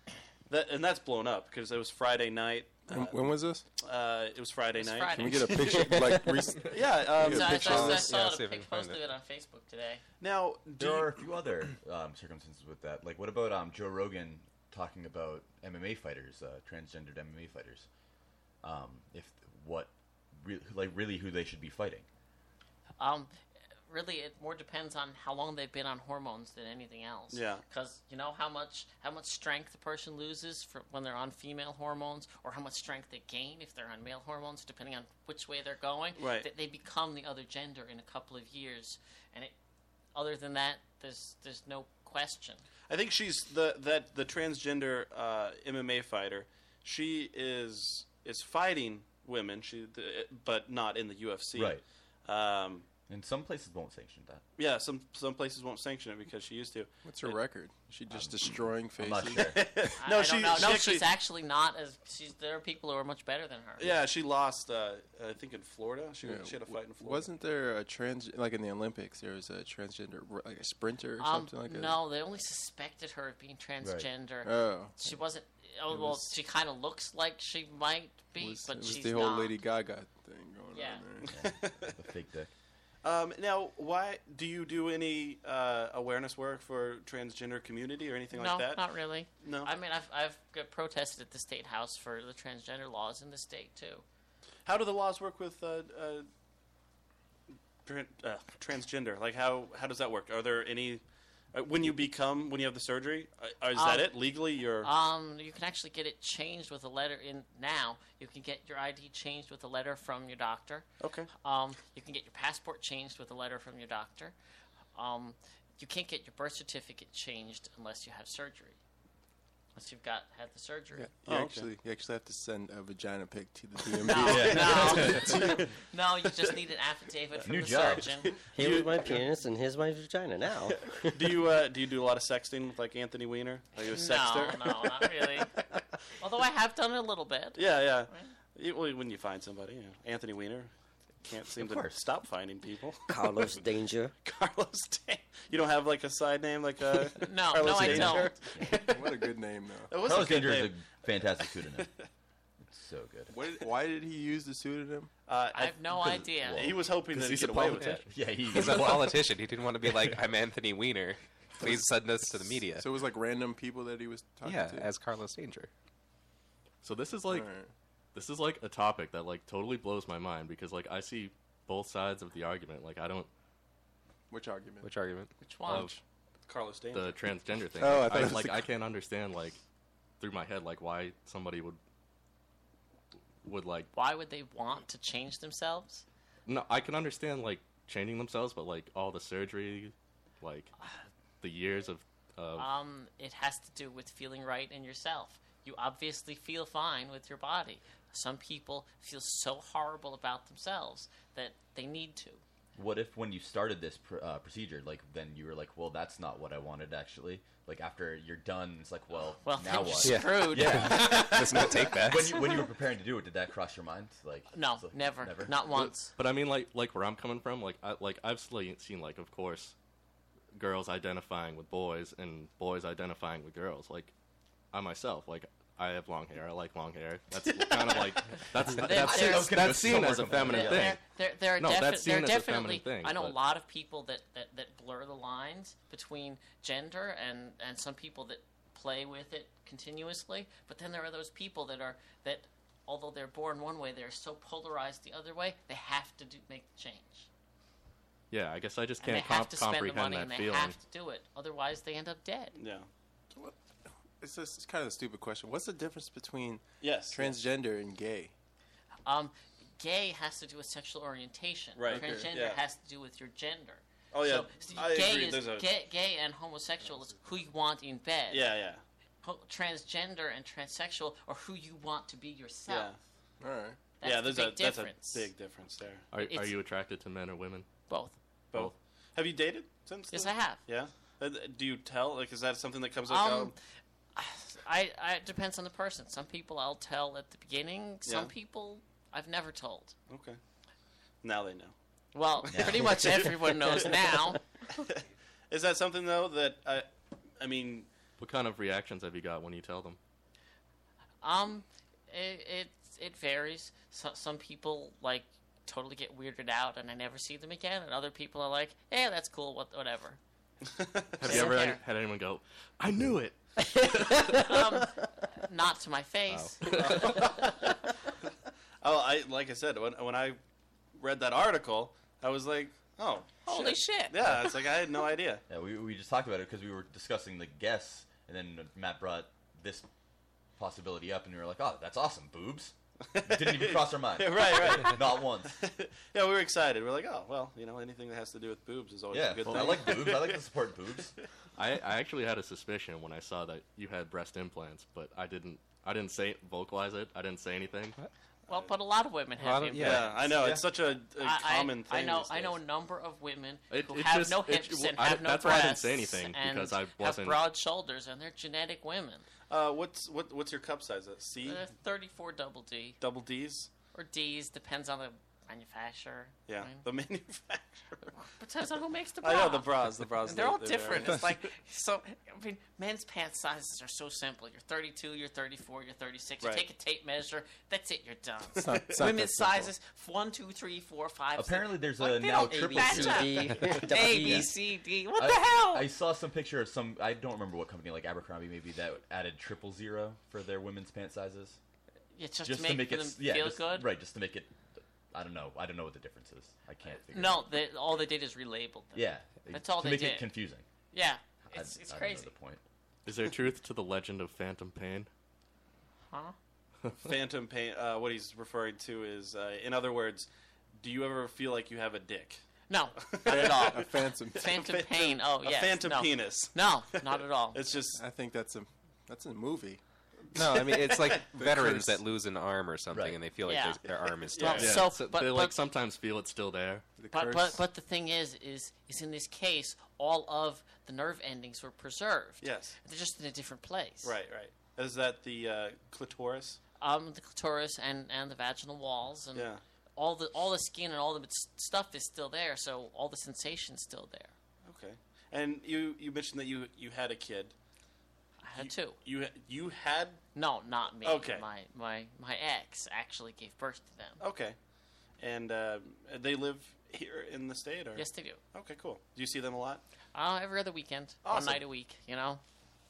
[SPEAKER 3] that, and that's blown up because it was Friday night.
[SPEAKER 8] When, when was this?
[SPEAKER 3] Uh, it was Friday
[SPEAKER 7] was
[SPEAKER 3] night.
[SPEAKER 7] Friday.
[SPEAKER 8] Can we get a picture? like, re-
[SPEAKER 3] Yeah. Um,
[SPEAKER 8] Yeah.
[SPEAKER 7] So I,
[SPEAKER 8] picture
[SPEAKER 7] I,
[SPEAKER 8] of
[SPEAKER 7] I
[SPEAKER 8] this?
[SPEAKER 7] saw
[SPEAKER 4] Yeah,
[SPEAKER 7] the
[SPEAKER 4] see if I
[SPEAKER 7] pic
[SPEAKER 4] can find
[SPEAKER 7] posted
[SPEAKER 4] it.
[SPEAKER 7] it on Facebook today.
[SPEAKER 3] now, do
[SPEAKER 5] There
[SPEAKER 3] you-
[SPEAKER 5] are a few other um, circumstances with that. Like, what about um, Joe Rogan talking about MMA fighters, uh, transgendered MMA fighters? Um, if what, re- like, really who they should be fighting?
[SPEAKER 7] Um, really, it more depends on how long they've been on hormones than anything else.
[SPEAKER 3] Yeah.
[SPEAKER 7] Because you know how much how much strength a person loses for when they're on female hormones, or how much strength they gain if they're on male hormones, depending on which way they're going.
[SPEAKER 3] Right.
[SPEAKER 7] They, they become the other gender in a couple of years, and it, other than that, there's there's no question.
[SPEAKER 3] I think she's the that the transgender uh, MMA fighter. She is is fighting women. She, th- but not in the UFC.
[SPEAKER 5] Right.
[SPEAKER 3] Um,
[SPEAKER 5] And some places won't sanction that.
[SPEAKER 3] yeah. Some some places won't sanction it because she used to.
[SPEAKER 8] what's her record? She just destroying faces.
[SPEAKER 5] I'm not sure.
[SPEAKER 7] I-
[SPEAKER 3] No,
[SPEAKER 7] I
[SPEAKER 3] she-
[SPEAKER 7] don't know.
[SPEAKER 3] she
[SPEAKER 7] no,
[SPEAKER 3] actually-
[SPEAKER 7] she's actually not as she's. There are people who are much better than her.
[SPEAKER 3] Yeah, she lost. Uh, I think in Florida. She,
[SPEAKER 8] Yeah,
[SPEAKER 3] she had a
[SPEAKER 8] w-
[SPEAKER 3] fight in Florida.
[SPEAKER 8] Wasn't there a trans like in the Olympics? There was a transgender, r- like a sprinter or
[SPEAKER 7] Um,
[SPEAKER 8] something like that.
[SPEAKER 7] no, they only suspected her of being transgender.
[SPEAKER 8] Oh,
[SPEAKER 7] She wasn't. Oh,
[SPEAKER 8] It
[SPEAKER 7] well,
[SPEAKER 8] was-
[SPEAKER 7] she kind of looks like she might
[SPEAKER 8] it
[SPEAKER 7] be,
[SPEAKER 8] was,
[SPEAKER 7] but
[SPEAKER 8] it was
[SPEAKER 7] she's
[SPEAKER 8] the whole
[SPEAKER 7] not.
[SPEAKER 8] Lady Gaga thing going
[SPEAKER 7] Yeah.
[SPEAKER 8] on. There.
[SPEAKER 5] the fake dick.
[SPEAKER 3] Um, now, why do you do any uh, awareness work for transgender community or anything
[SPEAKER 7] no,
[SPEAKER 3] like that?
[SPEAKER 7] not really.
[SPEAKER 3] No.
[SPEAKER 7] I mean, I've I've got protested at the state house for the transgender laws in the state too.
[SPEAKER 3] How do the laws work with uh, uh, tran uh, transgender? Like, how how does that work? Are there any uh, when you become when you have the surgery? Uh, is that
[SPEAKER 7] Um,
[SPEAKER 3] it legally? You're
[SPEAKER 7] Um, you can actually get it changed with a letter in now. You can get your ID changed with a letter from your doctor.
[SPEAKER 3] okay.
[SPEAKER 7] Um, you can get your passport changed with a letter from your doctor. Um, you can't get your birth certificate changed unless you have surgery. Unless you've got had the surgery.
[SPEAKER 8] Yeah. You
[SPEAKER 3] Oh, okay.
[SPEAKER 8] actually, you actually have to send a vagina pic to the DMV.
[SPEAKER 7] No,
[SPEAKER 5] Yeah.
[SPEAKER 7] no, no. You just need an affidavit from
[SPEAKER 5] New
[SPEAKER 7] the
[SPEAKER 5] job.
[SPEAKER 7] surgeon.
[SPEAKER 1] Here
[SPEAKER 3] You-
[SPEAKER 1] was my penis and here's my vagina now.
[SPEAKER 3] do you uh, do you do a lot of sexting with like Anthony Weiner? Are you a sexter?
[SPEAKER 7] No, no, not really. Although I have done it a little bit.
[SPEAKER 3] yeah, yeah. You- well, when you find somebody, you know, Anthony Weiner can't seem to
[SPEAKER 5] course.
[SPEAKER 3] stop finding people.
[SPEAKER 1] Carlos Danger.
[SPEAKER 3] Carlos, Dan- you don't have like a side name like uh,
[SPEAKER 7] No,
[SPEAKER 3] Carlos
[SPEAKER 7] no, I
[SPEAKER 3] Danger?
[SPEAKER 7] don't.
[SPEAKER 8] what a good name though.
[SPEAKER 3] That was
[SPEAKER 5] Carlos
[SPEAKER 3] a good
[SPEAKER 5] Danger is
[SPEAKER 3] name.
[SPEAKER 5] a fantastic pseudonym. It's so good.
[SPEAKER 8] What, why did he use the pseudonym?
[SPEAKER 3] Uh,
[SPEAKER 7] I have no
[SPEAKER 5] Because-
[SPEAKER 7] idea.
[SPEAKER 5] well,
[SPEAKER 3] He was hoping
[SPEAKER 4] Because
[SPEAKER 3] that he'd
[SPEAKER 4] he's a
[SPEAKER 3] get away with it.
[SPEAKER 4] politician.
[SPEAKER 5] Yeah, he,
[SPEAKER 4] He's a politician. He didn't want to be like, I'm Anthony Weiner. Please send this to the media.
[SPEAKER 8] So it was like random people that he was talking
[SPEAKER 4] yeah,
[SPEAKER 8] to.
[SPEAKER 4] as Carlos Danger.
[SPEAKER 6] So this is like
[SPEAKER 8] All right.
[SPEAKER 6] this is like a topic that like totally blows my mind because like I see both sides of the argument. Like I don't
[SPEAKER 8] Which argument?
[SPEAKER 4] Which argument?
[SPEAKER 7] Which one?
[SPEAKER 6] Of-
[SPEAKER 3] Carlos Danger.
[SPEAKER 6] the transgender thing.
[SPEAKER 8] Oh, I thought it was
[SPEAKER 6] like
[SPEAKER 8] the-
[SPEAKER 6] I can't understand like through my head like why somebody would would like
[SPEAKER 7] Why would they want to change themselves?
[SPEAKER 6] no I can understand like changing themselves but like all the surgery like the years of of
[SPEAKER 7] Um, it has to do with feeling right in yourself. You obviously feel fine with your body. Some people feel so horrible about themselves that they need to.
[SPEAKER 5] What if when you started this pr- uh, procedure, like then you were like, well, that's not what I wanted actually. Like after you're done, it's like, well,
[SPEAKER 7] Well,
[SPEAKER 5] now
[SPEAKER 7] then you're
[SPEAKER 5] what?
[SPEAKER 7] screwed.
[SPEAKER 4] There's no take back.
[SPEAKER 5] When you, when you were preparing to do it, did that cross your mind? Like
[SPEAKER 7] No,
[SPEAKER 5] it's like,
[SPEAKER 7] never, not once.
[SPEAKER 6] But I mean, like, like where I'm coming from, like, I, like I've seen, seen, like, of course, girls identifying with boys and boys identifying with girls. Like, I myself, like, I have long hair. I like long hair. That's kind of like that's that's,
[SPEAKER 7] there's- I
[SPEAKER 5] was gonna
[SPEAKER 6] that's
[SPEAKER 5] go
[SPEAKER 6] seen
[SPEAKER 5] somewhere
[SPEAKER 6] as a
[SPEAKER 5] completely
[SPEAKER 6] feminine
[SPEAKER 5] else.
[SPEAKER 6] thing.
[SPEAKER 7] There, there are,
[SPEAKER 6] No,
[SPEAKER 7] defi-
[SPEAKER 6] that's
[SPEAKER 7] there
[SPEAKER 6] seen
[SPEAKER 7] are
[SPEAKER 6] as a
[SPEAKER 7] definitely.
[SPEAKER 6] feminine thing,
[SPEAKER 7] I know a
[SPEAKER 6] but-
[SPEAKER 7] lot of people that, that, that blur the lines between gender and, and some people that play with it continuously. But then there are those people that are that although they're born one way, they're so polarized the other way. They have to do, make the change,
[SPEAKER 6] Yeah, I guess I just
[SPEAKER 7] and
[SPEAKER 6] can't
[SPEAKER 7] they have
[SPEAKER 6] comp-
[SPEAKER 7] to spend the
[SPEAKER 6] comprehend
[SPEAKER 7] money, and
[SPEAKER 6] that
[SPEAKER 7] they
[SPEAKER 6] feeling.
[SPEAKER 7] have to do it. Otherwise, they end up dead.
[SPEAKER 3] yeah.
[SPEAKER 8] It's, just, it's kind of a stupid question. What's the difference between
[SPEAKER 3] Yes.
[SPEAKER 8] transgender and gay?
[SPEAKER 7] Um, gay has to do with sexual orientation.
[SPEAKER 3] Right. Okay.
[SPEAKER 7] Transgender
[SPEAKER 3] Yeah.
[SPEAKER 7] has to do with your gender.
[SPEAKER 3] Oh, yeah.
[SPEAKER 7] So, see,
[SPEAKER 3] I
[SPEAKER 7] gay
[SPEAKER 3] agree.
[SPEAKER 7] is
[SPEAKER 3] There's a-
[SPEAKER 7] gay, gay and homosexual is who you want in bed.
[SPEAKER 3] yeah, yeah.
[SPEAKER 7] ho- transgender and transsexual or who you want to be
[SPEAKER 3] Yeah.
[SPEAKER 7] yourself.
[SPEAKER 8] All right.
[SPEAKER 7] That's
[SPEAKER 3] yeah,
[SPEAKER 7] the
[SPEAKER 3] there's
[SPEAKER 7] big
[SPEAKER 3] a
[SPEAKER 7] difference.
[SPEAKER 3] that's a big difference there.
[SPEAKER 6] Are, are
[SPEAKER 7] It's-
[SPEAKER 6] you attracted to men or women?
[SPEAKER 7] Both.
[SPEAKER 3] Both. Have you dated since?
[SPEAKER 7] Yes,
[SPEAKER 3] then?
[SPEAKER 7] I have.
[SPEAKER 3] Yeah. Uh, Do you tell? Like, is that something that comes up?
[SPEAKER 7] Um, I, I it depends on the person. Some people I'll tell at the beginning. Some
[SPEAKER 3] Yeah.
[SPEAKER 7] people I've never told.
[SPEAKER 3] Oh, okay. Now they know.
[SPEAKER 7] Well, pretty much everyone knows now.
[SPEAKER 3] Is that something though that I, I mean,
[SPEAKER 6] What kind of reactions have you got when you tell them?
[SPEAKER 7] Um, it it, it varies. So, some people like totally get weirded out, and I never see them again. And other people are like, "Hey, that's cool. What, whatever."
[SPEAKER 6] Have
[SPEAKER 7] They
[SPEAKER 6] you
[SPEAKER 7] don't
[SPEAKER 6] ever
[SPEAKER 7] care.
[SPEAKER 6] had anyone go, "I knew it"?
[SPEAKER 7] Not to my face.
[SPEAKER 3] oh, I like I said when when I read that article, I was like, oh,
[SPEAKER 7] Holy shit!
[SPEAKER 3] yeah, it's like I had no idea.
[SPEAKER 5] Yeah, we, we just talked about it because we were discussing the guests, and then Matt brought this possibility up, and we were like, "Oh, that's awesome, boobs." Didn't even cross our mind.
[SPEAKER 3] Yeah, right, right.
[SPEAKER 5] Not once.
[SPEAKER 3] Yeah, we were excited. We're like, oh, well, you know, anything that has to do with boobs is always
[SPEAKER 5] Yeah,
[SPEAKER 3] a good
[SPEAKER 5] I
[SPEAKER 3] thing.
[SPEAKER 5] like boobs. I like to support boobs.
[SPEAKER 6] I, I actually had a suspicion when I saw that you had breast implants, but I didn't. I didn't say vocalize it. I didn't say anything.
[SPEAKER 7] Well, but a lot of women have
[SPEAKER 4] Lot of-
[SPEAKER 7] implants.
[SPEAKER 3] yeah, I know. It's such a, a
[SPEAKER 7] I, I-
[SPEAKER 3] common
[SPEAKER 7] I
[SPEAKER 3] thing.
[SPEAKER 7] know.
[SPEAKER 3] these
[SPEAKER 7] I know a
[SPEAKER 3] days.
[SPEAKER 7] number of women
[SPEAKER 6] It-
[SPEAKER 7] who
[SPEAKER 6] it
[SPEAKER 7] have
[SPEAKER 6] just-
[SPEAKER 7] no
[SPEAKER 6] it-
[SPEAKER 7] hips and
[SPEAKER 6] I-
[SPEAKER 7] have no
[SPEAKER 6] that's why I
[SPEAKER 7] breasts.
[SPEAKER 6] didn't say anything,
[SPEAKER 7] and
[SPEAKER 6] because I wasn't-
[SPEAKER 7] have broad shoulders, and they're genetic women.
[SPEAKER 3] Uh, what's what what's your cup size? A C,
[SPEAKER 7] They're thirty-four double D
[SPEAKER 3] double D's.
[SPEAKER 7] or D's depends on the manufacturer.
[SPEAKER 3] Yeah,
[SPEAKER 7] I mean,
[SPEAKER 3] the manufacturer.
[SPEAKER 7] depends on who makes the bra.
[SPEAKER 3] I know the bras. The bras.
[SPEAKER 7] They're all
[SPEAKER 3] they- they vary.
[SPEAKER 7] different. It's like so. I mean, men's pants sizes are so simple. You're 32, you're 34, you're 36.
[SPEAKER 3] Right.
[SPEAKER 7] You take a tape measure. That's it. You're done.
[SPEAKER 8] It's not, it's not that
[SPEAKER 7] Women's
[SPEAKER 8] simple.
[SPEAKER 7] sizes one, two, three, four, five. six.
[SPEAKER 5] Apparently, there's
[SPEAKER 7] Like,
[SPEAKER 5] a
[SPEAKER 7] they
[SPEAKER 5] now
[SPEAKER 7] don't
[SPEAKER 5] triple
[SPEAKER 7] match
[SPEAKER 5] C.
[SPEAKER 7] up.
[SPEAKER 1] B, double
[SPEAKER 7] A,
[SPEAKER 1] E.
[SPEAKER 7] B, C, D. What
[SPEAKER 5] I-
[SPEAKER 7] the hell?
[SPEAKER 5] I saw some picture of some. I don't remember what company, like Abercrombie, maybe that added triple zero for their women's pant sizes,
[SPEAKER 7] yeah, just,
[SPEAKER 5] just
[SPEAKER 7] to make,
[SPEAKER 5] it
[SPEAKER 7] them
[SPEAKER 5] s- yeah,
[SPEAKER 7] feel
[SPEAKER 5] just-
[SPEAKER 7] good.
[SPEAKER 5] right, just to make it. I don't know. I don't know what the difference is. I can't figure. it
[SPEAKER 7] No,
[SPEAKER 5] out.
[SPEAKER 7] they, all they did is relabeled them.
[SPEAKER 5] Yeah,
[SPEAKER 7] That's all
[SPEAKER 5] to
[SPEAKER 7] they
[SPEAKER 5] make
[SPEAKER 7] did.
[SPEAKER 5] it confusing.
[SPEAKER 7] Yeah.
[SPEAKER 5] I-
[SPEAKER 7] It's, it's
[SPEAKER 5] I don't know
[SPEAKER 7] crazy.
[SPEAKER 5] the point.
[SPEAKER 6] Is there truth to the legend of Phantom Pain?
[SPEAKER 7] Huh?
[SPEAKER 3] Phantom pain. Uh, what he's referring to is, uh, in other words, do you ever feel like you have a dick?
[SPEAKER 7] No, not at all.
[SPEAKER 8] A phantom.
[SPEAKER 7] Phantom pain. Oh,
[SPEAKER 3] a
[SPEAKER 7] yes.
[SPEAKER 3] phantom
[SPEAKER 7] no.
[SPEAKER 3] penis.
[SPEAKER 7] No, not at all.
[SPEAKER 3] It's just
[SPEAKER 8] I think that's a that's a movie.
[SPEAKER 4] No, I mean it's like veterans
[SPEAKER 8] curse.
[SPEAKER 4] that lose an arm or something,
[SPEAKER 5] Right.
[SPEAKER 4] and they feel like
[SPEAKER 7] Yeah.
[SPEAKER 4] their- their arm is still.
[SPEAKER 7] Well,
[SPEAKER 4] there.
[SPEAKER 7] so, but,
[SPEAKER 6] they
[SPEAKER 7] but,
[SPEAKER 6] like sometimes feel it's still there.
[SPEAKER 8] The
[SPEAKER 7] But,
[SPEAKER 8] curse.
[SPEAKER 7] but but the thing is is is in this case all of the nerve endings were preserved.
[SPEAKER 3] Yes.
[SPEAKER 7] They're just in a different place.
[SPEAKER 3] right, right. Is that the uh, clitoris?
[SPEAKER 7] Um, the clitoris and, and the vaginal walls and
[SPEAKER 3] Yeah.
[SPEAKER 7] all the all the skin and all the s- stuff is still there, so all the sensation's still there.
[SPEAKER 3] Okay. And you you mentioned that you you had a kid.
[SPEAKER 7] I had two.
[SPEAKER 3] You you had
[SPEAKER 7] No, not me.
[SPEAKER 3] Okay. Oh.
[SPEAKER 7] My my my ex actually gave birth to them.
[SPEAKER 3] okay, and uh, they live here in the state, or
[SPEAKER 7] Yes, they do.
[SPEAKER 3] Okay, cool. Do you see them a lot?
[SPEAKER 7] Uh, every other weekend,
[SPEAKER 3] Awesome.
[SPEAKER 7] one night a week. You know.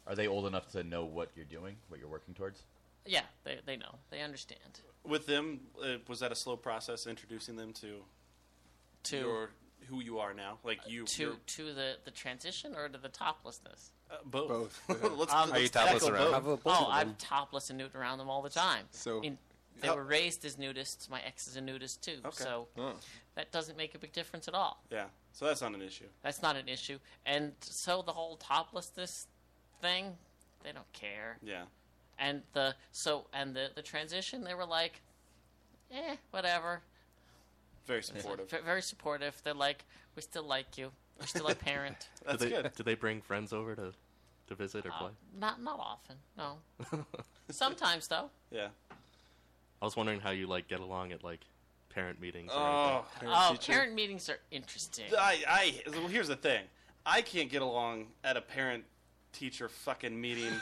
[SPEAKER 5] Are they old enough to know what you're doing, what you're working towards?
[SPEAKER 7] Yeah, they they know. They understand.
[SPEAKER 3] With them, uh, was that a slow process introducing them to
[SPEAKER 7] To
[SPEAKER 3] your who you are now? Like you
[SPEAKER 7] to
[SPEAKER 3] you're-
[SPEAKER 7] to the the transition or to the toplessness.
[SPEAKER 3] uh, both.
[SPEAKER 8] Both, yeah.
[SPEAKER 3] let's,
[SPEAKER 7] Um,
[SPEAKER 3] let's
[SPEAKER 7] Are you
[SPEAKER 3] tackle
[SPEAKER 4] topless around?
[SPEAKER 3] both.
[SPEAKER 4] How
[SPEAKER 1] How about both
[SPEAKER 7] Oh,
[SPEAKER 1] of
[SPEAKER 7] I'm
[SPEAKER 1] them?
[SPEAKER 7] topless and nude around them all the time.
[SPEAKER 8] So-
[SPEAKER 7] In- they
[SPEAKER 3] How-
[SPEAKER 7] were raised as nudists. My ex is a nudist too,
[SPEAKER 3] Okay.
[SPEAKER 7] so that doesn't make a big difference at all.
[SPEAKER 3] Yeah, so that's not an issue.
[SPEAKER 7] That's not an issue. And so the whole toplessness thing, they don't care.
[SPEAKER 3] Yeah.
[SPEAKER 7] And the so and the the transition, they were like, eh, whatever.
[SPEAKER 3] Very
[SPEAKER 7] It's
[SPEAKER 3] supportive.
[SPEAKER 7] ve- very supportive. They're like, we still like you. We're still a parent.
[SPEAKER 6] do
[SPEAKER 3] That's
[SPEAKER 6] they,
[SPEAKER 3] good.
[SPEAKER 6] Do they bring friends over to, to visit or
[SPEAKER 7] Uh,
[SPEAKER 6] play?
[SPEAKER 7] not not often. No. Sometimes though.
[SPEAKER 3] Yeah.
[SPEAKER 6] I was wondering how you like get along at like parent meetings. Or
[SPEAKER 3] Oh,
[SPEAKER 6] anything.
[SPEAKER 7] oh,
[SPEAKER 8] teacher.
[SPEAKER 7] parent meetings are interesting.
[SPEAKER 3] I, I. Well, here's the thing. I can't get along at a parent teacher fucking meeting.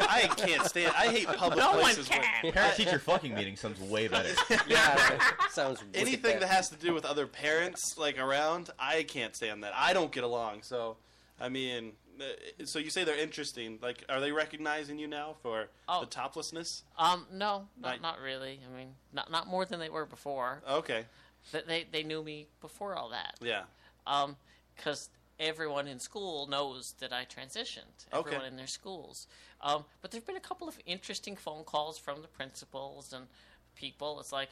[SPEAKER 3] I can't stand. I hate public
[SPEAKER 7] No one
[SPEAKER 3] places. where-
[SPEAKER 7] can.
[SPEAKER 5] Parent teacher fucking meeting sounds way better.
[SPEAKER 1] Yeah, sounds wicked
[SPEAKER 3] anything
[SPEAKER 1] bad.
[SPEAKER 3] that has to do with other parents like around, I can't stand that. I don't get along. So, I mean, uh, so you say they're interesting. Like, are they recognizing you now for
[SPEAKER 7] Oh.
[SPEAKER 3] the toplessness?
[SPEAKER 7] Um, no,
[SPEAKER 3] Right. Oh.
[SPEAKER 7] not, not really. I mean, not not more than they were before.
[SPEAKER 3] Okay,
[SPEAKER 7] Th they they knew me before all that.
[SPEAKER 3] yeah,
[SPEAKER 7] Um, because everyone in school knows that I transitioned.
[SPEAKER 3] Okay.
[SPEAKER 7] Everyone in their schools. Um, but there've been a couple of interesting phone calls from the principals and people. It's like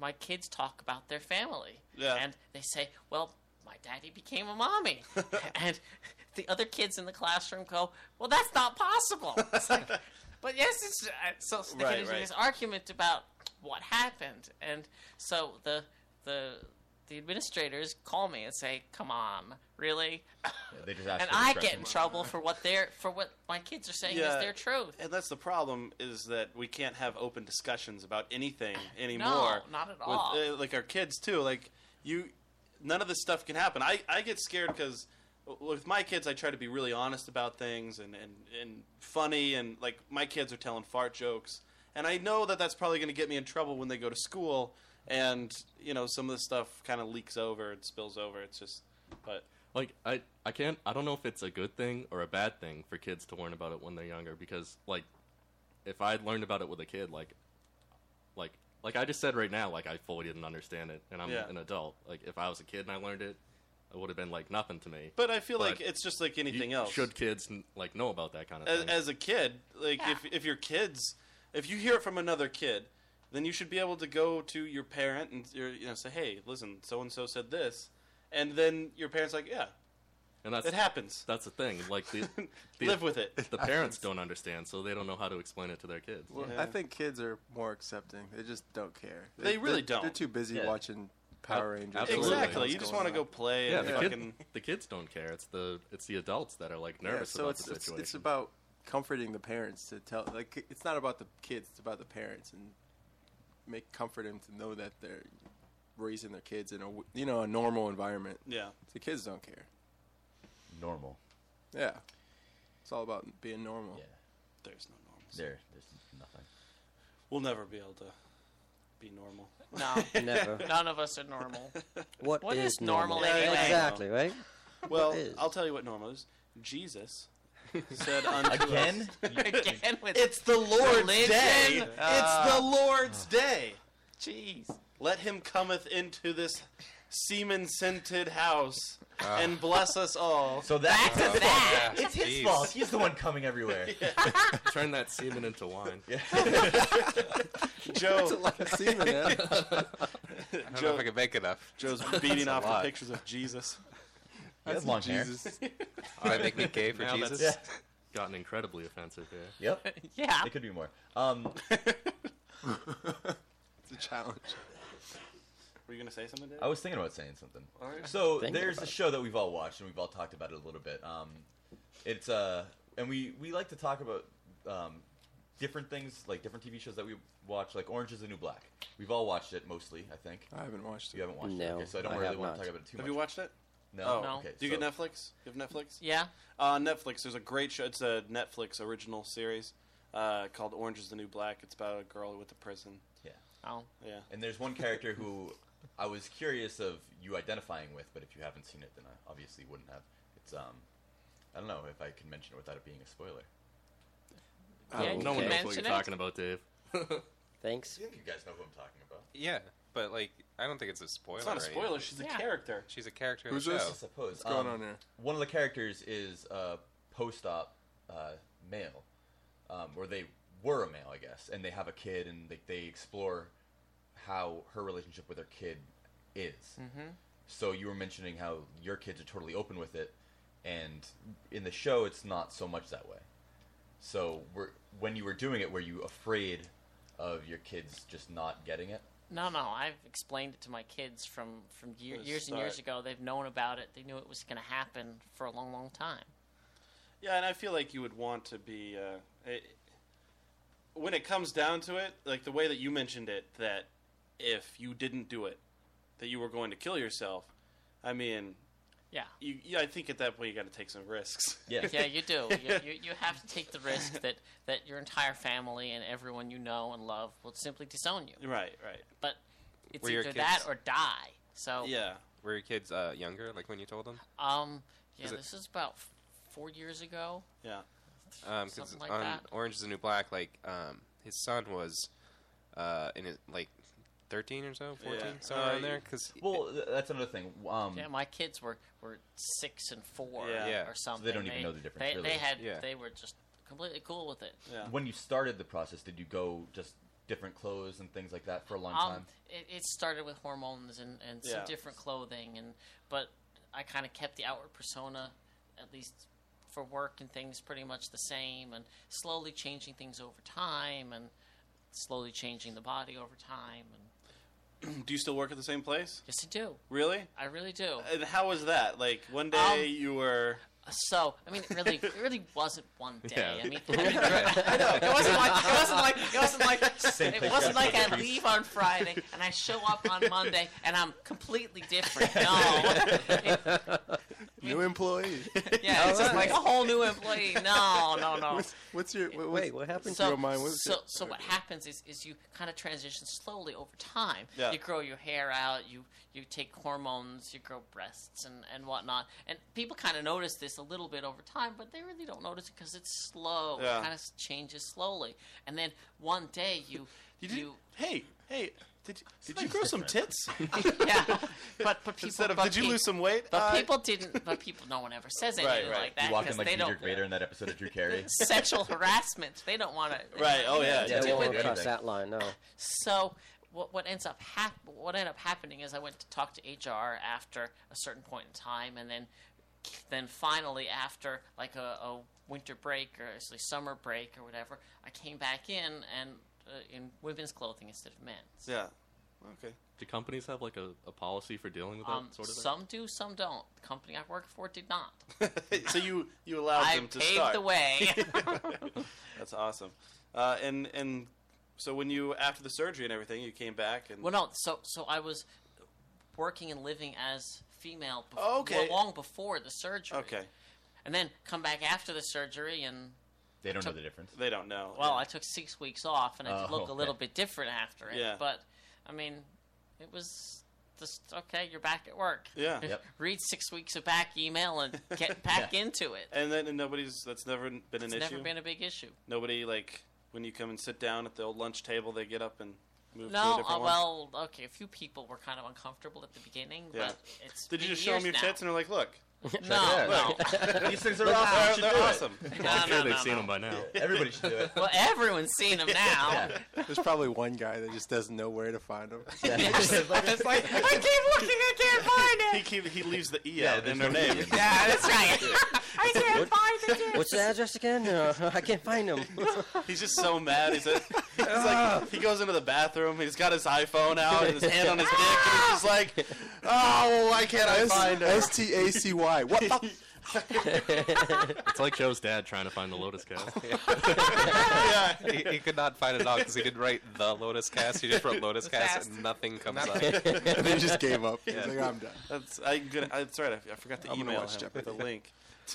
[SPEAKER 7] my kids talk about their family.
[SPEAKER 3] Yeah.
[SPEAKER 7] And they say, well, my daddy became a mommy. and the other kids in the classroom go, well, that's not possible. It's like, but yes, it's. uh, So they
[SPEAKER 3] Right,
[SPEAKER 7] get into
[SPEAKER 3] right.
[SPEAKER 7] this argument about what happened. And so the. The the administrators call me and say, "Come on, really?"
[SPEAKER 5] They just ask
[SPEAKER 7] and
[SPEAKER 5] for
[SPEAKER 7] I
[SPEAKER 5] discretion.
[SPEAKER 7] get in trouble for what they're for what my kids are saying
[SPEAKER 3] Yeah.
[SPEAKER 7] is their truth.
[SPEAKER 3] And that's the problem is that we can't have open discussions about anything anymore.
[SPEAKER 7] not at
[SPEAKER 3] with,
[SPEAKER 7] all.
[SPEAKER 3] uh, like our kids too. Like you, none of this stuff can happen. I, I get scared because with my kids, I try to be really honest about things and, and, and funny. And like my kids are telling fart jokes, and I know that that's probably going to get me in trouble when they go to school. And you know, some of the stuff kind of leaks over and spills over. It's just, but
[SPEAKER 6] like I, I can't i don't know if it's a good thing or a bad thing for kids to learn about it when they're younger because like if i had learned about it with a kid like like like i just said right now like i fully didn't understand it and i'm
[SPEAKER 3] Yeah.
[SPEAKER 6] an adult like if i was a kid and i learned it it would have been like nothing to me
[SPEAKER 3] but I feel
[SPEAKER 6] But
[SPEAKER 3] like it's just like
[SPEAKER 6] You-
[SPEAKER 3] anything else.
[SPEAKER 6] should kids n- like know about that kind of
[SPEAKER 3] as,
[SPEAKER 6] thing
[SPEAKER 3] as a kid, like
[SPEAKER 7] Yeah.
[SPEAKER 3] if if your kids, if you hear it from another kid, then you should be able to go to your parent and your, you know say, hey, listen, so and so said this, and then your parents like, yeah,
[SPEAKER 6] and that's
[SPEAKER 3] it happens.
[SPEAKER 6] that's the thing like the, the
[SPEAKER 3] Live with it.
[SPEAKER 6] the parents don't understand so they don't know how to explain it to their kids
[SPEAKER 8] Well,
[SPEAKER 3] Yeah.
[SPEAKER 8] I think kids are more accepting. They just don't care.
[SPEAKER 3] They really
[SPEAKER 8] they're- They're
[SPEAKER 3] don't.
[SPEAKER 8] too busy
[SPEAKER 3] Yeah.
[SPEAKER 8] watching Power
[SPEAKER 6] Ab-
[SPEAKER 8] Rangers.
[SPEAKER 6] absolutely.
[SPEAKER 3] Exactly.
[SPEAKER 8] What's
[SPEAKER 3] You just
[SPEAKER 8] going
[SPEAKER 3] want to
[SPEAKER 8] on.
[SPEAKER 3] go play
[SPEAKER 6] yeah,
[SPEAKER 3] and
[SPEAKER 6] the,
[SPEAKER 3] fucking.
[SPEAKER 6] kid, the kids don't care. It's the it's the adults that are like
[SPEAKER 8] Yeah,
[SPEAKER 6] nervous
[SPEAKER 8] so
[SPEAKER 6] about
[SPEAKER 8] it's,
[SPEAKER 6] the
[SPEAKER 8] it's
[SPEAKER 6] situation.
[SPEAKER 8] it's about comforting the parents to tell like it's not about the kids, it's about the parents and make comfort them to know that they're raising their kids in a w- you know a normal environment.
[SPEAKER 3] Yeah.
[SPEAKER 8] The kids don't care.
[SPEAKER 5] normal.
[SPEAKER 8] Yeah, it's all about being normal.
[SPEAKER 5] Yeah,
[SPEAKER 3] There's no normals.
[SPEAKER 5] there, there's nothing.
[SPEAKER 3] We'll never be able to be normal.
[SPEAKER 7] No,
[SPEAKER 1] Never.
[SPEAKER 7] none of us are normal. What is normal
[SPEAKER 1] Yeah,
[SPEAKER 7] anyway?
[SPEAKER 1] Exactly, right?
[SPEAKER 3] Well,
[SPEAKER 1] is?
[SPEAKER 3] I'll tell you what normal is. Jesus said unto
[SPEAKER 5] Again?
[SPEAKER 3] us.
[SPEAKER 7] Again with
[SPEAKER 3] It's the Lord's
[SPEAKER 7] Religion.
[SPEAKER 3] day. it's
[SPEAKER 7] Uh.
[SPEAKER 5] Ah.
[SPEAKER 3] the Lord's day.
[SPEAKER 7] jeez.
[SPEAKER 3] Let him cometh into this semen scented house and bless us all.
[SPEAKER 5] So that's his fault.
[SPEAKER 4] Yeah,
[SPEAKER 5] It's his
[SPEAKER 4] jeez.
[SPEAKER 5] fault. He's the one coming everywhere.
[SPEAKER 6] Turn that semen into wine.
[SPEAKER 8] It's a
[SPEAKER 3] Joe,
[SPEAKER 8] lot of semen, man.
[SPEAKER 4] I don't know
[SPEAKER 3] Joe
[SPEAKER 4] if I can make enough.
[SPEAKER 3] Joe's beating off the
[SPEAKER 4] lot.
[SPEAKER 3] pictures of Jesus.
[SPEAKER 5] He has long hair.
[SPEAKER 8] Jesus.
[SPEAKER 4] Did I make me gay for
[SPEAKER 6] Now
[SPEAKER 4] Jesus?
[SPEAKER 6] that's gotten incredibly offensive here.
[SPEAKER 5] Yep.
[SPEAKER 7] Yeah.
[SPEAKER 5] It could be more. Um,
[SPEAKER 8] It's a challenge.
[SPEAKER 3] Were you gonna say something, Dave?
[SPEAKER 5] I was thinking about saying something.
[SPEAKER 3] Alright.
[SPEAKER 5] So
[SPEAKER 1] Thinking
[SPEAKER 5] there's
[SPEAKER 1] about
[SPEAKER 5] a
[SPEAKER 1] it.
[SPEAKER 5] show that we've all watched and we've all talked about it a little bit. Um, it's uh, and we we like to talk about um, different things like different TV shows that we watch. Like Orange Is the New Black. We've all watched it mostly, I think.
[SPEAKER 8] I haven't watched
[SPEAKER 5] You
[SPEAKER 8] it.
[SPEAKER 5] haven't watched it,
[SPEAKER 1] No,
[SPEAKER 5] okay, so I don't
[SPEAKER 1] I
[SPEAKER 5] really
[SPEAKER 1] have
[SPEAKER 5] want
[SPEAKER 1] not.
[SPEAKER 5] to talk about it too
[SPEAKER 3] Have
[SPEAKER 5] much.
[SPEAKER 3] you watched it?
[SPEAKER 5] No.
[SPEAKER 7] No.
[SPEAKER 5] Oh, Okay.
[SPEAKER 3] Do you
[SPEAKER 5] so-
[SPEAKER 3] get Netflix? You have Netflix?
[SPEAKER 7] Yeah.
[SPEAKER 3] Uh, Netflix. There's a great show. It's a Netflix original series uh, called Orange Is the New Black. It's about a girl with a prison.
[SPEAKER 5] Yeah.
[SPEAKER 7] Oh.
[SPEAKER 3] Yeah.
[SPEAKER 5] And there's one character who I was curious of you identifying with, but if you haven't seen it, then I obviously wouldn't have. It's um, I don't know if I can mention it without it being a spoiler.
[SPEAKER 7] Yeah, you
[SPEAKER 6] No one
[SPEAKER 7] can
[SPEAKER 6] knows what
[SPEAKER 7] mention
[SPEAKER 6] you're
[SPEAKER 7] it.
[SPEAKER 6] talking about, Dave.
[SPEAKER 1] Thanks.
[SPEAKER 5] I think you guys know who I'm talking about.
[SPEAKER 4] Yeah, but like, I don't think it's a spoiler.
[SPEAKER 3] It's not a
[SPEAKER 4] right?
[SPEAKER 3] spoiler. She's a
[SPEAKER 7] Yeah.
[SPEAKER 3] character.
[SPEAKER 4] She's a character in
[SPEAKER 8] Who's
[SPEAKER 4] the show.
[SPEAKER 8] this?
[SPEAKER 5] I suppose.
[SPEAKER 8] Oh,
[SPEAKER 5] Um,
[SPEAKER 8] What's going on there?
[SPEAKER 5] One of the characters is a post-op uh, male, um, or they were a male, I guess, and they have a kid, and they, they explore how her relationship with her kid is. Mm-hmm. So you were mentioning how your kids are totally open with it, and in the show, it's not so much that way. So were, when you were doing it, were you afraid of your kids just not getting it?
[SPEAKER 7] No, no. I've explained it to my kids from from year,
[SPEAKER 3] From the
[SPEAKER 7] years and years
[SPEAKER 3] start.
[SPEAKER 7] ago. They've known about it. They knew it was going to happen for a long, long time.
[SPEAKER 3] Yeah, and I feel like you would want to be. Uh, it, when it comes down to it, like the way that you mentioned it, that if you didn't do it, that you were going to kill yourself. I mean,
[SPEAKER 7] Yeah.
[SPEAKER 3] you, yeah, I think at that point you got to take some risks.
[SPEAKER 5] Yeah.
[SPEAKER 7] Yeah, you do. You, you, you have to take the risk that, that your entire family and everyone you know and love will simply disown you.
[SPEAKER 3] Right, right.
[SPEAKER 7] But it's
[SPEAKER 4] Were your
[SPEAKER 7] either that
[SPEAKER 4] kids-
[SPEAKER 7] or die. So,
[SPEAKER 3] Yeah.
[SPEAKER 4] Were your kids uh, younger, like when you told them?
[SPEAKER 7] um, yeah,
[SPEAKER 4] Is it-
[SPEAKER 7] this is about f- four years ago.
[SPEAKER 3] Yeah.
[SPEAKER 4] Um 'cause
[SPEAKER 7] Something like
[SPEAKER 4] on
[SPEAKER 7] that.
[SPEAKER 4] Orange is the New Black, like um, his son was uh, in his, like thirteen or so, fourteen,
[SPEAKER 3] Yeah.
[SPEAKER 4] somewhere
[SPEAKER 3] Uh,
[SPEAKER 4] around there. Because
[SPEAKER 5] Well, th- that's another thing.
[SPEAKER 4] Hmm.
[SPEAKER 5] Um,
[SPEAKER 7] Yeah, my kids were, were six and four
[SPEAKER 3] Yeah. Yeah.
[SPEAKER 7] or
[SPEAKER 5] So
[SPEAKER 7] something.
[SPEAKER 5] they don't even know the difference,
[SPEAKER 7] They,
[SPEAKER 5] really.
[SPEAKER 7] they had
[SPEAKER 4] Yeah.
[SPEAKER 7] they were just completely cool with it.
[SPEAKER 3] Yeah.
[SPEAKER 5] when you started the process, did you go just different clothes and things like that for a long
[SPEAKER 7] Um,
[SPEAKER 5] time?
[SPEAKER 7] it, it started with hormones and, and some
[SPEAKER 3] Yeah.
[SPEAKER 7] different clothing, and but I kind of kept the outward persona, at least for work and things, pretty much the same, and slowly changing things over time, and slowly changing the body over time, and
[SPEAKER 3] do you still work at the same place?
[SPEAKER 7] Yes, I do.
[SPEAKER 3] Really?
[SPEAKER 7] I really do.
[SPEAKER 3] And how was that? Like one day
[SPEAKER 7] Um,
[SPEAKER 3] you were.
[SPEAKER 7] So, I mean, it really, it really wasn't one day.
[SPEAKER 6] Yeah.
[SPEAKER 7] I mean, I mean, I know it wasn't like it wasn't like it wasn't like
[SPEAKER 5] Same
[SPEAKER 7] it
[SPEAKER 5] place,
[SPEAKER 7] wasn't
[SPEAKER 5] gotta
[SPEAKER 7] like
[SPEAKER 5] put the
[SPEAKER 7] I
[SPEAKER 5] grease.
[SPEAKER 7] leave on Friday and I show up on Monday and I'm completely different. No,
[SPEAKER 8] New employee.
[SPEAKER 3] Oh,
[SPEAKER 7] yeah, it's just like a whole new employee. No, no, no.
[SPEAKER 8] what's, what's your what,
[SPEAKER 1] Wait, what happened?
[SPEAKER 8] So- you don't mind, what is
[SPEAKER 7] so,
[SPEAKER 8] it?
[SPEAKER 7] so what happens is, is you kind of transition slowly over time.
[SPEAKER 3] Yeah.
[SPEAKER 7] You grow your hair out. You you take hormones. You grow breasts and, and whatnot. And people kind of notice this a little bit over time, but they really don't notice it because it's slow.
[SPEAKER 3] Yeah.
[SPEAKER 7] It kind of changes slowly. And then one day you
[SPEAKER 3] You did.
[SPEAKER 7] you,
[SPEAKER 3] hey, hey. Did you, did you grow some tits?
[SPEAKER 7] yeah. But but people
[SPEAKER 3] Instead of
[SPEAKER 7] but
[SPEAKER 3] did you
[SPEAKER 7] pe-
[SPEAKER 3] lose some weight?
[SPEAKER 7] But
[SPEAKER 3] Uh,
[SPEAKER 7] people didn't. But people, no one ever says
[SPEAKER 3] Right,
[SPEAKER 7] anything
[SPEAKER 3] right.
[SPEAKER 7] like
[SPEAKER 5] You
[SPEAKER 7] that
[SPEAKER 5] walk
[SPEAKER 7] because
[SPEAKER 5] in like
[SPEAKER 7] they don't.
[SPEAKER 5] Diedrich Vader in that episode of Drew Carey.
[SPEAKER 7] Sexual harassment. They don't want to.
[SPEAKER 3] Right. Oh yeah.
[SPEAKER 1] Yeah,
[SPEAKER 5] Yeah, well,
[SPEAKER 1] we won't
[SPEAKER 5] anything.
[SPEAKER 1] cross that line. No.
[SPEAKER 7] So what what ends up hap- what ended up happening is I went to talk to HR after a certain point in time, and then then finally after like a, a winter break or actually summer break or whatever, I came back in and uh, in women's clothing instead of men's.
[SPEAKER 3] Yeah. Okay.
[SPEAKER 6] Do companies have like a, a policy for dealing with that
[SPEAKER 7] Um,
[SPEAKER 6] sort of thing?
[SPEAKER 7] some do, some don't. The company I work for did not.
[SPEAKER 3] so you you allowed
[SPEAKER 7] I
[SPEAKER 3] them to
[SPEAKER 7] paved
[SPEAKER 3] start.
[SPEAKER 7] the way.
[SPEAKER 3] That's awesome. Uh, and and so when you after the surgery and everything, you came back and
[SPEAKER 7] well, no, so so I was working and living as female before,
[SPEAKER 3] Okay.
[SPEAKER 7] long before the surgery.
[SPEAKER 3] okay,
[SPEAKER 7] and then come back after the surgery and
[SPEAKER 5] They don't know the difference.
[SPEAKER 3] they don't know.
[SPEAKER 7] well i took six weeks off and i did
[SPEAKER 5] Oh,
[SPEAKER 7] look a little
[SPEAKER 5] okay.
[SPEAKER 7] bit different after it
[SPEAKER 3] Yeah.
[SPEAKER 7] but i mean it was just okay you're back at work
[SPEAKER 3] yeah.
[SPEAKER 5] Yep.
[SPEAKER 7] read six weeks of back email and get back into it
[SPEAKER 3] And then and nobody's that's never been an
[SPEAKER 7] it's
[SPEAKER 3] issue.
[SPEAKER 7] never been a big issue
[SPEAKER 3] Nobody like when you come and sit down at the old lunch table, they get up and move to a
[SPEAKER 7] no
[SPEAKER 3] different
[SPEAKER 7] uh,
[SPEAKER 3] one.
[SPEAKER 7] well okay a few people were kind of uncomfortable at the beginning
[SPEAKER 3] Yeah.
[SPEAKER 7] but it's
[SPEAKER 3] Did you
[SPEAKER 7] been
[SPEAKER 3] just show them your
[SPEAKER 7] years
[SPEAKER 3] tits and they're like, look,
[SPEAKER 7] now.
[SPEAKER 5] Check it
[SPEAKER 7] no
[SPEAKER 5] out. These things are
[SPEAKER 3] they're,
[SPEAKER 5] awesome. You
[SPEAKER 3] aw-
[SPEAKER 5] should
[SPEAKER 3] they're
[SPEAKER 5] do it.
[SPEAKER 3] awesome.
[SPEAKER 7] no no
[SPEAKER 6] I'm sure
[SPEAKER 7] no,
[SPEAKER 6] they've
[SPEAKER 7] no,
[SPEAKER 6] seen them by now.
[SPEAKER 5] Everybody should do it.
[SPEAKER 7] well everyone's seen them now
[SPEAKER 5] Yeah.
[SPEAKER 8] There's probably one guy that just doesn't know where to find him.
[SPEAKER 7] it's like i keep looking i can't find it
[SPEAKER 3] He keep, he leaves the e
[SPEAKER 5] Yeah,
[SPEAKER 3] out in
[SPEAKER 5] there's
[SPEAKER 3] their
[SPEAKER 5] no
[SPEAKER 3] name.
[SPEAKER 5] reason.
[SPEAKER 7] yeah that's right i can't find it
[SPEAKER 1] What's the address again? No, I can't find him.
[SPEAKER 3] He's just so mad. He's, like- he's like, he goes into the bathroom. He's got his iPhone out and his hand on his dick, and he's just like, oh, why can't I find her?
[SPEAKER 8] S T A C Y. What the?
[SPEAKER 6] It's like Joe's dad trying to find the Lotus cow.
[SPEAKER 3] yeah.
[SPEAKER 4] he, he could not find it out because he didn't write the Lotus Cast. He just wrote Lotus Cast, and nothing comes up.
[SPEAKER 8] And they just gave up. He's like, I'm done.
[SPEAKER 3] That's I'm gonna. That's right. I, I forgot to
[SPEAKER 8] I'm gonna
[SPEAKER 3] email him
[SPEAKER 8] watch Jeopardy.
[SPEAKER 3] the link.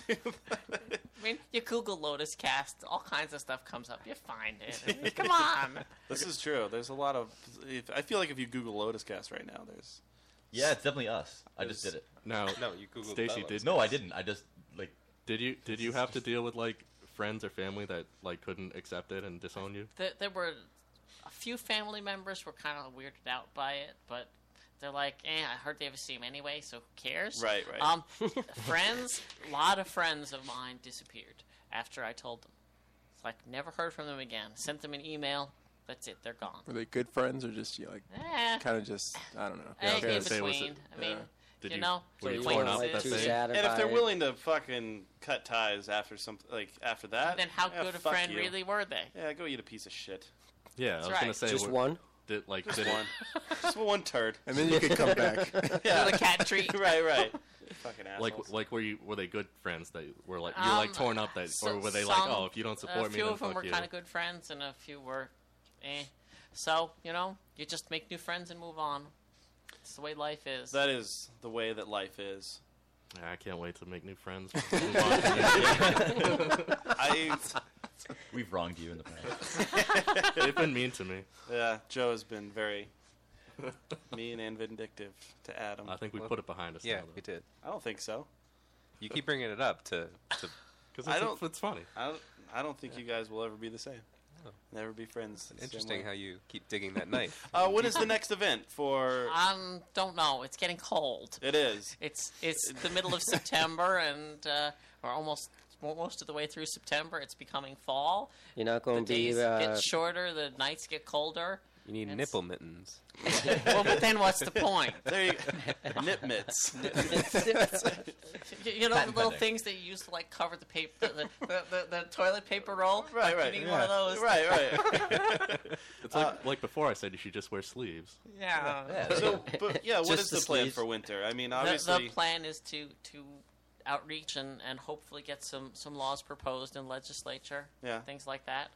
[SPEAKER 7] I mean, you Google Lotus Cast, all kinds of stuff comes up. You find it. I mean, Come on.
[SPEAKER 3] This is true. There's a lot of. If, I feel like if you Google Lotus Cast right now, there's.
[SPEAKER 5] Yeah, it's definitely us. I just did it.
[SPEAKER 6] Now,
[SPEAKER 4] No, you Googled
[SPEAKER 6] Stacy
[SPEAKER 4] that
[SPEAKER 6] did
[SPEAKER 5] No, I didn't. I just like
[SPEAKER 6] Did you did you have to deal with like friends or family that like couldn't accept it and disown you?
[SPEAKER 7] There, there were a few family members were kind of weirded out by it, but they're like, eh, I heard they have a seam anyway, so who cares?
[SPEAKER 3] Right, right.
[SPEAKER 7] Um, friends, a lot of friends of mine disappeared after I told them. It's like, never heard from them again. Sent them an email. That's it. They're gone.
[SPEAKER 6] Mm.
[SPEAKER 8] Were they good friends or just you like
[SPEAKER 7] Eh,
[SPEAKER 8] kind of just I don't know.
[SPEAKER 7] eh,
[SPEAKER 6] was gonna
[SPEAKER 7] in
[SPEAKER 6] say, was
[SPEAKER 7] between.
[SPEAKER 6] it-
[SPEAKER 7] I mean,
[SPEAKER 8] yeah.
[SPEAKER 6] Did
[SPEAKER 7] you,
[SPEAKER 6] you-
[SPEAKER 7] know,
[SPEAKER 6] were you
[SPEAKER 1] weren't,
[SPEAKER 6] torn up
[SPEAKER 1] like,
[SPEAKER 6] that
[SPEAKER 1] too
[SPEAKER 6] day?
[SPEAKER 1] sad
[SPEAKER 3] And if
[SPEAKER 1] about
[SPEAKER 3] they're
[SPEAKER 1] it.
[SPEAKER 3] willing to fucking cut ties after some like after that,
[SPEAKER 7] then how
[SPEAKER 3] yeah,
[SPEAKER 7] good a
[SPEAKER 3] fuck
[SPEAKER 7] friend
[SPEAKER 3] you.
[SPEAKER 7] really were they?
[SPEAKER 3] Yeah, go eat a piece of shit.
[SPEAKER 6] Yeah, I was
[SPEAKER 7] right.
[SPEAKER 6] gonna say
[SPEAKER 1] Just
[SPEAKER 6] were-
[SPEAKER 1] one.
[SPEAKER 6] Did like
[SPEAKER 3] Just
[SPEAKER 6] did
[SPEAKER 3] one.
[SPEAKER 6] it,
[SPEAKER 3] Just one turd.
[SPEAKER 8] And then you could come back.
[SPEAKER 7] Little cat treat.
[SPEAKER 3] Right, right. Fucking assholes.
[SPEAKER 6] like like were you were they good friends that were like you were like
[SPEAKER 7] Um,
[SPEAKER 6] torn up that
[SPEAKER 7] so-
[SPEAKER 6] or were they like
[SPEAKER 7] some-
[SPEAKER 6] oh if you don't support
[SPEAKER 7] Uh, a
[SPEAKER 6] me
[SPEAKER 7] few
[SPEAKER 6] then
[SPEAKER 7] of them
[SPEAKER 6] fuck
[SPEAKER 7] were
[SPEAKER 6] you.
[SPEAKER 7] kind of good friends, and a few were, eh. So you know, you just make new friends and move on. It's the way life is.
[SPEAKER 3] that is the way that life is.
[SPEAKER 6] I can't wait to make new friends. Move on to the next year.
[SPEAKER 3] I
[SPEAKER 5] we've wronged you in the past.
[SPEAKER 6] They've been mean to me.
[SPEAKER 3] yeah. Joe has been very mean and vindictive to Adam.
[SPEAKER 6] I think we put it behind us.
[SPEAKER 4] Yeah,
[SPEAKER 6] now,
[SPEAKER 4] we did.
[SPEAKER 3] I don't think so.
[SPEAKER 4] You keep bringing it up to. to
[SPEAKER 6] because
[SPEAKER 3] I
[SPEAKER 6] it's,
[SPEAKER 3] don't-
[SPEAKER 6] it's funny.
[SPEAKER 3] I don't. I don't think you guys will ever be the same. Never be friends. the same
[SPEAKER 4] interesting
[SPEAKER 3] way.
[SPEAKER 4] how you keep digging that knife.
[SPEAKER 3] Uh, when is the next event for?
[SPEAKER 7] um, don't know. It's getting cold.
[SPEAKER 3] It is.
[SPEAKER 7] It's it's the middle of September, and uh, we're almost mo- most of the way through September. It's becoming fall.
[SPEAKER 1] You're not
[SPEAKER 7] The
[SPEAKER 1] going to
[SPEAKER 7] days
[SPEAKER 1] be. Uh,
[SPEAKER 7] get shorter. The nights get colder.
[SPEAKER 4] You need
[SPEAKER 7] It's-
[SPEAKER 4] nipple mittens.
[SPEAKER 7] well, but then what's the point?
[SPEAKER 3] There you Nip mitts.
[SPEAKER 7] You, you know
[SPEAKER 5] Patent
[SPEAKER 7] the little
[SPEAKER 5] pending.
[SPEAKER 7] things that you use to like cover the paper, the, the, the, the toilet paper roll.
[SPEAKER 3] Right, right.
[SPEAKER 7] You need one of those.
[SPEAKER 3] Right, right.
[SPEAKER 6] It's like like before I said you should just wear sleeves.
[SPEAKER 7] Yeah.
[SPEAKER 5] Yeah,
[SPEAKER 3] So, but yeah, what
[SPEAKER 1] Just
[SPEAKER 3] is
[SPEAKER 1] the
[SPEAKER 3] the plan
[SPEAKER 1] sleeves.
[SPEAKER 3] for winter? I mean,
[SPEAKER 7] The,
[SPEAKER 3] obviously,
[SPEAKER 7] the plan is to to outreach and, and hopefully get some some laws proposed in legislature.
[SPEAKER 3] Yeah.
[SPEAKER 7] Things like that.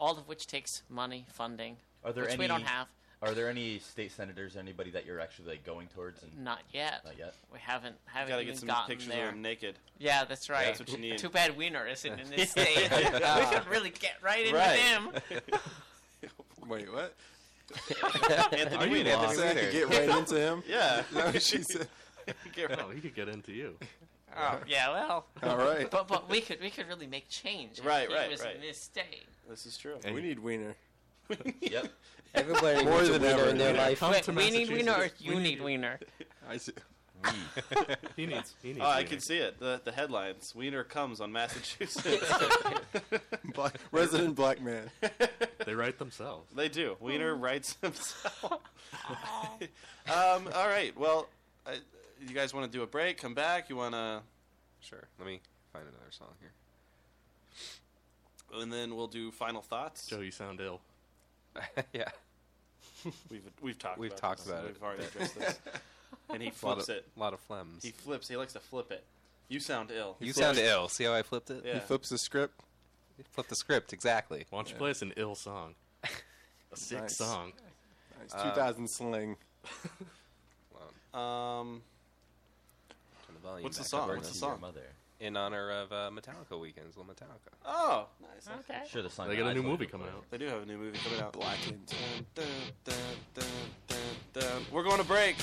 [SPEAKER 7] All of which takes money, funding,
[SPEAKER 5] Are there
[SPEAKER 7] which
[SPEAKER 5] any?
[SPEAKER 7] we don't have.
[SPEAKER 5] Are there any state senators? Anybody that you're actually like going towards? And
[SPEAKER 7] Not yet.
[SPEAKER 5] Not yet.
[SPEAKER 7] We haven't haven't
[SPEAKER 3] gotta
[SPEAKER 7] even
[SPEAKER 3] get some
[SPEAKER 7] gotten
[SPEAKER 3] pictures
[SPEAKER 7] there.
[SPEAKER 3] of him naked.
[SPEAKER 7] Yeah, that's right.
[SPEAKER 3] That's what you need.
[SPEAKER 7] Too bad Wiener isn't in this state. we should really get right into
[SPEAKER 3] Right.
[SPEAKER 7] him.
[SPEAKER 8] Wait, what?
[SPEAKER 1] uh,
[SPEAKER 3] Anthony
[SPEAKER 4] you
[SPEAKER 3] Wieland.
[SPEAKER 4] Anthony?
[SPEAKER 8] So I could get right into him.
[SPEAKER 3] Yeah.
[SPEAKER 8] Is that what Oh, she said?
[SPEAKER 3] Get right.
[SPEAKER 6] Oh, he could get into you.
[SPEAKER 7] Oh yeah, well,
[SPEAKER 8] All right.
[SPEAKER 7] but but we could we could really make change. If
[SPEAKER 3] Right,
[SPEAKER 7] he
[SPEAKER 3] right,
[SPEAKER 7] was
[SPEAKER 3] right.
[SPEAKER 7] In this state.
[SPEAKER 3] This is true.
[SPEAKER 8] We need Wiener.
[SPEAKER 5] Yep.
[SPEAKER 1] Everybody
[SPEAKER 8] More
[SPEAKER 1] needs a
[SPEAKER 8] than
[SPEAKER 1] winner
[SPEAKER 8] ever,
[SPEAKER 1] in their
[SPEAKER 8] yeah.
[SPEAKER 1] life.
[SPEAKER 6] Come
[SPEAKER 7] Wait,
[SPEAKER 6] to
[SPEAKER 7] we need wiener, or
[SPEAKER 6] Massachusetts.
[SPEAKER 7] you
[SPEAKER 6] We
[SPEAKER 7] need wiener.
[SPEAKER 8] I see.
[SPEAKER 6] He needs. He needs.
[SPEAKER 3] Oh, I
[SPEAKER 6] wiener.
[SPEAKER 3] can see it. The the headlines. Wiener comes on Massachusetts.
[SPEAKER 8] Black, resident black man.
[SPEAKER 6] They write themselves.
[SPEAKER 3] they do. Wiener writes himself. um, all right. Well, I, you guys want to do a break? Come back. You want to,
[SPEAKER 4] Sure. Let me find another song here.
[SPEAKER 3] and then we'll do final thoughts.
[SPEAKER 6] Joe, you sound ill.
[SPEAKER 4] yeah.
[SPEAKER 3] We've we've talked.
[SPEAKER 4] We've
[SPEAKER 3] about
[SPEAKER 4] talked
[SPEAKER 3] this.
[SPEAKER 4] about it.
[SPEAKER 3] We've already addressed this. And he
[SPEAKER 4] A lot
[SPEAKER 3] flips
[SPEAKER 4] of,
[SPEAKER 3] it.
[SPEAKER 4] lot of phlegms.
[SPEAKER 3] He flips. He likes to flip it. You sound ill.
[SPEAKER 4] you sound ill. See how I flipped it?
[SPEAKER 3] Yeah.
[SPEAKER 8] Flips the script.
[SPEAKER 4] Flipped the script, exactly.
[SPEAKER 6] Why don't you play us an ill song? A sick
[SPEAKER 8] Nice.
[SPEAKER 6] song.
[SPEAKER 8] It's 2000 sling.
[SPEAKER 3] Um,
[SPEAKER 4] Turn the volume
[SPEAKER 3] What's the
[SPEAKER 4] back
[SPEAKER 3] song?
[SPEAKER 4] up.
[SPEAKER 3] What's the
[SPEAKER 5] To
[SPEAKER 3] song?
[SPEAKER 5] Your mother.
[SPEAKER 4] In honor of uh, Metallica weekends. Little Metallica.
[SPEAKER 3] oh, nice.
[SPEAKER 7] Okay.
[SPEAKER 5] Sure, the song.
[SPEAKER 6] They
[SPEAKER 5] that
[SPEAKER 6] got a
[SPEAKER 5] I
[SPEAKER 6] new
[SPEAKER 5] told
[SPEAKER 6] movie
[SPEAKER 5] you to
[SPEAKER 6] coming
[SPEAKER 5] play.
[SPEAKER 6] out.
[SPEAKER 3] They do have a new movie coming out.
[SPEAKER 8] Blackened.
[SPEAKER 3] Dun, dun, dun, dun, dun. We're going to break.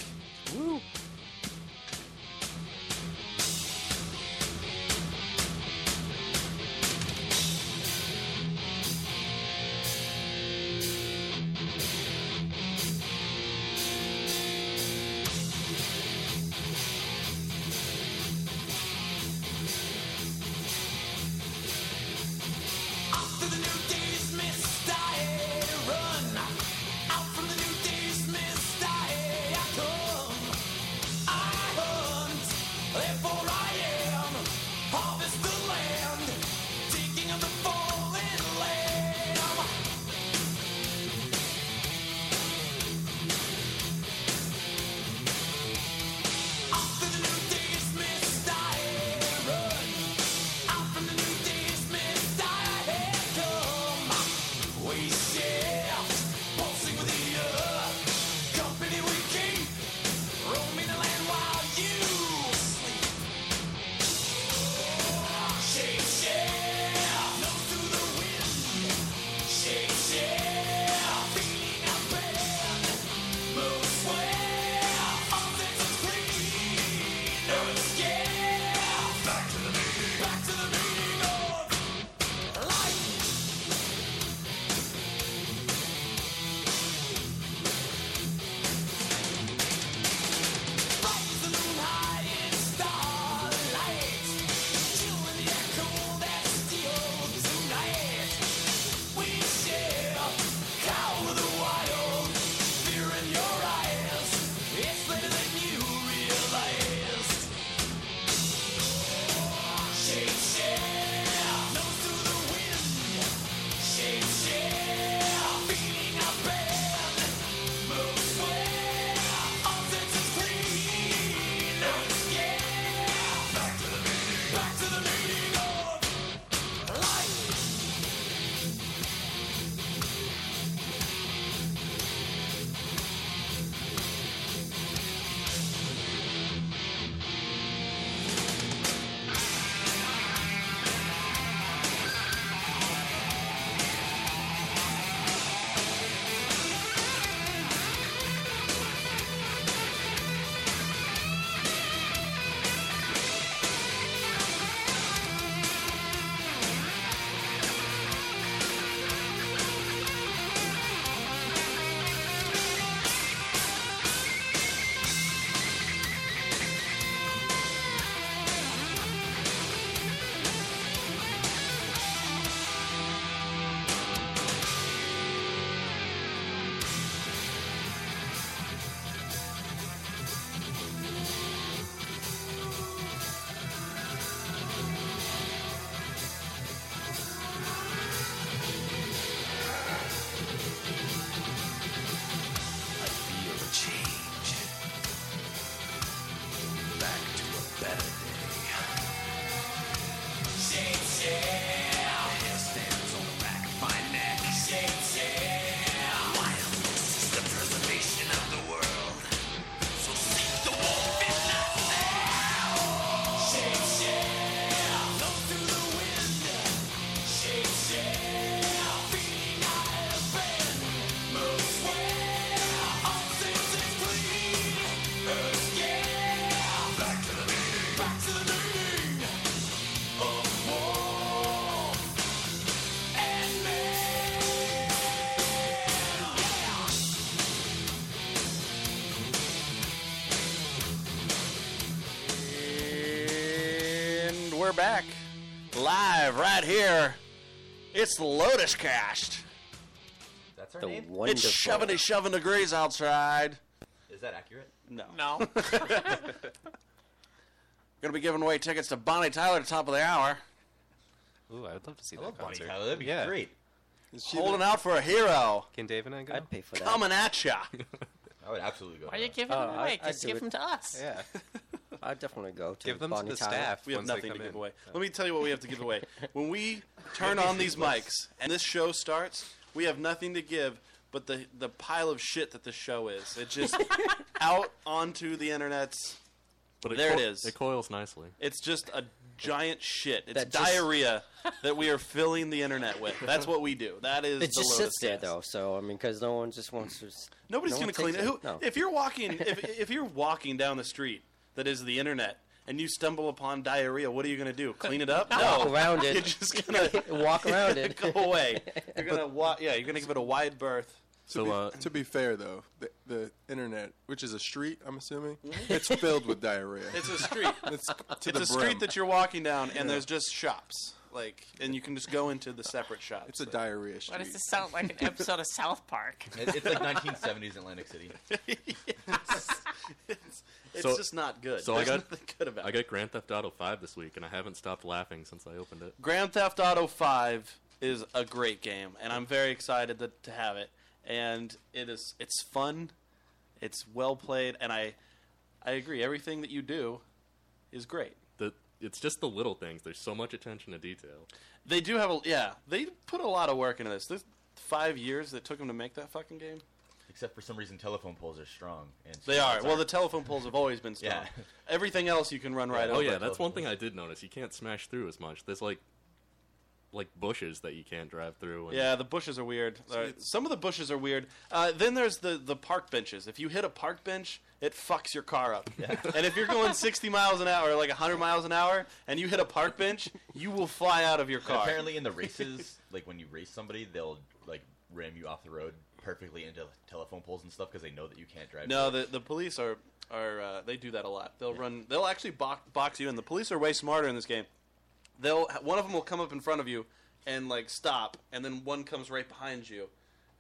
[SPEAKER 10] Through the new day's mist, I run. Out from the new day's mist, I come.
[SPEAKER 3] we're back live right here. It's the Lotus Cast.
[SPEAKER 5] That's our
[SPEAKER 1] The
[SPEAKER 5] name.
[SPEAKER 1] wonderful.
[SPEAKER 3] It's shoving shoving degrees outside.
[SPEAKER 5] Is that accurate?
[SPEAKER 3] No.
[SPEAKER 7] No.
[SPEAKER 3] Gonna be giving away tickets to Bonnie Tyler at the top of the hour.
[SPEAKER 4] Ooh, I would love to see
[SPEAKER 5] I love
[SPEAKER 4] that
[SPEAKER 5] Bonnie
[SPEAKER 4] concert.
[SPEAKER 5] Tyler. That'd be
[SPEAKER 4] yeah.
[SPEAKER 5] great.
[SPEAKER 8] Is she the-
[SPEAKER 3] Holding out for a hero.
[SPEAKER 4] Can Dave and I go?
[SPEAKER 1] I'd pay for that.
[SPEAKER 3] Coming at ya.
[SPEAKER 5] I would absolutely go.
[SPEAKER 7] Why are
[SPEAKER 5] to
[SPEAKER 7] you
[SPEAKER 5] that.
[SPEAKER 7] giving
[SPEAKER 1] Oh,
[SPEAKER 7] them
[SPEAKER 1] I-
[SPEAKER 7] away?
[SPEAKER 1] I
[SPEAKER 7] Just
[SPEAKER 1] do
[SPEAKER 7] give
[SPEAKER 1] it.
[SPEAKER 7] them to us.
[SPEAKER 4] yeah.
[SPEAKER 1] I'd definitely go to
[SPEAKER 4] Give them
[SPEAKER 1] Bonnie
[SPEAKER 4] to the
[SPEAKER 1] Tyler.
[SPEAKER 4] staff.
[SPEAKER 3] We have
[SPEAKER 4] once they
[SPEAKER 3] nothing to
[SPEAKER 4] come
[SPEAKER 3] give
[SPEAKER 4] in.
[SPEAKER 3] away. Let me tell you what we have to give away. When we turn on these mics and this show starts, we have nothing to give but the the pile of shit that this show is. It's just out onto the internet's.
[SPEAKER 6] But it
[SPEAKER 3] There it
[SPEAKER 6] co-
[SPEAKER 3] is.
[SPEAKER 6] It coils nicely.
[SPEAKER 3] It's just a giant shit. It's
[SPEAKER 1] That just-
[SPEAKER 3] diarrhea that we are filling the internet with. That's what we do. That is.
[SPEAKER 1] It
[SPEAKER 3] the
[SPEAKER 1] just
[SPEAKER 3] Lotus
[SPEAKER 1] sits there
[SPEAKER 3] Cast.
[SPEAKER 1] though, so I mean, because no one just wants to. s-
[SPEAKER 3] Nobody's
[SPEAKER 1] no one
[SPEAKER 3] gonna clean it.
[SPEAKER 1] takes
[SPEAKER 3] Who,
[SPEAKER 1] No.
[SPEAKER 3] If you're walking, if, if you're walking down the street that is the internet, and you stumble upon diarrhea, what are you gonna do? Clean it up?
[SPEAKER 1] Walk
[SPEAKER 3] No,
[SPEAKER 1] around
[SPEAKER 3] you're
[SPEAKER 1] it.
[SPEAKER 3] just gonna
[SPEAKER 1] Walk around it.
[SPEAKER 3] go away. You're gonna wa- Yeah, you're gonna give it a wide berth.
[SPEAKER 6] So uh,
[SPEAKER 8] To be fair, though, the, the internet, which is a street, I'm assuming, it's filled with diarrhea.
[SPEAKER 3] It's a street.
[SPEAKER 8] Mm-hmm. It's to
[SPEAKER 3] it's
[SPEAKER 8] the
[SPEAKER 3] a
[SPEAKER 8] brim.
[SPEAKER 3] street that you're walking down, and there's just shops. Like, and you can just go into the separate shops.
[SPEAKER 8] it's a diarrhea
[SPEAKER 7] Why
[SPEAKER 8] street.
[SPEAKER 7] does this sound like an episode of South Park?
[SPEAKER 5] It- It's like 1970s Atlantic City.
[SPEAKER 3] it's it's
[SPEAKER 6] So-
[SPEAKER 3] just not good.
[SPEAKER 6] so I
[SPEAKER 3] There's
[SPEAKER 6] got-
[SPEAKER 3] nothing good about
[SPEAKER 6] I
[SPEAKER 3] it.
[SPEAKER 6] got Grand Theft Auto 5 this week, and I haven't stopped laughing since I opened it.
[SPEAKER 3] Grand Theft Auto 5 is a great game, and I'm very excited that, to have it. And it is it's fun, it's well played, and I I agree everything that you do is great.
[SPEAKER 6] The, it's just the little things. There's so much attention to detail.
[SPEAKER 3] They do have a yeah they put a lot of work into this. This five years that took them to make that fucking game.
[SPEAKER 5] Except for some reason, telephone poles are strong. And
[SPEAKER 3] They are well
[SPEAKER 5] the.
[SPEAKER 3] the telephone poles have always been strong.
[SPEAKER 5] Yeah.
[SPEAKER 3] Everything else you can run right
[SPEAKER 6] Oh
[SPEAKER 3] over.
[SPEAKER 6] yeah, that's one thing I did notice. You can't smash through as much. There's like like bushes that you can't drive through. And
[SPEAKER 3] Yeah, the bushes are weird. Uh, some of the bushes are weird. Uh, then there's the, the park benches. If you hit a park bench, it fucks your car up. and if you're going 60 miles an hour, like 100 miles an hour, and you hit a park bench, you will fly out of your
[SPEAKER 5] And
[SPEAKER 3] car.
[SPEAKER 5] apparently, in the races, like when you race somebody, they'll like ram you off the road perfectly into telephone poles and stuff because they know that you can't drive.
[SPEAKER 3] no,
[SPEAKER 5] straight.
[SPEAKER 3] the, the police are, are uh, they do that a lot. They'll run. They'll actually box, box you in. The police are way smarter in this game. They'll one of them will come up in front of you and like stop, and then one comes right behind you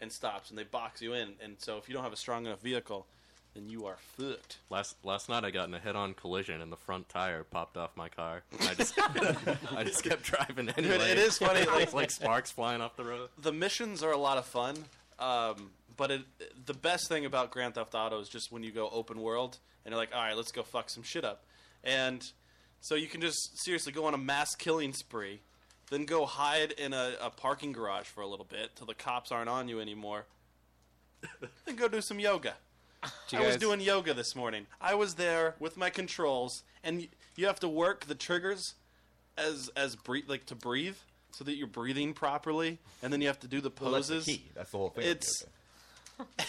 [SPEAKER 3] and stops, and they box you in. And so if you don't have a strong enough vehicle, then you are fucked.
[SPEAKER 6] Last last night I got in a head-on collision, and the front tire popped off my car. And I just I just kept driving anyway.
[SPEAKER 3] it is funny,
[SPEAKER 6] It's
[SPEAKER 3] like-
[SPEAKER 6] like, sparks flying off the road.
[SPEAKER 3] the missions are a lot of fun. Um, but it, the best thing about Grand Theft Auto is just when you go open world and you're like, all right, let's go fuck some shit up, and so you can just seriously go on a mass killing spree, then go hide in a, a parking garage for a little bit till the cops aren't on you anymore. then go do some yoga.
[SPEAKER 4] Do you
[SPEAKER 3] I was
[SPEAKER 4] guys-
[SPEAKER 3] doing yoga this morning. I was there with my controls, and y- you have to work the triggers as as bre- like to breathe so that you're breathing properly, and then you have to do the
[SPEAKER 5] Well, Oh, that's
[SPEAKER 3] poses.
[SPEAKER 5] the key. That's the whole thing.
[SPEAKER 3] It's-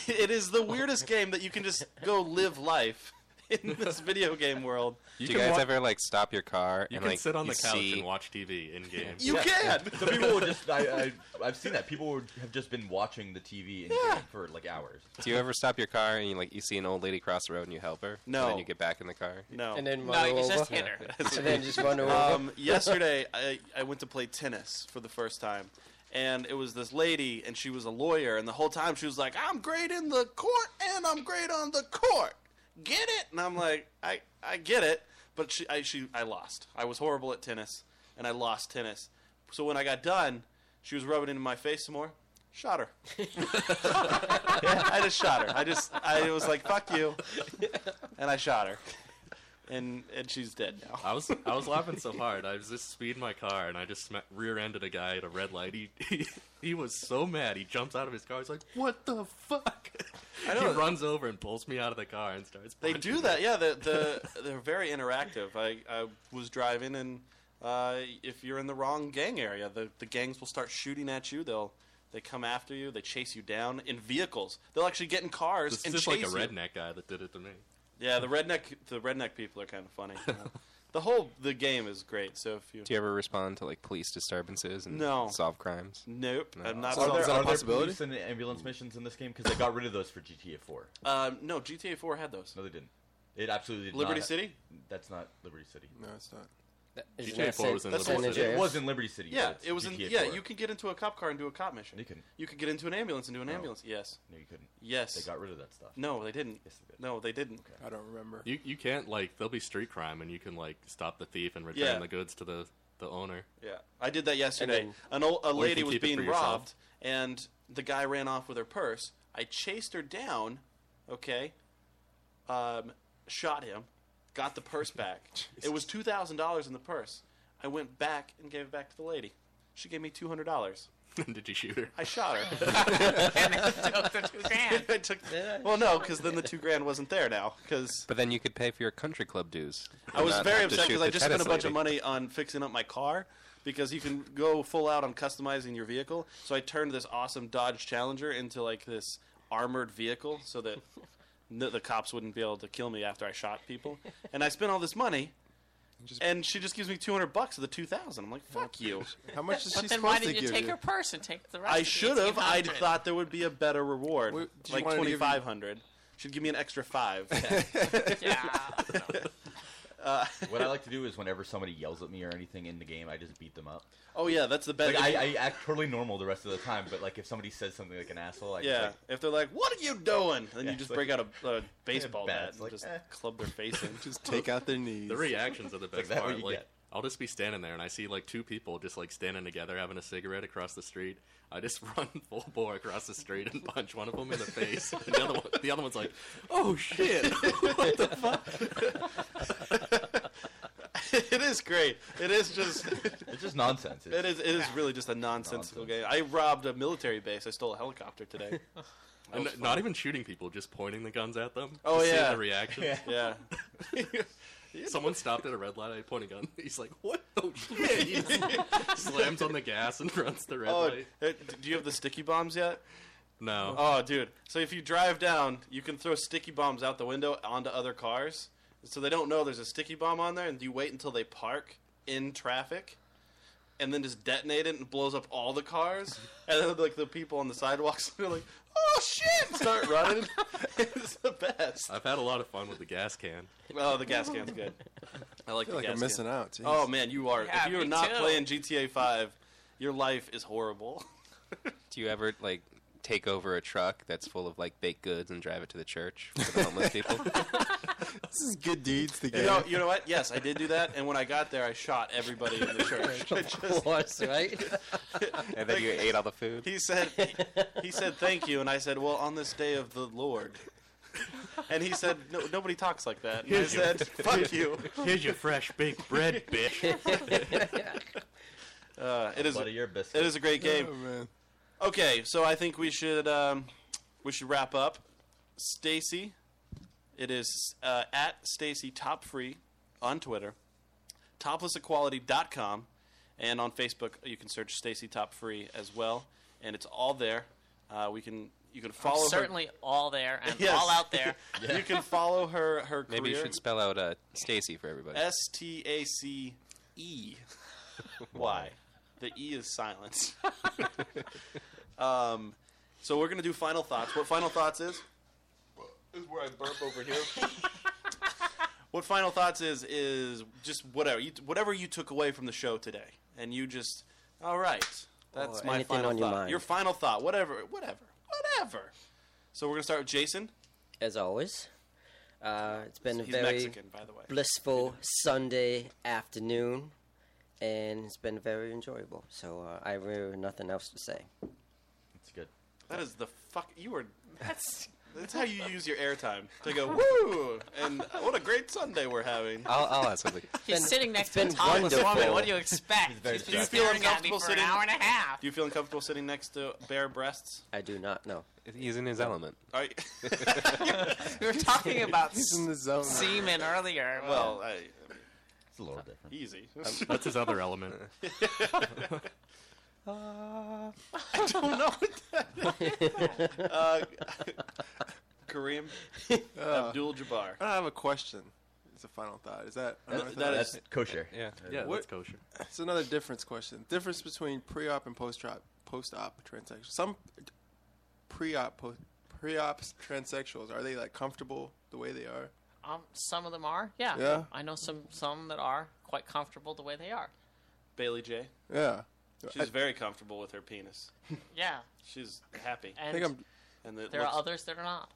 [SPEAKER 3] it is
[SPEAKER 5] Oh.
[SPEAKER 3] the weirdest game that you can just go live life in this video game world.
[SPEAKER 4] Do you
[SPEAKER 6] can
[SPEAKER 4] guys
[SPEAKER 6] wa-
[SPEAKER 4] ever like stop your car
[SPEAKER 6] You
[SPEAKER 4] and
[SPEAKER 6] can
[SPEAKER 4] like
[SPEAKER 6] sit on
[SPEAKER 4] you
[SPEAKER 6] the couch
[SPEAKER 4] see-
[SPEAKER 6] and watch TV in game.
[SPEAKER 3] You can.
[SPEAKER 5] Some people would just. I, I, I've seen that. People would have just been watching the TV and
[SPEAKER 3] Yeah.
[SPEAKER 5] for like hours.
[SPEAKER 4] Do you ever stop your car and you like you see an old lady cross the road and you help her?
[SPEAKER 3] No.
[SPEAKER 4] And then you get back in the car.
[SPEAKER 3] No.
[SPEAKER 1] And then
[SPEAKER 7] No,
[SPEAKER 1] run
[SPEAKER 7] you
[SPEAKER 1] her
[SPEAKER 7] can just
[SPEAKER 1] over.
[SPEAKER 7] hit her.
[SPEAKER 1] And then just run her over.
[SPEAKER 3] um, yesterday I, I went to play tennis for the first time and it was this lady and she was a lawyer and the whole time she was like i'm great in the court and i'm great on the court get it and i'm like i, I get it but she I, she I lost i was horrible at tennis and i lost tennis so when i got done she was rubbing it in my face some more shot her i just shot her i just i was like fuck you and i shot her and and she's dead now
[SPEAKER 6] I was I was laughing so hard. I was just speeding my car and I just sma- rear-ended a guy at a red light. He, he he was so mad. He jumps out of his car. He's like, "What the fuck?"
[SPEAKER 3] I know.
[SPEAKER 6] He runs over and pulls me out of the car and starts.
[SPEAKER 3] They
[SPEAKER 6] punching
[SPEAKER 3] do
[SPEAKER 6] me.
[SPEAKER 3] that, yeah. The, the they're very interactive. I, I was driving, and uh, if you're in the wrong gang area, the, the gangs will start shooting at you. They'll they come after you. They chase you down in vehicles. They'll actually get in cars
[SPEAKER 6] This is
[SPEAKER 3] and
[SPEAKER 6] just like
[SPEAKER 3] chase
[SPEAKER 6] a
[SPEAKER 3] you.
[SPEAKER 6] redneck guy that did it to me.
[SPEAKER 3] Yeah, the redneck the redneck people are kind of funny. Uh, the whole the game is great. So if you,
[SPEAKER 4] Do you ever respond to like police disturbances and
[SPEAKER 3] No.
[SPEAKER 4] solve crimes?
[SPEAKER 3] nope, I'm not.
[SPEAKER 8] Are
[SPEAKER 5] Are
[SPEAKER 8] there-
[SPEAKER 5] there,
[SPEAKER 8] is that a possibility?
[SPEAKER 5] police and ambulance missions in this game? Because they got rid of those for GTA 4.
[SPEAKER 3] Um, no, GTA 4 had those.
[SPEAKER 5] No, they didn't. It absolutely did
[SPEAKER 3] Liberty
[SPEAKER 5] not-
[SPEAKER 3] City.
[SPEAKER 5] That's not Liberty City.
[SPEAKER 8] no, it's not.
[SPEAKER 1] Isn't
[SPEAKER 6] GTA
[SPEAKER 1] that
[SPEAKER 6] 4
[SPEAKER 1] San-
[SPEAKER 6] was in
[SPEAKER 1] that's
[SPEAKER 6] Liberty
[SPEAKER 1] San
[SPEAKER 6] City.
[SPEAKER 1] Andreas?
[SPEAKER 5] It was in Liberty City.
[SPEAKER 3] Yeah,
[SPEAKER 5] but it's
[SPEAKER 3] it was in.
[SPEAKER 5] GTA
[SPEAKER 3] Yeah,
[SPEAKER 5] 4.
[SPEAKER 3] you could get into a cop car and do a cop mission.
[SPEAKER 5] You couldn't.
[SPEAKER 3] You could get into an ambulance and do an
[SPEAKER 5] No.
[SPEAKER 3] ambulance. Yes.
[SPEAKER 5] No, you couldn't.
[SPEAKER 3] Yes.
[SPEAKER 5] They got rid of that stuff.
[SPEAKER 3] no, they didn't.
[SPEAKER 5] Yes, they did.
[SPEAKER 3] No, they didn't.
[SPEAKER 8] I don't remember.
[SPEAKER 6] You you can't like there'll be street crime and you can like stop the thief and return
[SPEAKER 3] Yeah.
[SPEAKER 6] the goods to the the owner.
[SPEAKER 3] Yeah, I did that yesterday.
[SPEAKER 1] And
[SPEAKER 3] An old, a
[SPEAKER 6] you
[SPEAKER 3] lady
[SPEAKER 6] can
[SPEAKER 3] was
[SPEAKER 6] keep it for
[SPEAKER 3] being
[SPEAKER 6] yourself.
[SPEAKER 3] robbed, and the guy ran off with her purse. I chased her down. Okay, um, shot him, got the purse back. it was two thousand dollars in the purse. I went back and gave it back to the lady. She gave me two hundred dollars.
[SPEAKER 6] Did you shoot her?
[SPEAKER 3] I shot her. I took. Well, no, because then the two grand wasn't there now. Because
[SPEAKER 4] But then you could pay for your country club dues.
[SPEAKER 3] I was
[SPEAKER 4] Not
[SPEAKER 3] very
[SPEAKER 4] uh, have to
[SPEAKER 3] upset
[SPEAKER 4] shoot
[SPEAKER 3] because I
[SPEAKER 4] the
[SPEAKER 3] just spent a
[SPEAKER 4] tennis
[SPEAKER 3] bunch of
[SPEAKER 4] lady.
[SPEAKER 3] money on fixing up my car because you can go full out on customizing your vehicle. So I turned this awesome Dodge Challenger into like this armored vehicle so that n- the cops wouldn't be able to kill me after I shot people. And I spent all this money. and she just gives me 200 bucks of the 2000 i'm like fuck you
[SPEAKER 8] How much is she
[SPEAKER 7] Then why
[SPEAKER 8] supposed to
[SPEAKER 7] didn't you
[SPEAKER 8] give
[SPEAKER 7] take
[SPEAKER 8] you?
[SPEAKER 7] her purse and take the rest?
[SPEAKER 3] i
[SPEAKER 7] of the
[SPEAKER 3] should have i
[SPEAKER 7] 1800?
[SPEAKER 3] thought there would be a better reward
[SPEAKER 8] Wait, did you
[SPEAKER 3] like
[SPEAKER 8] want her to give you-
[SPEAKER 3] 2500 she'd give me an extra five
[SPEAKER 7] Yeah.
[SPEAKER 5] what I like to do is whenever somebody yells at me or anything in the game, I just beat them up.
[SPEAKER 3] oh yeah that's the best
[SPEAKER 5] Like I, I act totally normal the rest of the time, but like if somebody says something like an asshole, I
[SPEAKER 3] Yeah,
[SPEAKER 5] just
[SPEAKER 3] if they're like, "What are you doing?" Then
[SPEAKER 5] Yeah,
[SPEAKER 3] you just
[SPEAKER 5] it's
[SPEAKER 3] break out a, a baseball
[SPEAKER 5] bat.
[SPEAKER 3] bat
[SPEAKER 5] It's
[SPEAKER 3] and
[SPEAKER 5] like,
[SPEAKER 3] just
[SPEAKER 5] eh.
[SPEAKER 3] club their face in.
[SPEAKER 8] Just take out their knees.
[SPEAKER 6] The reactions are the best
[SPEAKER 5] that what
[SPEAKER 6] part.
[SPEAKER 5] you
[SPEAKER 6] Like
[SPEAKER 5] get.
[SPEAKER 6] I'll just be standing there and I see like two people just like standing together having a cigarette across the street. I just run full bore across the street and punch one of them in the face. And the other one, the other one's like, "Oh shit!"
[SPEAKER 3] it is great. It is just.
[SPEAKER 5] like it's just nonsense. It's,
[SPEAKER 3] It is. It is really just a nonsensical game. I robbed a military base. I stole a helicopter today.
[SPEAKER 6] and not even shooting people, just pointing the guns at them.
[SPEAKER 3] Oh,
[SPEAKER 6] Just seeing
[SPEAKER 3] yeah.
[SPEAKER 6] the reaction.
[SPEAKER 3] Yeah.
[SPEAKER 6] Someone stopped at a red light. I point a gun. He's like, "What? Oh shit!" He just slams on the gas and runs the red
[SPEAKER 3] Oh,
[SPEAKER 6] light.
[SPEAKER 3] uh, do you have the sticky bombs yet?
[SPEAKER 6] No.
[SPEAKER 3] Oh, dude. So if you drive down, you can throw sticky bombs out the window onto other cars, so they don't know there's a sticky bomb on there, and you wait until they park in traffic, and then just detonate it and it blows up all the cars, and then like the people on the sidewalks are like, "Oh shit!" and Start running. it's the best.
[SPEAKER 6] I've had a lot of fun with the gas can.
[SPEAKER 3] Oh, the gas can's good. I
[SPEAKER 8] I
[SPEAKER 3] like
[SPEAKER 8] feel
[SPEAKER 3] the
[SPEAKER 8] like
[SPEAKER 3] gas
[SPEAKER 8] I'm missing
[SPEAKER 3] can.
[SPEAKER 8] out. Jeez.
[SPEAKER 3] Oh man, you are.
[SPEAKER 7] Yeah,
[SPEAKER 3] if you're
[SPEAKER 7] me
[SPEAKER 3] not
[SPEAKER 7] too.
[SPEAKER 3] playing GTA Five, your life is horrible.
[SPEAKER 4] Do you ever like take over a truck that's full of like baked goods and drive it to the church for the homeless people?
[SPEAKER 8] this is good deeds to get.
[SPEAKER 3] You know, you know what? Yes, I did do that, and when I got there, I shot everybody in the church. I just-
[SPEAKER 1] Plus, right?
[SPEAKER 4] and then you ate all the food.
[SPEAKER 3] He said, he said thank you, and I said, well, on this day of the Lord. And he said, no, nobody talks like that. And I
[SPEAKER 6] Here's your-
[SPEAKER 3] said, fuck you.
[SPEAKER 6] Here's your fresh baked bread, bitch.
[SPEAKER 3] Uh, it is,
[SPEAKER 5] buddy,
[SPEAKER 3] it
[SPEAKER 5] you're a biscuit.
[SPEAKER 3] is a great game.
[SPEAKER 8] Oh, man.
[SPEAKER 3] Okay, so I think we should, um, we should wrap up. Stacy, it is uh, at Stacy Top Free on Twitter, toplessequality.com, and on Facebook you can search Stacy Top Free as well, and it's all there. Uh, we can you can follow her-
[SPEAKER 7] Certainly all there and
[SPEAKER 3] Yes.
[SPEAKER 7] all out there.
[SPEAKER 3] You can follow her her career. Eh.
[SPEAKER 4] Maybe you should spell out uh, Stacy for everybody.
[SPEAKER 3] S T A C E Y. The E is silence. um, so we're gonna do final thoughts. What final thoughts is? Is where I burp over here. what final thoughts is is just whatever you, whatever you took away from the show today, and you just all right. That's
[SPEAKER 1] Or
[SPEAKER 3] my
[SPEAKER 1] anything
[SPEAKER 3] final
[SPEAKER 1] on your
[SPEAKER 3] thought.
[SPEAKER 1] mind.
[SPEAKER 3] Your final thought, whatever, whatever, whatever. So we're gonna start with Jason.
[SPEAKER 1] As always, uh, it's been a
[SPEAKER 3] He's
[SPEAKER 1] very
[SPEAKER 3] Mexican, by the way.
[SPEAKER 1] blissful Sunday afternoon, and it's been very enjoyable. So uh, I really have nothing else to say.
[SPEAKER 5] It's good.
[SPEAKER 3] That is the fuck. You were. That's. That's how you use your airtime to go woo, and what a great Sunday we're having.
[SPEAKER 4] I'll, I'll ask something.
[SPEAKER 7] He's
[SPEAKER 1] been-
[SPEAKER 7] sitting next
[SPEAKER 1] it's
[SPEAKER 7] to
[SPEAKER 1] been
[SPEAKER 7] Tom
[SPEAKER 1] wonderful.
[SPEAKER 7] Swami. What do you expect?
[SPEAKER 5] He's very
[SPEAKER 7] He's been
[SPEAKER 5] distracted.
[SPEAKER 3] Do you feel
[SPEAKER 7] staring at me
[SPEAKER 3] uncomfortable
[SPEAKER 7] for an
[SPEAKER 3] sitting-
[SPEAKER 7] hour and a half.
[SPEAKER 3] Do you feel uncomfortable sitting next to bare breasts?
[SPEAKER 1] I do not know.
[SPEAKER 4] He's in his element.
[SPEAKER 3] Are you,
[SPEAKER 7] We were talking about
[SPEAKER 8] He's in the zone.
[SPEAKER 7] semen earlier.
[SPEAKER 3] well, I,
[SPEAKER 5] It's a
[SPEAKER 3] Uh,
[SPEAKER 5] little different.
[SPEAKER 3] easy.
[SPEAKER 6] That's his other element.
[SPEAKER 3] Uh, Kareem Abdul Jabbar.
[SPEAKER 8] I have a question. It's a final thought. Is that another
[SPEAKER 3] that
[SPEAKER 8] thought?
[SPEAKER 3] is-
[SPEAKER 5] That's kosher.
[SPEAKER 4] Yeah.
[SPEAKER 6] Yeah,
[SPEAKER 8] What-
[SPEAKER 6] that's kosher.
[SPEAKER 8] It's another difference question. Difference between pre-op and post-op post-op transsexuals. Some pre-op post, pre-ops transsexuals are they like comfortable the way they are?
[SPEAKER 7] Um, some of them are. Yeah.
[SPEAKER 8] Yeah.
[SPEAKER 7] I know some some that are quite comfortable the way they are.
[SPEAKER 3] Bailey J.
[SPEAKER 8] Yeah.
[SPEAKER 3] She's very comfortable with her penis.
[SPEAKER 7] Yeah.
[SPEAKER 3] She's happy.
[SPEAKER 8] I
[SPEAKER 7] And
[SPEAKER 8] think I'm,
[SPEAKER 3] And it
[SPEAKER 7] there
[SPEAKER 3] looks-
[SPEAKER 7] are others that are not.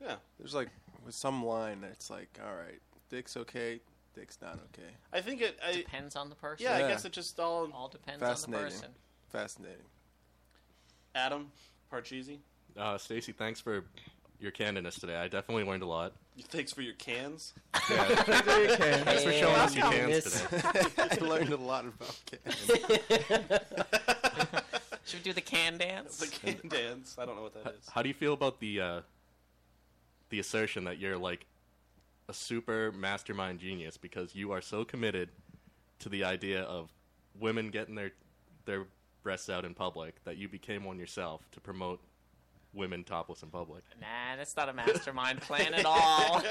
[SPEAKER 3] Yeah.
[SPEAKER 8] there's like with some line that's like, all right, dick's okay, dick's not okay.
[SPEAKER 3] I think it. I,
[SPEAKER 7] Depends on the person.
[SPEAKER 3] yeah, I
[SPEAKER 8] Yeah.
[SPEAKER 3] guess it just all
[SPEAKER 7] All depends on the
[SPEAKER 8] Fascinating.
[SPEAKER 7] person.
[SPEAKER 8] Fascinating.
[SPEAKER 3] Adam Parcheesi.
[SPEAKER 6] Uh, Stacy, thanks for your candidness today. I definitely learned a lot.
[SPEAKER 3] Thanks for your cans.
[SPEAKER 6] Thanks for showing us your
[SPEAKER 1] Welcome,
[SPEAKER 6] cans
[SPEAKER 1] miss.
[SPEAKER 6] today.
[SPEAKER 8] I learned a lot about cats.
[SPEAKER 7] Should we do the can dance?
[SPEAKER 3] The can dance. I don't know what that is.
[SPEAKER 6] How do you feel about the uh, the assertion that you're like a super mastermind genius because you are so committed to the idea of women getting their their breasts out in public that you became one yourself to promote women topless in public?
[SPEAKER 7] Nah, that's not a mastermind plan at all.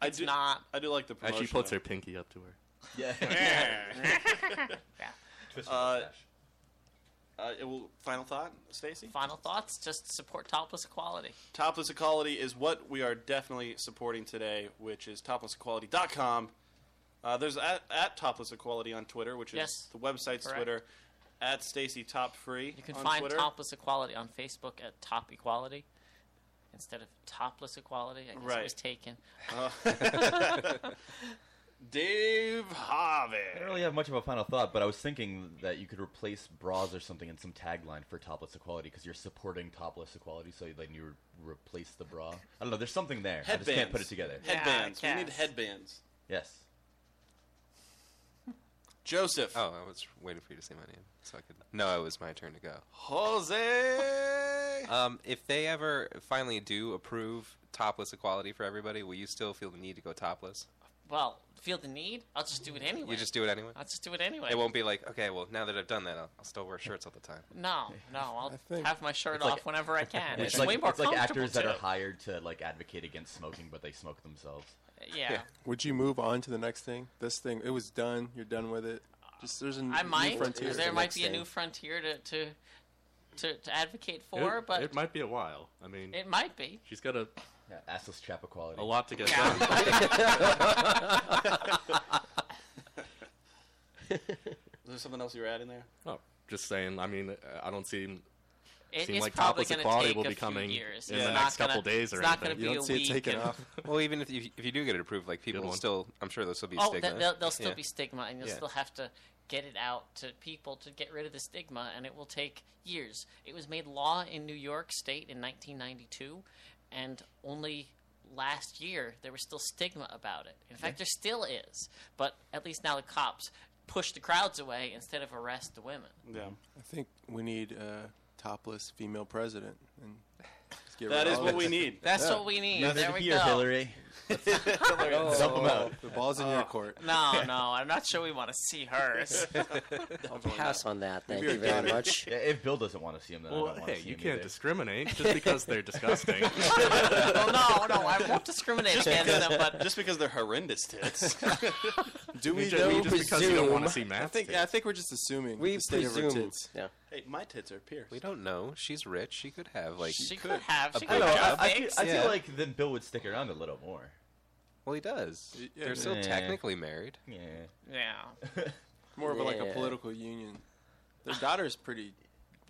[SPEAKER 3] I
[SPEAKER 7] it's
[SPEAKER 3] do,
[SPEAKER 7] not.
[SPEAKER 3] I do like the
[SPEAKER 6] As
[SPEAKER 3] promotion.
[SPEAKER 6] she puts
[SPEAKER 3] though.
[SPEAKER 6] her pinky up to her.
[SPEAKER 5] Yeah. Twist your
[SPEAKER 3] Uh,
[SPEAKER 5] mustache.
[SPEAKER 3] Uh, it will- final thought, Stacy.
[SPEAKER 7] Final thoughts? Just support topless equality.
[SPEAKER 3] Topless Equality is what we are definitely supporting today, which is toplessequality.com. Uh, there's at, at Topless Equality on Twitter, which is
[SPEAKER 7] Yes.
[SPEAKER 3] the website's
[SPEAKER 7] Correct.
[SPEAKER 3] Twitter. At Stacy Top Free
[SPEAKER 7] You can
[SPEAKER 3] on
[SPEAKER 7] find
[SPEAKER 3] Twitter.
[SPEAKER 7] topless equality on Facebook at Top Equality instead of topless equality. I guess it was
[SPEAKER 3] Right.
[SPEAKER 7] taken.
[SPEAKER 3] Dave Harvey.
[SPEAKER 5] I don't really have much of a final thought, but I was thinking that you could replace bras or something in some tagline for topless equality because you're supporting topless equality, so then you re- replace the bra. I don't know. There's something there. I just can't put it
[SPEAKER 3] Headbands.
[SPEAKER 5] together.
[SPEAKER 7] Yeah,
[SPEAKER 3] Headbands. we need
[SPEAKER 7] cats.
[SPEAKER 3] headbands.
[SPEAKER 5] Yes.
[SPEAKER 3] Joseph.
[SPEAKER 4] Oh, I was waiting for you to say my name so I could. No, it was my turn to go.
[SPEAKER 3] Jose.
[SPEAKER 4] Um, if they ever finally do approve topless equality for everybody, will you still feel the need to go topless?
[SPEAKER 7] Well, feel the need? I'll just do it anyway.
[SPEAKER 4] You just do it anyway.
[SPEAKER 7] I'll just do it anyway.
[SPEAKER 4] It won't be like okay, well now that I've done that, I'll, I'll still wear shirts all the time.
[SPEAKER 7] No, no. I'll
[SPEAKER 8] think-
[SPEAKER 7] have my shirt
[SPEAKER 5] It's like-
[SPEAKER 7] off whenever I can. It's,
[SPEAKER 5] it's like,
[SPEAKER 7] way more
[SPEAKER 5] it's like
[SPEAKER 7] comfortable
[SPEAKER 5] actors that
[SPEAKER 7] too.
[SPEAKER 5] are hired to like advocate against smoking, but they smoke themselves.
[SPEAKER 7] Yeah.
[SPEAKER 8] Would you move on to the next thing? This thing, it was done. You're done with it. Just there's a n-
[SPEAKER 7] I
[SPEAKER 8] new
[SPEAKER 7] might.
[SPEAKER 8] frontier.
[SPEAKER 7] there
[SPEAKER 8] The
[SPEAKER 7] might
[SPEAKER 8] next
[SPEAKER 7] be a
[SPEAKER 8] thing.
[SPEAKER 7] new frontier to to to, to advocate for,
[SPEAKER 6] it,
[SPEAKER 7] but
[SPEAKER 6] it might be a while. I mean,
[SPEAKER 7] it might be.
[SPEAKER 6] she's got a,
[SPEAKER 5] Yeah, assless chap equality.
[SPEAKER 6] a
[SPEAKER 7] Oh,
[SPEAKER 6] lot to get
[SPEAKER 7] Yeah.
[SPEAKER 6] done.
[SPEAKER 3] Is there something else you were adding there?
[SPEAKER 6] Oh, just saying. I mean, I don't see
[SPEAKER 7] It-
[SPEAKER 6] Seem
[SPEAKER 7] it's
[SPEAKER 6] like
[SPEAKER 7] probably
[SPEAKER 6] topless
[SPEAKER 7] going to
[SPEAKER 6] equality
[SPEAKER 7] take
[SPEAKER 6] will
[SPEAKER 7] a
[SPEAKER 6] be coming
[SPEAKER 7] few years.
[SPEAKER 6] in
[SPEAKER 7] It's
[SPEAKER 3] the
[SPEAKER 7] not
[SPEAKER 6] next couple
[SPEAKER 7] gonna-
[SPEAKER 6] days or
[SPEAKER 7] It's not going
[SPEAKER 6] anything.
[SPEAKER 7] to
[SPEAKER 8] You
[SPEAKER 7] be a
[SPEAKER 8] don't see
[SPEAKER 7] week.
[SPEAKER 8] it taken
[SPEAKER 7] and-
[SPEAKER 8] off.
[SPEAKER 4] Well, even if you, if you do get it approved, like people will
[SPEAKER 6] one.
[SPEAKER 4] still, I'm sure there'll still be
[SPEAKER 7] Oh,
[SPEAKER 4] stigma.
[SPEAKER 7] th- there'll, there'll still
[SPEAKER 4] Yeah.
[SPEAKER 7] be stigma, and you'll
[SPEAKER 4] Yeah.
[SPEAKER 7] still have to get it out to people to get rid of the stigma, and it will take years. It was made law in New York State in 1992, and only last year there was still stigma about it. In fact, there still is, but at least now the cops push the crowds away instead of arrest the women.
[SPEAKER 3] Yeah.
[SPEAKER 8] I think we need a topless female president, and let's get
[SPEAKER 3] That
[SPEAKER 8] rid of
[SPEAKER 3] is
[SPEAKER 8] all
[SPEAKER 3] what
[SPEAKER 8] this.
[SPEAKER 3] we need.
[SPEAKER 7] That's what we need. there we go.
[SPEAKER 5] Hillary.
[SPEAKER 8] Oh.
[SPEAKER 5] Dump them out.
[SPEAKER 8] The ball's in your court.
[SPEAKER 7] No, no, I'm not sure we want to see hers.
[SPEAKER 1] I'll pass on that. Thank
[SPEAKER 8] Maybe
[SPEAKER 1] you
[SPEAKER 8] I
[SPEAKER 1] very
[SPEAKER 8] got it.
[SPEAKER 1] much.
[SPEAKER 5] Yeah, if Bill doesn't want to see him, then I
[SPEAKER 6] Well,
[SPEAKER 5] don't want
[SPEAKER 6] hey,
[SPEAKER 5] to see
[SPEAKER 6] you
[SPEAKER 5] him
[SPEAKER 6] can't
[SPEAKER 5] either.
[SPEAKER 6] discriminate just because they're disgusting.
[SPEAKER 7] well, no, no, I won't discriminate against them, but
[SPEAKER 3] Just because they're horrendous tits.
[SPEAKER 8] Do we
[SPEAKER 6] You ju-
[SPEAKER 8] know?
[SPEAKER 6] you just because you don't want to
[SPEAKER 1] presume-
[SPEAKER 6] see
[SPEAKER 8] I
[SPEAKER 6] math.
[SPEAKER 8] think I think we're just assuming
[SPEAKER 1] We
[SPEAKER 8] the state of her
[SPEAKER 1] presume.
[SPEAKER 8] tits.
[SPEAKER 1] Yeah.
[SPEAKER 3] hey, my tits are pierced.
[SPEAKER 4] We don't know. She's rich. She could have like.
[SPEAKER 7] she could have. She
[SPEAKER 4] I
[SPEAKER 7] could
[SPEAKER 4] don't know,
[SPEAKER 5] I,
[SPEAKER 7] have
[SPEAKER 5] I feel,
[SPEAKER 7] fixed.
[SPEAKER 5] I feel
[SPEAKER 4] Yeah.
[SPEAKER 5] like then Bill would stick around a little more.
[SPEAKER 4] well, he does.
[SPEAKER 8] Yeah,
[SPEAKER 4] They're still
[SPEAKER 5] yeah.
[SPEAKER 4] technically married.
[SPEAKER 5] Yeah.
[SPEAKER 7] Yeah.
[SPEAKER 8] More of a, like a
[SPEAKER 1] Yeah.
[SPEAKER 8] political union. Their daughter's pretty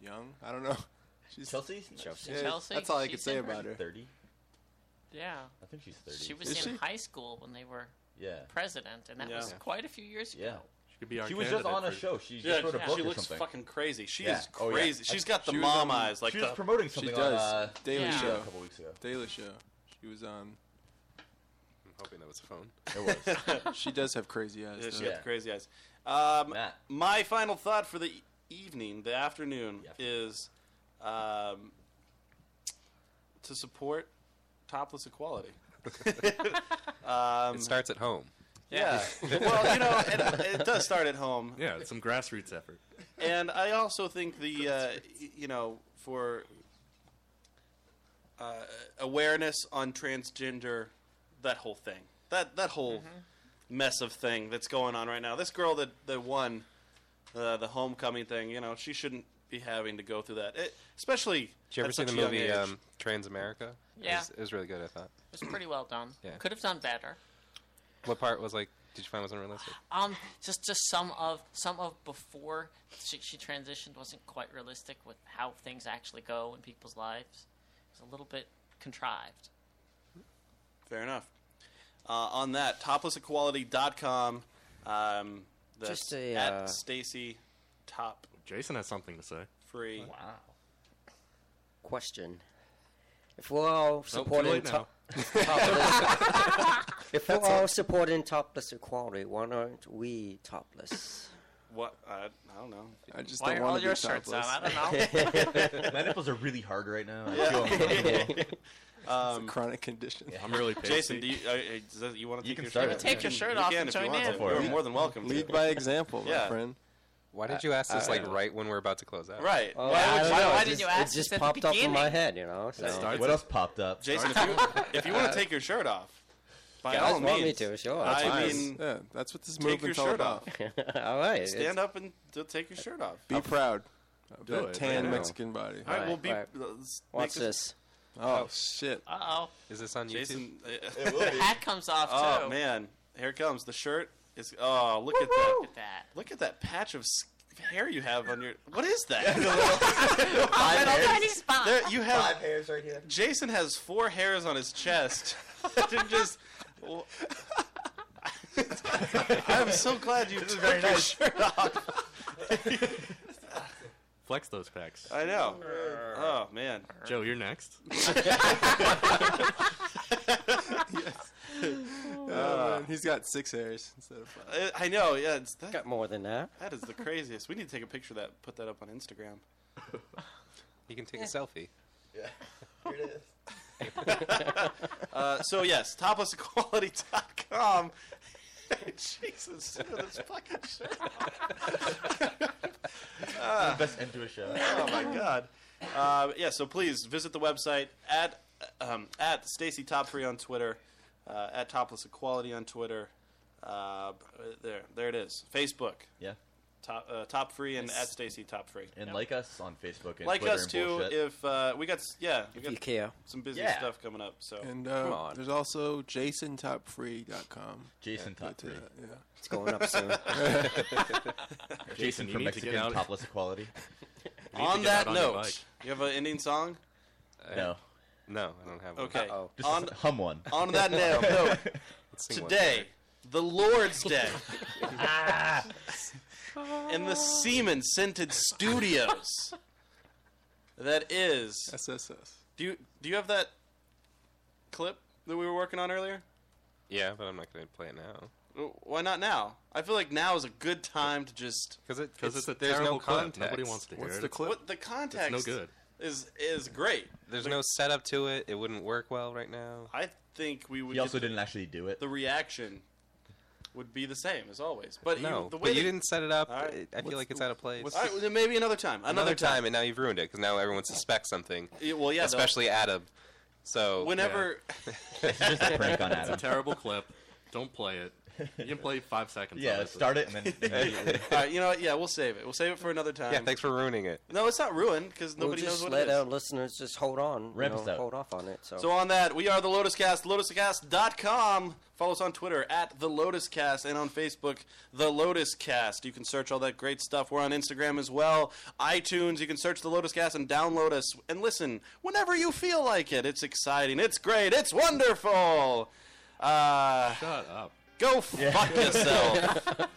[SPEAKER 8] young. I don't know. She's
[SPEAKER 5] Chelsea?
[SPEAKER 1] Chelsea.
[SPEAKER 8] Yeah,
[SPEAKER 7] Chelsea,
[SPEAKER 8] That's all I
[SPEAKER 7] she's
[SPEAKER 8] could say
[SPEAKER 7] in her-
[SPEAKER 8] about her.
[SPEAKER 5] Thirty.
[SPEAKER 7] Yeah.
[SPEAKER 5] I think she's thirty.
[SPEAKER 7] She was
[SPEAKER 8] Is
[SPEAKER 7] in
[SPEAKER 8] she?
[SPEAKER 7] high school when they were
[SPEAKER 5] Yeah.
[SPEAKER 7] president, and that
[SPEAKER 3] Yeah.
[SPEAKER 7] was quite a few years ago.
[SPEAKER 5] Yeah.
[SPEAKER 6] She could be our
[SPEAKER 5] She was just
[SPEAKER 6] candidate
[SPEAKER 5] on a
[SPEAKER 6] for-
[SPEAKER 5] show. She
[SPEAKER 3] Yeah,
[SPEAKER 5] just wrote a book
[SPEAKER 3] she
[SPEAKER 5] or
[SPEAKER 3] looks
[SPEAKER 5] something.
[SPEAKER 3] fucking crazy. She
[SPEAKER 5] Yeah.
[SPEAKER 3] is
[SPEAKER 5] Oh, yeah.
[SPEAKER 3] crazy. She's got the
[SPEAKER 8] She was
[SPEAKER 3] mom
[SPEAKER 8] on-
[SPEAKER 3] eyes, like
[SPEAKER 5] she was
[SPEAKER 3] the
[SPEAKER 5] promoting
[SPEAKER 8] She
[SPEAKER 5] something on
[SPEAKER 8] does.
[SPEAKER 5] uh,
[SPEAKER 8] Daily
[SPEAKER 7] Yeah.
[SPEAKER 5] a
[SPEAKER 8] Show.
[SPEAKER 5] couple weeks ago.
[SPEAKER 8] Daily Show. She was on.
[SPEAKER 4] I'm hoping that was a phone.
[SPEAKER 5] It was.
[SPEAKER 8] She does have crazy eyes.
[SPEAKER 3] Yeah, she
[SPEAKER 8] though.
[SPEAKER 3] got
[SPEAKER 5] Yeah.
[SPEAKER 3] the crazy eyes. Um,
[SPEAKER 5] Matt.
[SPEAKER 3] my final thought for the e- evening, the afternoon,
[SPEAKER 5] The afternoon.
[SPEAKER 3] is um, to support topless equality.
[SPEAKER 8] Um,
[SPEAKER 4] it starts at home.
[SPEAKER 3] Yeah. well, you know, it, it does start at home,
[SPEAKER 6] Yeah, it's some grassroots effort.
[SPEAKER 3] and I also think the uh, y- you know for uh, awareness on transgender, that whole thing, that that whole
[SPEAKER 1] Mm-hmm.
[SPEAKER 3] mess of thing that's going on right now. This girl that that won uh, the homecoming thing, you know, she shouldn't be having to go through that, it, especially.
[SPEAKER 4] Did you ever
[SPEAKER 3] at
[SPEAKER 4] see
[SPEAKER 3] such
[SPEAKER 4] the
[SPEAKER 3] a young
[SPEAKER 4] movie
[SPEAKER 3] age.
[SPEAKER 4] um, Transamerica? It
[SPEAKER 7] Yeah.
[SPEAKER 4] was, it was really good. I thought.
[SPEAKER 7] It was pretty well done.
[SPEAKER 4] Yeah.
[SPEAKER 7] Could have done better.
[SPEAKER 4] What part was like? Did you find was unrealistic?
[SPEAKER 7] Um, just just some of some of before she, she transitioned wasn't quite realistic with how things actually go in people's lives. It's a little bit contrived.
[SPEAKER 3] Fair enough. Uh, on that, toplessequality.com. Um, that's
[SPEAKER 1] Just a,
[SPEAKER 3] at
[SPEAKER 1] uh,
[SPEAKER 3] Stacy Top
[SPEAKER 6] Jason has something to say.
[SPEAKER 3] Free.
[SPEAKER 5] Wow.
[SPEAKER 1] Question. If we're all supporting
[SPEAKER 6] late
[SPEAKER 1] top, topless- if we're all supporting topless equality, why aren't we topless?
[SPEAKER 3] What? Uh, I don't know.
[SPEAKER 8] I just
[SPEAKER 7] Why
[SPEAKER 8] don't
[SPEAKER 7] are all
[SPEAKER 8] want to
[SPEAKER 7] your
[SPEAKER 8] be
[SPEAKER 7] shirts
[SPEAKER 8] topless.
[SPEAKER 7] on? I don't know.
[SPEAKER 5] My nipples are really hard right now. I feel uncomfortable.
[SPEAKER 8] It's a chronic condition.
[SPEAKER 6] I'm really pasty.
[SPEAKER 3] Um, Jason, do you, uh, uh, does that- you want to
[SPEAKER 5] You
[SPEAKER 3] take
[SPEAKER 5] can start
[SPEAKER 3] your shirt
[SPEAKER 5] it.
[SPEAKER 7] Take your shirt
[SPEAKER 3] you
[SPEAKER 7] off
[SPEAKER 3] can
[SPEAKER 7] and
[SPEAKER 3] if you
[SPEAKER 7] join
[SPEAKER 3] want
[SPEAKER 7] in.
[SPEAKER 3] to. You're
[SPEAKER 5] Yeah.
[SPEAKER 3] more than welcome to.
[SPEAKER 8] Lead by example, my
[SPEAKER 3] Yeah.
[SPEAKER 8] friend.
[SPEAKER 4] Why did you ask this
[SPEAKER 5] I-
[SPEAKER 4] like Uh, right when we're about to close out?
[SPEAKER 3] Right.
[SPEAKER 1] Oh,
[SPEAKER 3] Why
[SPEAKER 1] I
[SPEAKER 3] would
[SPEAKER 1] don't
[SPEAKER 3] you,
[SPEAKER 1] know,
[SPEAKER 7] why
[SPEAKER 1] it
[SPEAKER 7] did
[SPEAKER 1] just-
[SPEAKER 7] you ask
[SPEAKER 1] It
[SPEAKER 7] this
[SPEAKER 1] just
[SPEAKER 7] at the
[SPEAKER 1] popped up in my
[SPEAKER 7] beginning?
[SPEAKER 1] head, you know. So.
[SPEAKER 6] starts
[SPEAKER 5] what else popped up?
[SPEAKER 3] Jason, if you, if you want to take your shirt off, by
[SPEAKER 1] Guys
[SPEAKER 3] all
[SPEAKER 1] want me
[SPEAKER 3] means.
[SPEAKER 1] to, sure.
[SPEAKER 3] I
[SPEAKER 1] That's
[SPEAKER 8] Guys,
[SPEAKER 3] mean,
[SPEAKER 8] yeah, that's what this
[SPEAKER 3] take your
[SPEAKER 8] movement's all
[SPEAKER 3] shirt off.
[SPEAKER 8] about.
[SPEAKER 1] all right. it's-
[SPEAKER 3] Stand up and t- take your shirt off.
[SPEAKER 8] Be proud of
[SPEAKER 6] Do
[SPEAKER 8] that
[SPEAKER 6] it.
[SPEAKER 8] tan
[SPEAKER 1] Yeah.
[SPEAKER 8] Mexican body.
[SPEAKER 3] All right, we'll
[SPEAKER 1] Alright,
[SPEAKER 3] be.
[SPEAKER 1] alright.
[SPEAKER 3] let's make
[SPEAKER 1] Watch this.
[SPEAKER 8] Oh shit!
[SPEAKER 7] Uh oh.
[SPEAKER 4] Is this on YouTube?
[SPEAKER 3] Jason. uh,
[SPEAKER 5] It will be.
[SPEAKER 7] Hat comes off too.
[SPEAKER 3] oh man, here it comes the shirt. Is oh look at
[SPEAKER 7] Look
[SPEAKER 3] that.
[SPEAKER 7] at that.
[SPEAKER 3] Look at that patch of s- hair you have on your. What is that?
[SPEAKER 5] Five hairs.
[SPEAKER 7] Tiny spot.
[SPEAKER 3] there, you have.
[SPEAKER 5] Five hairs right here.
[SPEAKER 3] Jason has four hairs on his chest. Didn't just. I'm so glad you took your shirt off.
[SPEAKER 6] Flex those pecs.
[SPEAKER 3] I know. Oh man.
[SPEAKER 6] Joe, you're next.
[SPEAKER 8] Oh, man, he's got six hairs instead of five.
[SPEAKER 3] Uh, I- I know. Yeah, it's, that,
[SPEAKER 1] Got more than that.
[SPEAKER 3] that is the craziest. We need to take a picture of that. Put that up on Instagram.
[SPEAKER 4] You can take a selfie.
[SPEAKER 5] Yeah. Here it is.
[SPEAKER 3] Uh, so yes, toplessequality.com. Jesus, dude, this fucking shirt.
[SPEAKER 5] Best end to a show.
[SPEAKER 3] Oh my god. Uh, yeah, so please visit the website at um, at Stacy Top Free on Twitter, uh, at Topless Equality on Twitter. Uh, there, there it is. Facebook,
[SPEAKER 5] Yeah.
[SPEAKER 3] top, uh, top free, and at Stacy Top Free.
[SPEAKER 5] And like us on Facebook and
[SPEAKER 3] Like
[SPEAKER 5] Twitter
[SPEAKER 3] us
[SPEAKER 5] and
[SPEAKER 3] too.
[SPEAKER 5] bullshit.
[SPEAKER 3] If uh, we got, s- yeah, we
[SPEAKER 1] If you
[SPEAKER 3] got
[SPEAKER 1] care.
[SPEAKER 3] some busy
[SPEAKER 5] Yeah.
[SPEAKER 3] stuff coming up. So
[SPEAKER 8] And uh,
[SPEAKER 1] on.
[SPEAKER 8] there's also JasonTopFree.com.
[SPEAKER 5] Jason top
[SPEAKER 8] To
[SPEAKER 5] three.
[SPEAKER 8] that, uh, yeah.
[SPEAKER 1] It's going up soon.
[SPEAKER 6] Jason,
[SPEAKER 5] Jason
[SPEAKER 6] you
[SPEAKER 5] from
[SPEAKER 6] need to get
[SPEAKER 5] Mexican
[SPEAKER 6] out-
[SPEAKER 5] topless equality.
[SPEAKER 6] need to
[SPEAKER 3] on
[SPEAKER 6] get out
[SPEAKER 3] that
[SPEAKER 6] on your
[SPEAKER 3] note,
[SPEAKER 6] bike.
[SPEAKER 3] you have an ending song.
[SPEAKER 5] No.
[SPEAKER 4] No, I don't have one.
[SPEAKER 3] Okay.
[SPEAKER 1] Uh-oh.
[SPEAKER 5] Just
[SPEAKER 3] On
[SPEAKER 5] hum one.
[SPEAKER 3] on that note, note
[SPEAKER 4] Let's sing one
[SPEAKER 3] today, the Lord's Day, in the semen scented studios. That is.
[SPEAKER 8] SSS.
[SPEAKER 3] Do you do you have that clip that we were working on earlier?
[SPEAKER 4] Yeah, but I'm not going to play it now
[SPEAKER 3] Uh, Why not now? I feel like now is a good time to just
[SPEAKER 4] because it,
[SPEAKER 6] Because it's a
[SPEAKER 4] there's
[SPEAKER 6] terrible
[SPEAKER 4] no
[SPEAKER 6] clip.
[SPEAKER 4] context.
[SPEAKER 6] Nobody wants to hear
[SPEAKER 8] What's
[SPEAKER 6] it.
[SPEAKER 8] the clip?
[SPEAKER 3] what the context
[SPEAKER 6] no good.
[SPEAKER 3] is is great.
[SPEAKER 4] There's no setup to it. It wouldn't work well right now.
[SPEAKER 3] I think we would
[SPEAKER 5] He
[SPEAKER 3] get
[SPEAKER 5] also
[SPEAKER 3] the-
[SPEAKER 5] didn't actually do it.
[SPEAKER 3] the reaction would be the same as always. But
[SPEAKER 4] No,
[SPEAKER 3] you, the way
[SPEAKER 4] but you
[SPEAKER 3] that-
[SPEAKER 4] didn't set it up.
[SPEAKER 3] All right.
[SPEAKER 4] It- I feel
[SPEAKER 8] What's
[SPEAKER 4] like it's
[SPEAKER 8] the-
[SPEAKER 4] out of place.
[SPEAKER 8] what's
[SPEAKER 3] All right, well, then maybe another time.
[SPEAKER 4] Another time, and now you've ruined it because now everyone suspects something,
[SPEAKER 3] Yeah, Well, yeah. though,
[SPEAKER 4] especially Adam. So
[SPEAKER 3] whenever
[SPEAKER 5] It's just a prank on Adam.
[SPEAKER 6] Terrible clip. Don't play it. You can play five seconds.
[SPEAKER 5] Yeah,
[SPEAKER 6] of it.
[SPEAKER 5] start it and then immediately.
[SPEAKER 3] All right, you know what? Yeah, we'll save it. We'll save it for another time.
[SPEAKER 4] yeah, thanks for ruining it.
[SPEAKER 3] No, it's not ruined because nobody
[SPEAKER 1] we'll just
[SPEAKER 3] knows what
[SPEAKER 1] let
[SPEAKER 3] it is.
[SPEAKER 1] our listeners just hold on.
[SPEAKER 5] Ramp
[SPEAKER 1] you
[SPEAKER 5] us
[SPEAKER 1] know,
[SPEAKER 5] out.
[SPEAKER 1] hold off on it. So,
[SPEAKER 3] So on that, we are the Lotus Cast, lotuscast.com. Follow us on Twitter at the Lotus Cast and on Facebook, the Lotus Cast. You can search all that great stuff. We're on Instagram as well, iTunes. You can search the Lotus Cast and download us and listen whenever you feel like it. It's exciting. It's great. It's wonderful. Uh,
[SPEAKER 6] Shut up.
[SPEAKER 3] go fuck yourself.